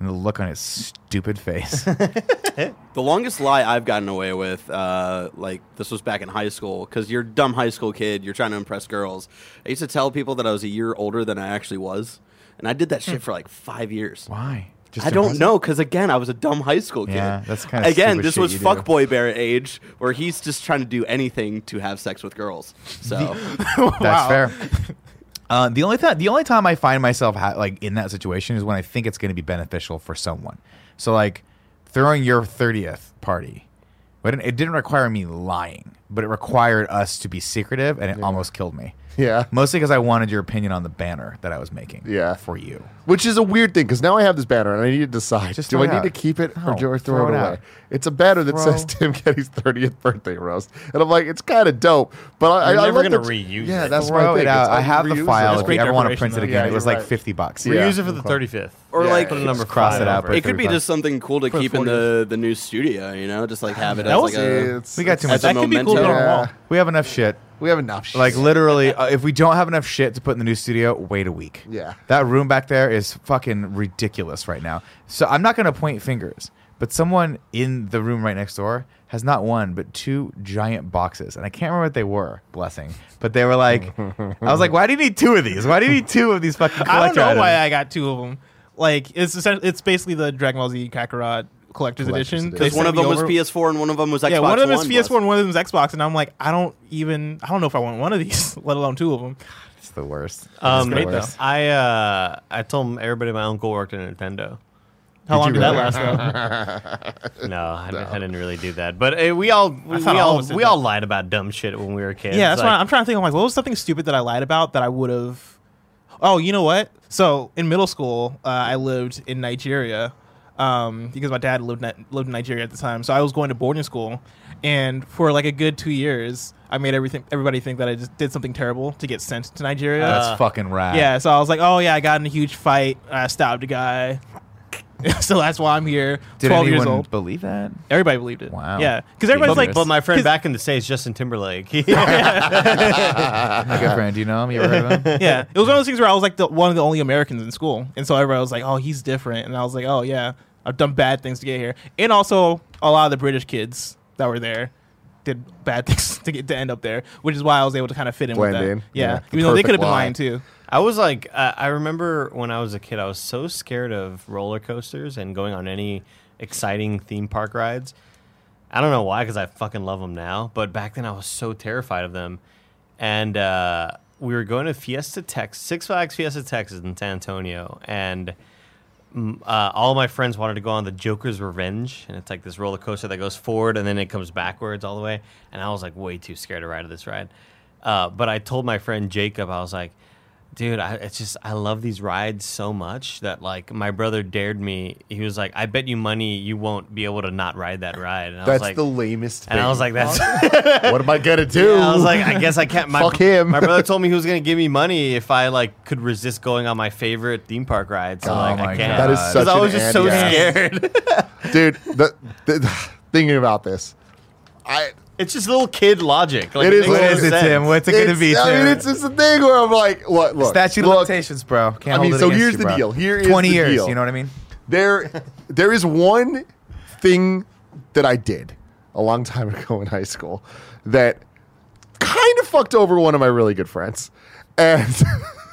A: And the look on his stupid face.
E: The longest lie I've gotten away with, uh, like this was back in high school, because you're a dumb high school kid, you're trying to impress girls. I used to tell people that I was a year older than I actually was, and I did that shit for like five years.
A: Why?
E: I don't know, because again, I was a dumb high school kid.
A: Yeah, that's kinda
E: again.
A: stupid
E: This
A: shit
E: was
A: you do.
E: fuckboy bear age, where he's just trying to do anything to have sex with girls. So
A: That's fair. Uh, the only th- the only time I find myself ha- like in that situation is when I think it's going to be beneficial for someone. So like throwing your thirtieth party, but it, it didn't require me lying, but it required us to be secretive, and it almost killed me.
D: Yeah.
A: mostly because I wanted your opinion on the banner that I was making.
D: Yeah.
A: for you.
D: Which is a weird thing because now I have this banner and I need to decide:
A: Just
D: do
A: throw
D: I
A: it
D: need
A: out.
D: to keep it
A: No,
D: or do I throw,
A: throw
D: it
A: it
D: away?
A: out.
D: It's a banner that says
A: Throw-
D: Tim Getty's 30th birthday roast, and I'm like, it's kind of dope, but I,
C: You're
D: I, I
C: never
D: love
C: gonna
D: that-
C: reuse
D: Yeah,
C: it.
D: that's my
A: Throw
D: thing.
A: it out.
D: It's
A: I have the
D: unreusable.
A: file. If
B: That's
A: you
B: great
A: ever want to
B: decoration,
A: print it
B: though.
A: again,
D: Yeah,
A: it was
D: you're
A: like
D: right.
A: fifty bucks.
D: Yeah.
C: Reuse it for the 35th.
E: Or, like,
C: put a number
A: cross
C: five
A: it out,
C: over
A: put
E: it could be
A: 35.
E: just something cool to keep in the, the new studio. You know, just like have it
B: That
E: as
B: was-
E: like a.
D: It's-
A: We got too
D: it's-
A: much.
E: As a
B: That could be cool
E: memento.
B: on a wall.
D: Yeah.
A: We have enough shit.
D: We have enough. shit.
A: Like literally, uh, if we don't have enough shit to put in the new studio, wait a week.
D: Yeah.
A: that room back there is fucking ridiculous right now. So I'm not gonna point fingers, but someone in the room right next door has not one but two giant boxes, and I can't remember what they were. Blessing, but they were like, I was like, why do you need two of these? Why do you need two of these fucking?
B: I don't
A: collector
B: know
A: items?
B: why I got two of them. Like it's essentially, it's basically the Dragon Ball Z Kakarot collector's, edition.
D: edition.
B: They
E: Because one
B: sent
E: of them
B: me
E: was
B: over-
E: PS4 and one of them was Xbox
B: Yeah, one of them is
E: One,
B: PS4 and one of them is Xbox, and I'm like, I don't even, I don't know if I want one of these, let alone two of them.
A: It's the worst.
C: Um,
A: it's the
B: great, though.
A: worst.
C: I uh, I told everybody my uncle worked at Nintendo.
B: How long
A: you
B: did that
A: really?
B: last? though?
C: No, I, I didn't really do that. But uh, we all we,
B: Uh, thought all
C: all
B: of us did
C: we
B: that.
C: all lied about dumb shit when we were kids.
B: yeah, that's why
C: Like,
B: I'm trying to think. I'm like, what was something stupid that I lied about that I would have? Oh, you know what? So in middle school, uh, I lived in Nigeria um, because my dad lived ni- lived in Nigeria at the time. So I was going to boarding school, and for like a good two years, I made everything everybody think that I just did something terrible to get sent to Nigeria.
A: That's fucking rad.
B: Uh, Yeah, so I was like, oh yeah, I got in a huge fight. I stabbed a guy. so that's why I'm here.
A: Did
B: 12
A: anyone
B: years old.
A: believe that?
B: Everybody believed it.
A: Wow.
B: Yeah, because everybody's like,
A: Dangerous.
C: But my friend
B: 'cause-
C: back in the States, Justin Timberlake. He-
A: My good friend, do you know him? You ever heard of him?
B: yeah, it was one of those things where I was like the one of the only Americans in school, and so everybody was like, oh, he's different, and I was like, oh yeah, I've done bad things to get here, and also a lot of the British kids that were there. Did bad things to get to end up there, which is why I was able to kind of fit in with
D: Blend
B: that.
D: in.
B: Yeah,
D: Yeah. The
B: even though they
D: perfect
B: could have been
D: lie.
B: lying too.
C: I was like, uh, I remember when I was a kid, I was so scared of roller coasters and going on any exciting theme park rides. I don't know why, because I fucking love them now. But back then, I was so terrified of them. And uh, we were going to Fiesta, Texas, Six Flags Fiesta, Texas, in San Antonio, and mm, uh, all my friends wanted to go on the Joker's Revenge, and it's like this roller coaster that goes forward and then it comes backwards all the way. And I was like way too scared to ride this ride. Uh, but I told my friend Jacob, I was like, dude, I, it's just I love these rides so much that like my brother dared me. He was like, I bet you money you won't be able to not ride that ride. And I was
D: that's
C: like,
D: the lamest.
C: and I
D: thing.
C: was like, that's.
D: what am I gonna do?
C: I was like, I guess I can't. My,
D: Fuck him.
C: my brother told me he was gonna give me money if I like could resist going on my favorite theme park ride. So
A: Oh
C: like,
A: my
C: I can't.
A: God. That is
C: 'Cause
D: such
C: I
D: an
C: was just so
D: anti-ass.
C: scared.
D: dude. The, the, thinking about this, I
C: it's just little kid logic. Like,
D: It is
C: makes
A: What
D: little
C: no
A: is it,
C: sense.
A: Tim? What's it going to
D: it's-
A: be, Tim?
D: I mean, it's just a thing where I'm like, look, look,
A: Statute of
D: look,
A: limitations, bro. Can't
D: I mean,
A: hold it
D: so
A: against
D: here's
A: you,
D: the
A: bro.
D: deal. Here is
A: 20
D: the
A: years,
D: deal.
A: you know what I mean?
D: there there is one thing that I did a long time ago in high school that kind of fucked over one of my really good friends. And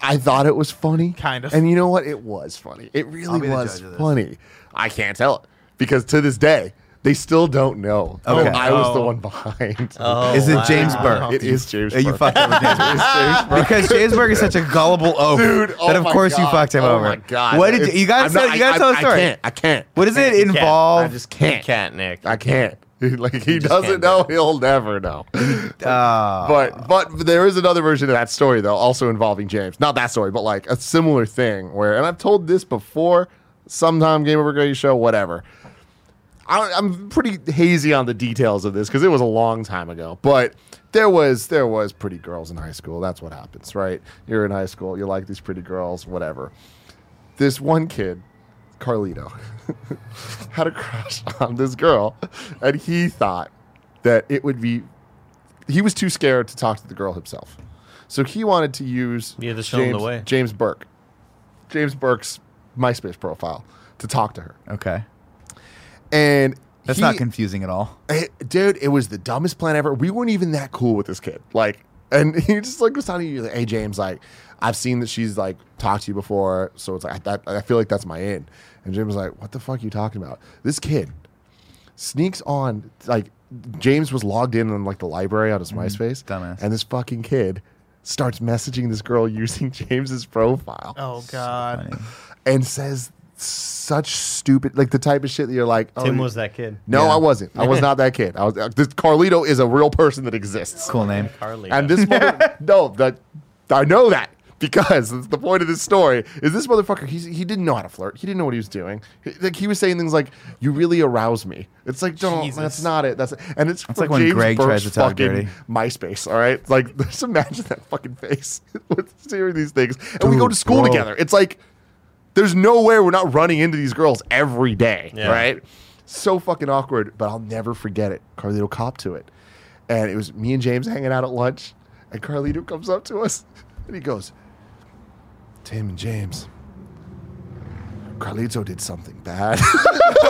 D: I thought it was funny.
B: Kind of.
D: And you know what? It was funny. It really
A: be the
D: was
A: judge of this.
D: funny. I can't tell it because to this day, they still don't know that
A: Okay.
D: I was the
B: Oh.
D: one behind.
C: Oh,
A: is it
C: wow.
A: James Burke?
D: It is James
A: Uh, You
D: Burke.
A: fucked up with James Burke. because James Burke is such a gullible oaf
D: Dude, oh
A: that of
D: my
A: course you
D: God.
A: fucked him
D: oh
A: over.
D: My God,
A: What did
D: It's-
A: you, you gotta
D: I'm
A: tell?
D: not-
A: you gotta
D: I-
A: tell the
D: I
A: story.
D: can't. I can't.
A: What does it
C: can't.
A: involve?
D: I just can't.
C: Cat Nick.
D: I can't. Like he
C: just can't
D: doesn't know. He'll never know.
A: Uh,
D: But but there is another version of that story though, also involving James. Not that story, but like a similar thing where, and I've told this before. Sometime Game Over Grady show, whatever. I, I'm pretty hazy on the details of this because it was a long time ago. But there was there was pretty girls in high school. That's what happens, right? You're in high school. You like these pretty girls, whatever. This one kid, Carlito, had a crush on this girl, and he thought that it would be. He was too scared to talk to the girl himself, so he wanted to use
C: Yeah, just show him the
D: James,
C: way.
D: James Burke, James Burke's MySpace profile to talk to her,
A: Okay.
D: and
A: That's
D: he-
A: not confusing at all.
D: it- dude, it was the dumbest plan ever. We weren't even that cool with this kid. Like, and he just like was telling you, like, hey, James, like, I've seen that she's like talked to you before. So it's like, I, that, I feel like that's my in. And James was like, what the fuck are you talking about? This kid sneaks on, like, James was logged in on like the library on his MySpace.
A: dumbass.
D: And this fucking kid starts messaging this girl using James's profile
B: Oh God.
D: and says such stupid, like the type of shit that you're like, oh,
C: Tim
D: you-
C: was that kid.
D: no, I wasn't. I was not that kid. I was. Uh, this Carlito is a real person that exists.
A: Cool name.
C: Carly.
D: And this mother, no, that I know that because the point of this story is this motherfucker. He he didn't know how to flirt. He didn't know what he was doing. He, like he was saying things like, "You really arouse me." It's like, don't.
B: Jesus.
D: That's not it. That's and it's
A: That's
D: for
A: like when
D: James
A: Greg tries
D: Burke's
A: to talk
D: fucking
A: dirty.
D: MySpace. All right, like just imagine that fucking face with hearing these things, and we go
A: Dude,
D: to school
A: bro.
D: together. It's like there's no way we're not running into these girls every day,
C: Yeah.
D: right? So fucking awkward, but I'll never forget it. Carlito copped to it. And it was me and James hanging out at lunch, and Carlito comes up to us and he goes, Tim and James, Carlito did something bad.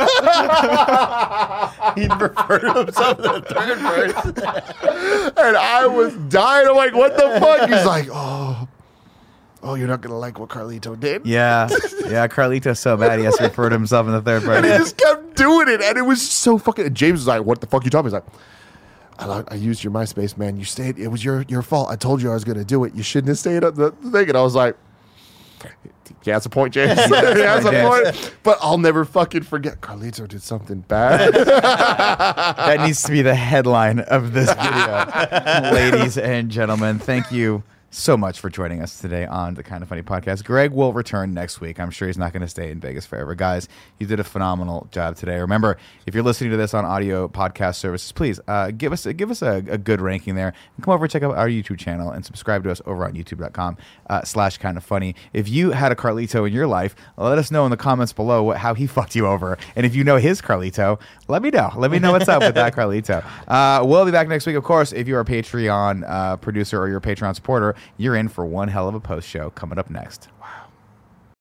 C: he referred to himself in the third person.
D: and I was dying. I'm like, what the fuck? He's like, oh, oh, you're not going to like what Carlito did?
A: Yeah. Yeah. Carlito's so bad he has to refer to himself in the third
D: and he
A: person.
D: just kept doing it, and it was so fucking. James was like, "What the fuck you talking?" about?" He's like, "I, lo- I used your MySpace, man. You stayed. It was your your fault. I told you I was gonna do it. You shouldn't have stayed at the thing." And I was like. Yeah, that's a point, James. yeah, that's a
A: James.
D: point. But I'll never fucking forget. Carlito did something bad.
A: That needs to be the headline of this video. Ladies and gentlemen, thank you so much for joining us today on the Kind of Funny podcast. Greg will return next week. I'm sure he's not going to stay in Vegas forever. Guys, you did a phenomenal job today. Remember, if you're listening to this on audio podcast services, please uh, give us give us a, a good ranking there. And come over and check out our YouTube channel and subscribe to us over on youtube.com uh, slash kind of funny. If you had a Carlito in your life, let us know in the comments below what, how he fucked you over. And if you know his Carlito, let me know. Let me know what's up with that Carlito. Uh, we'll be back next week, of course. If you're a Patreon uh, producer or you're a Patreon supporter, you're in for one hell of a post show coming up next. Wow.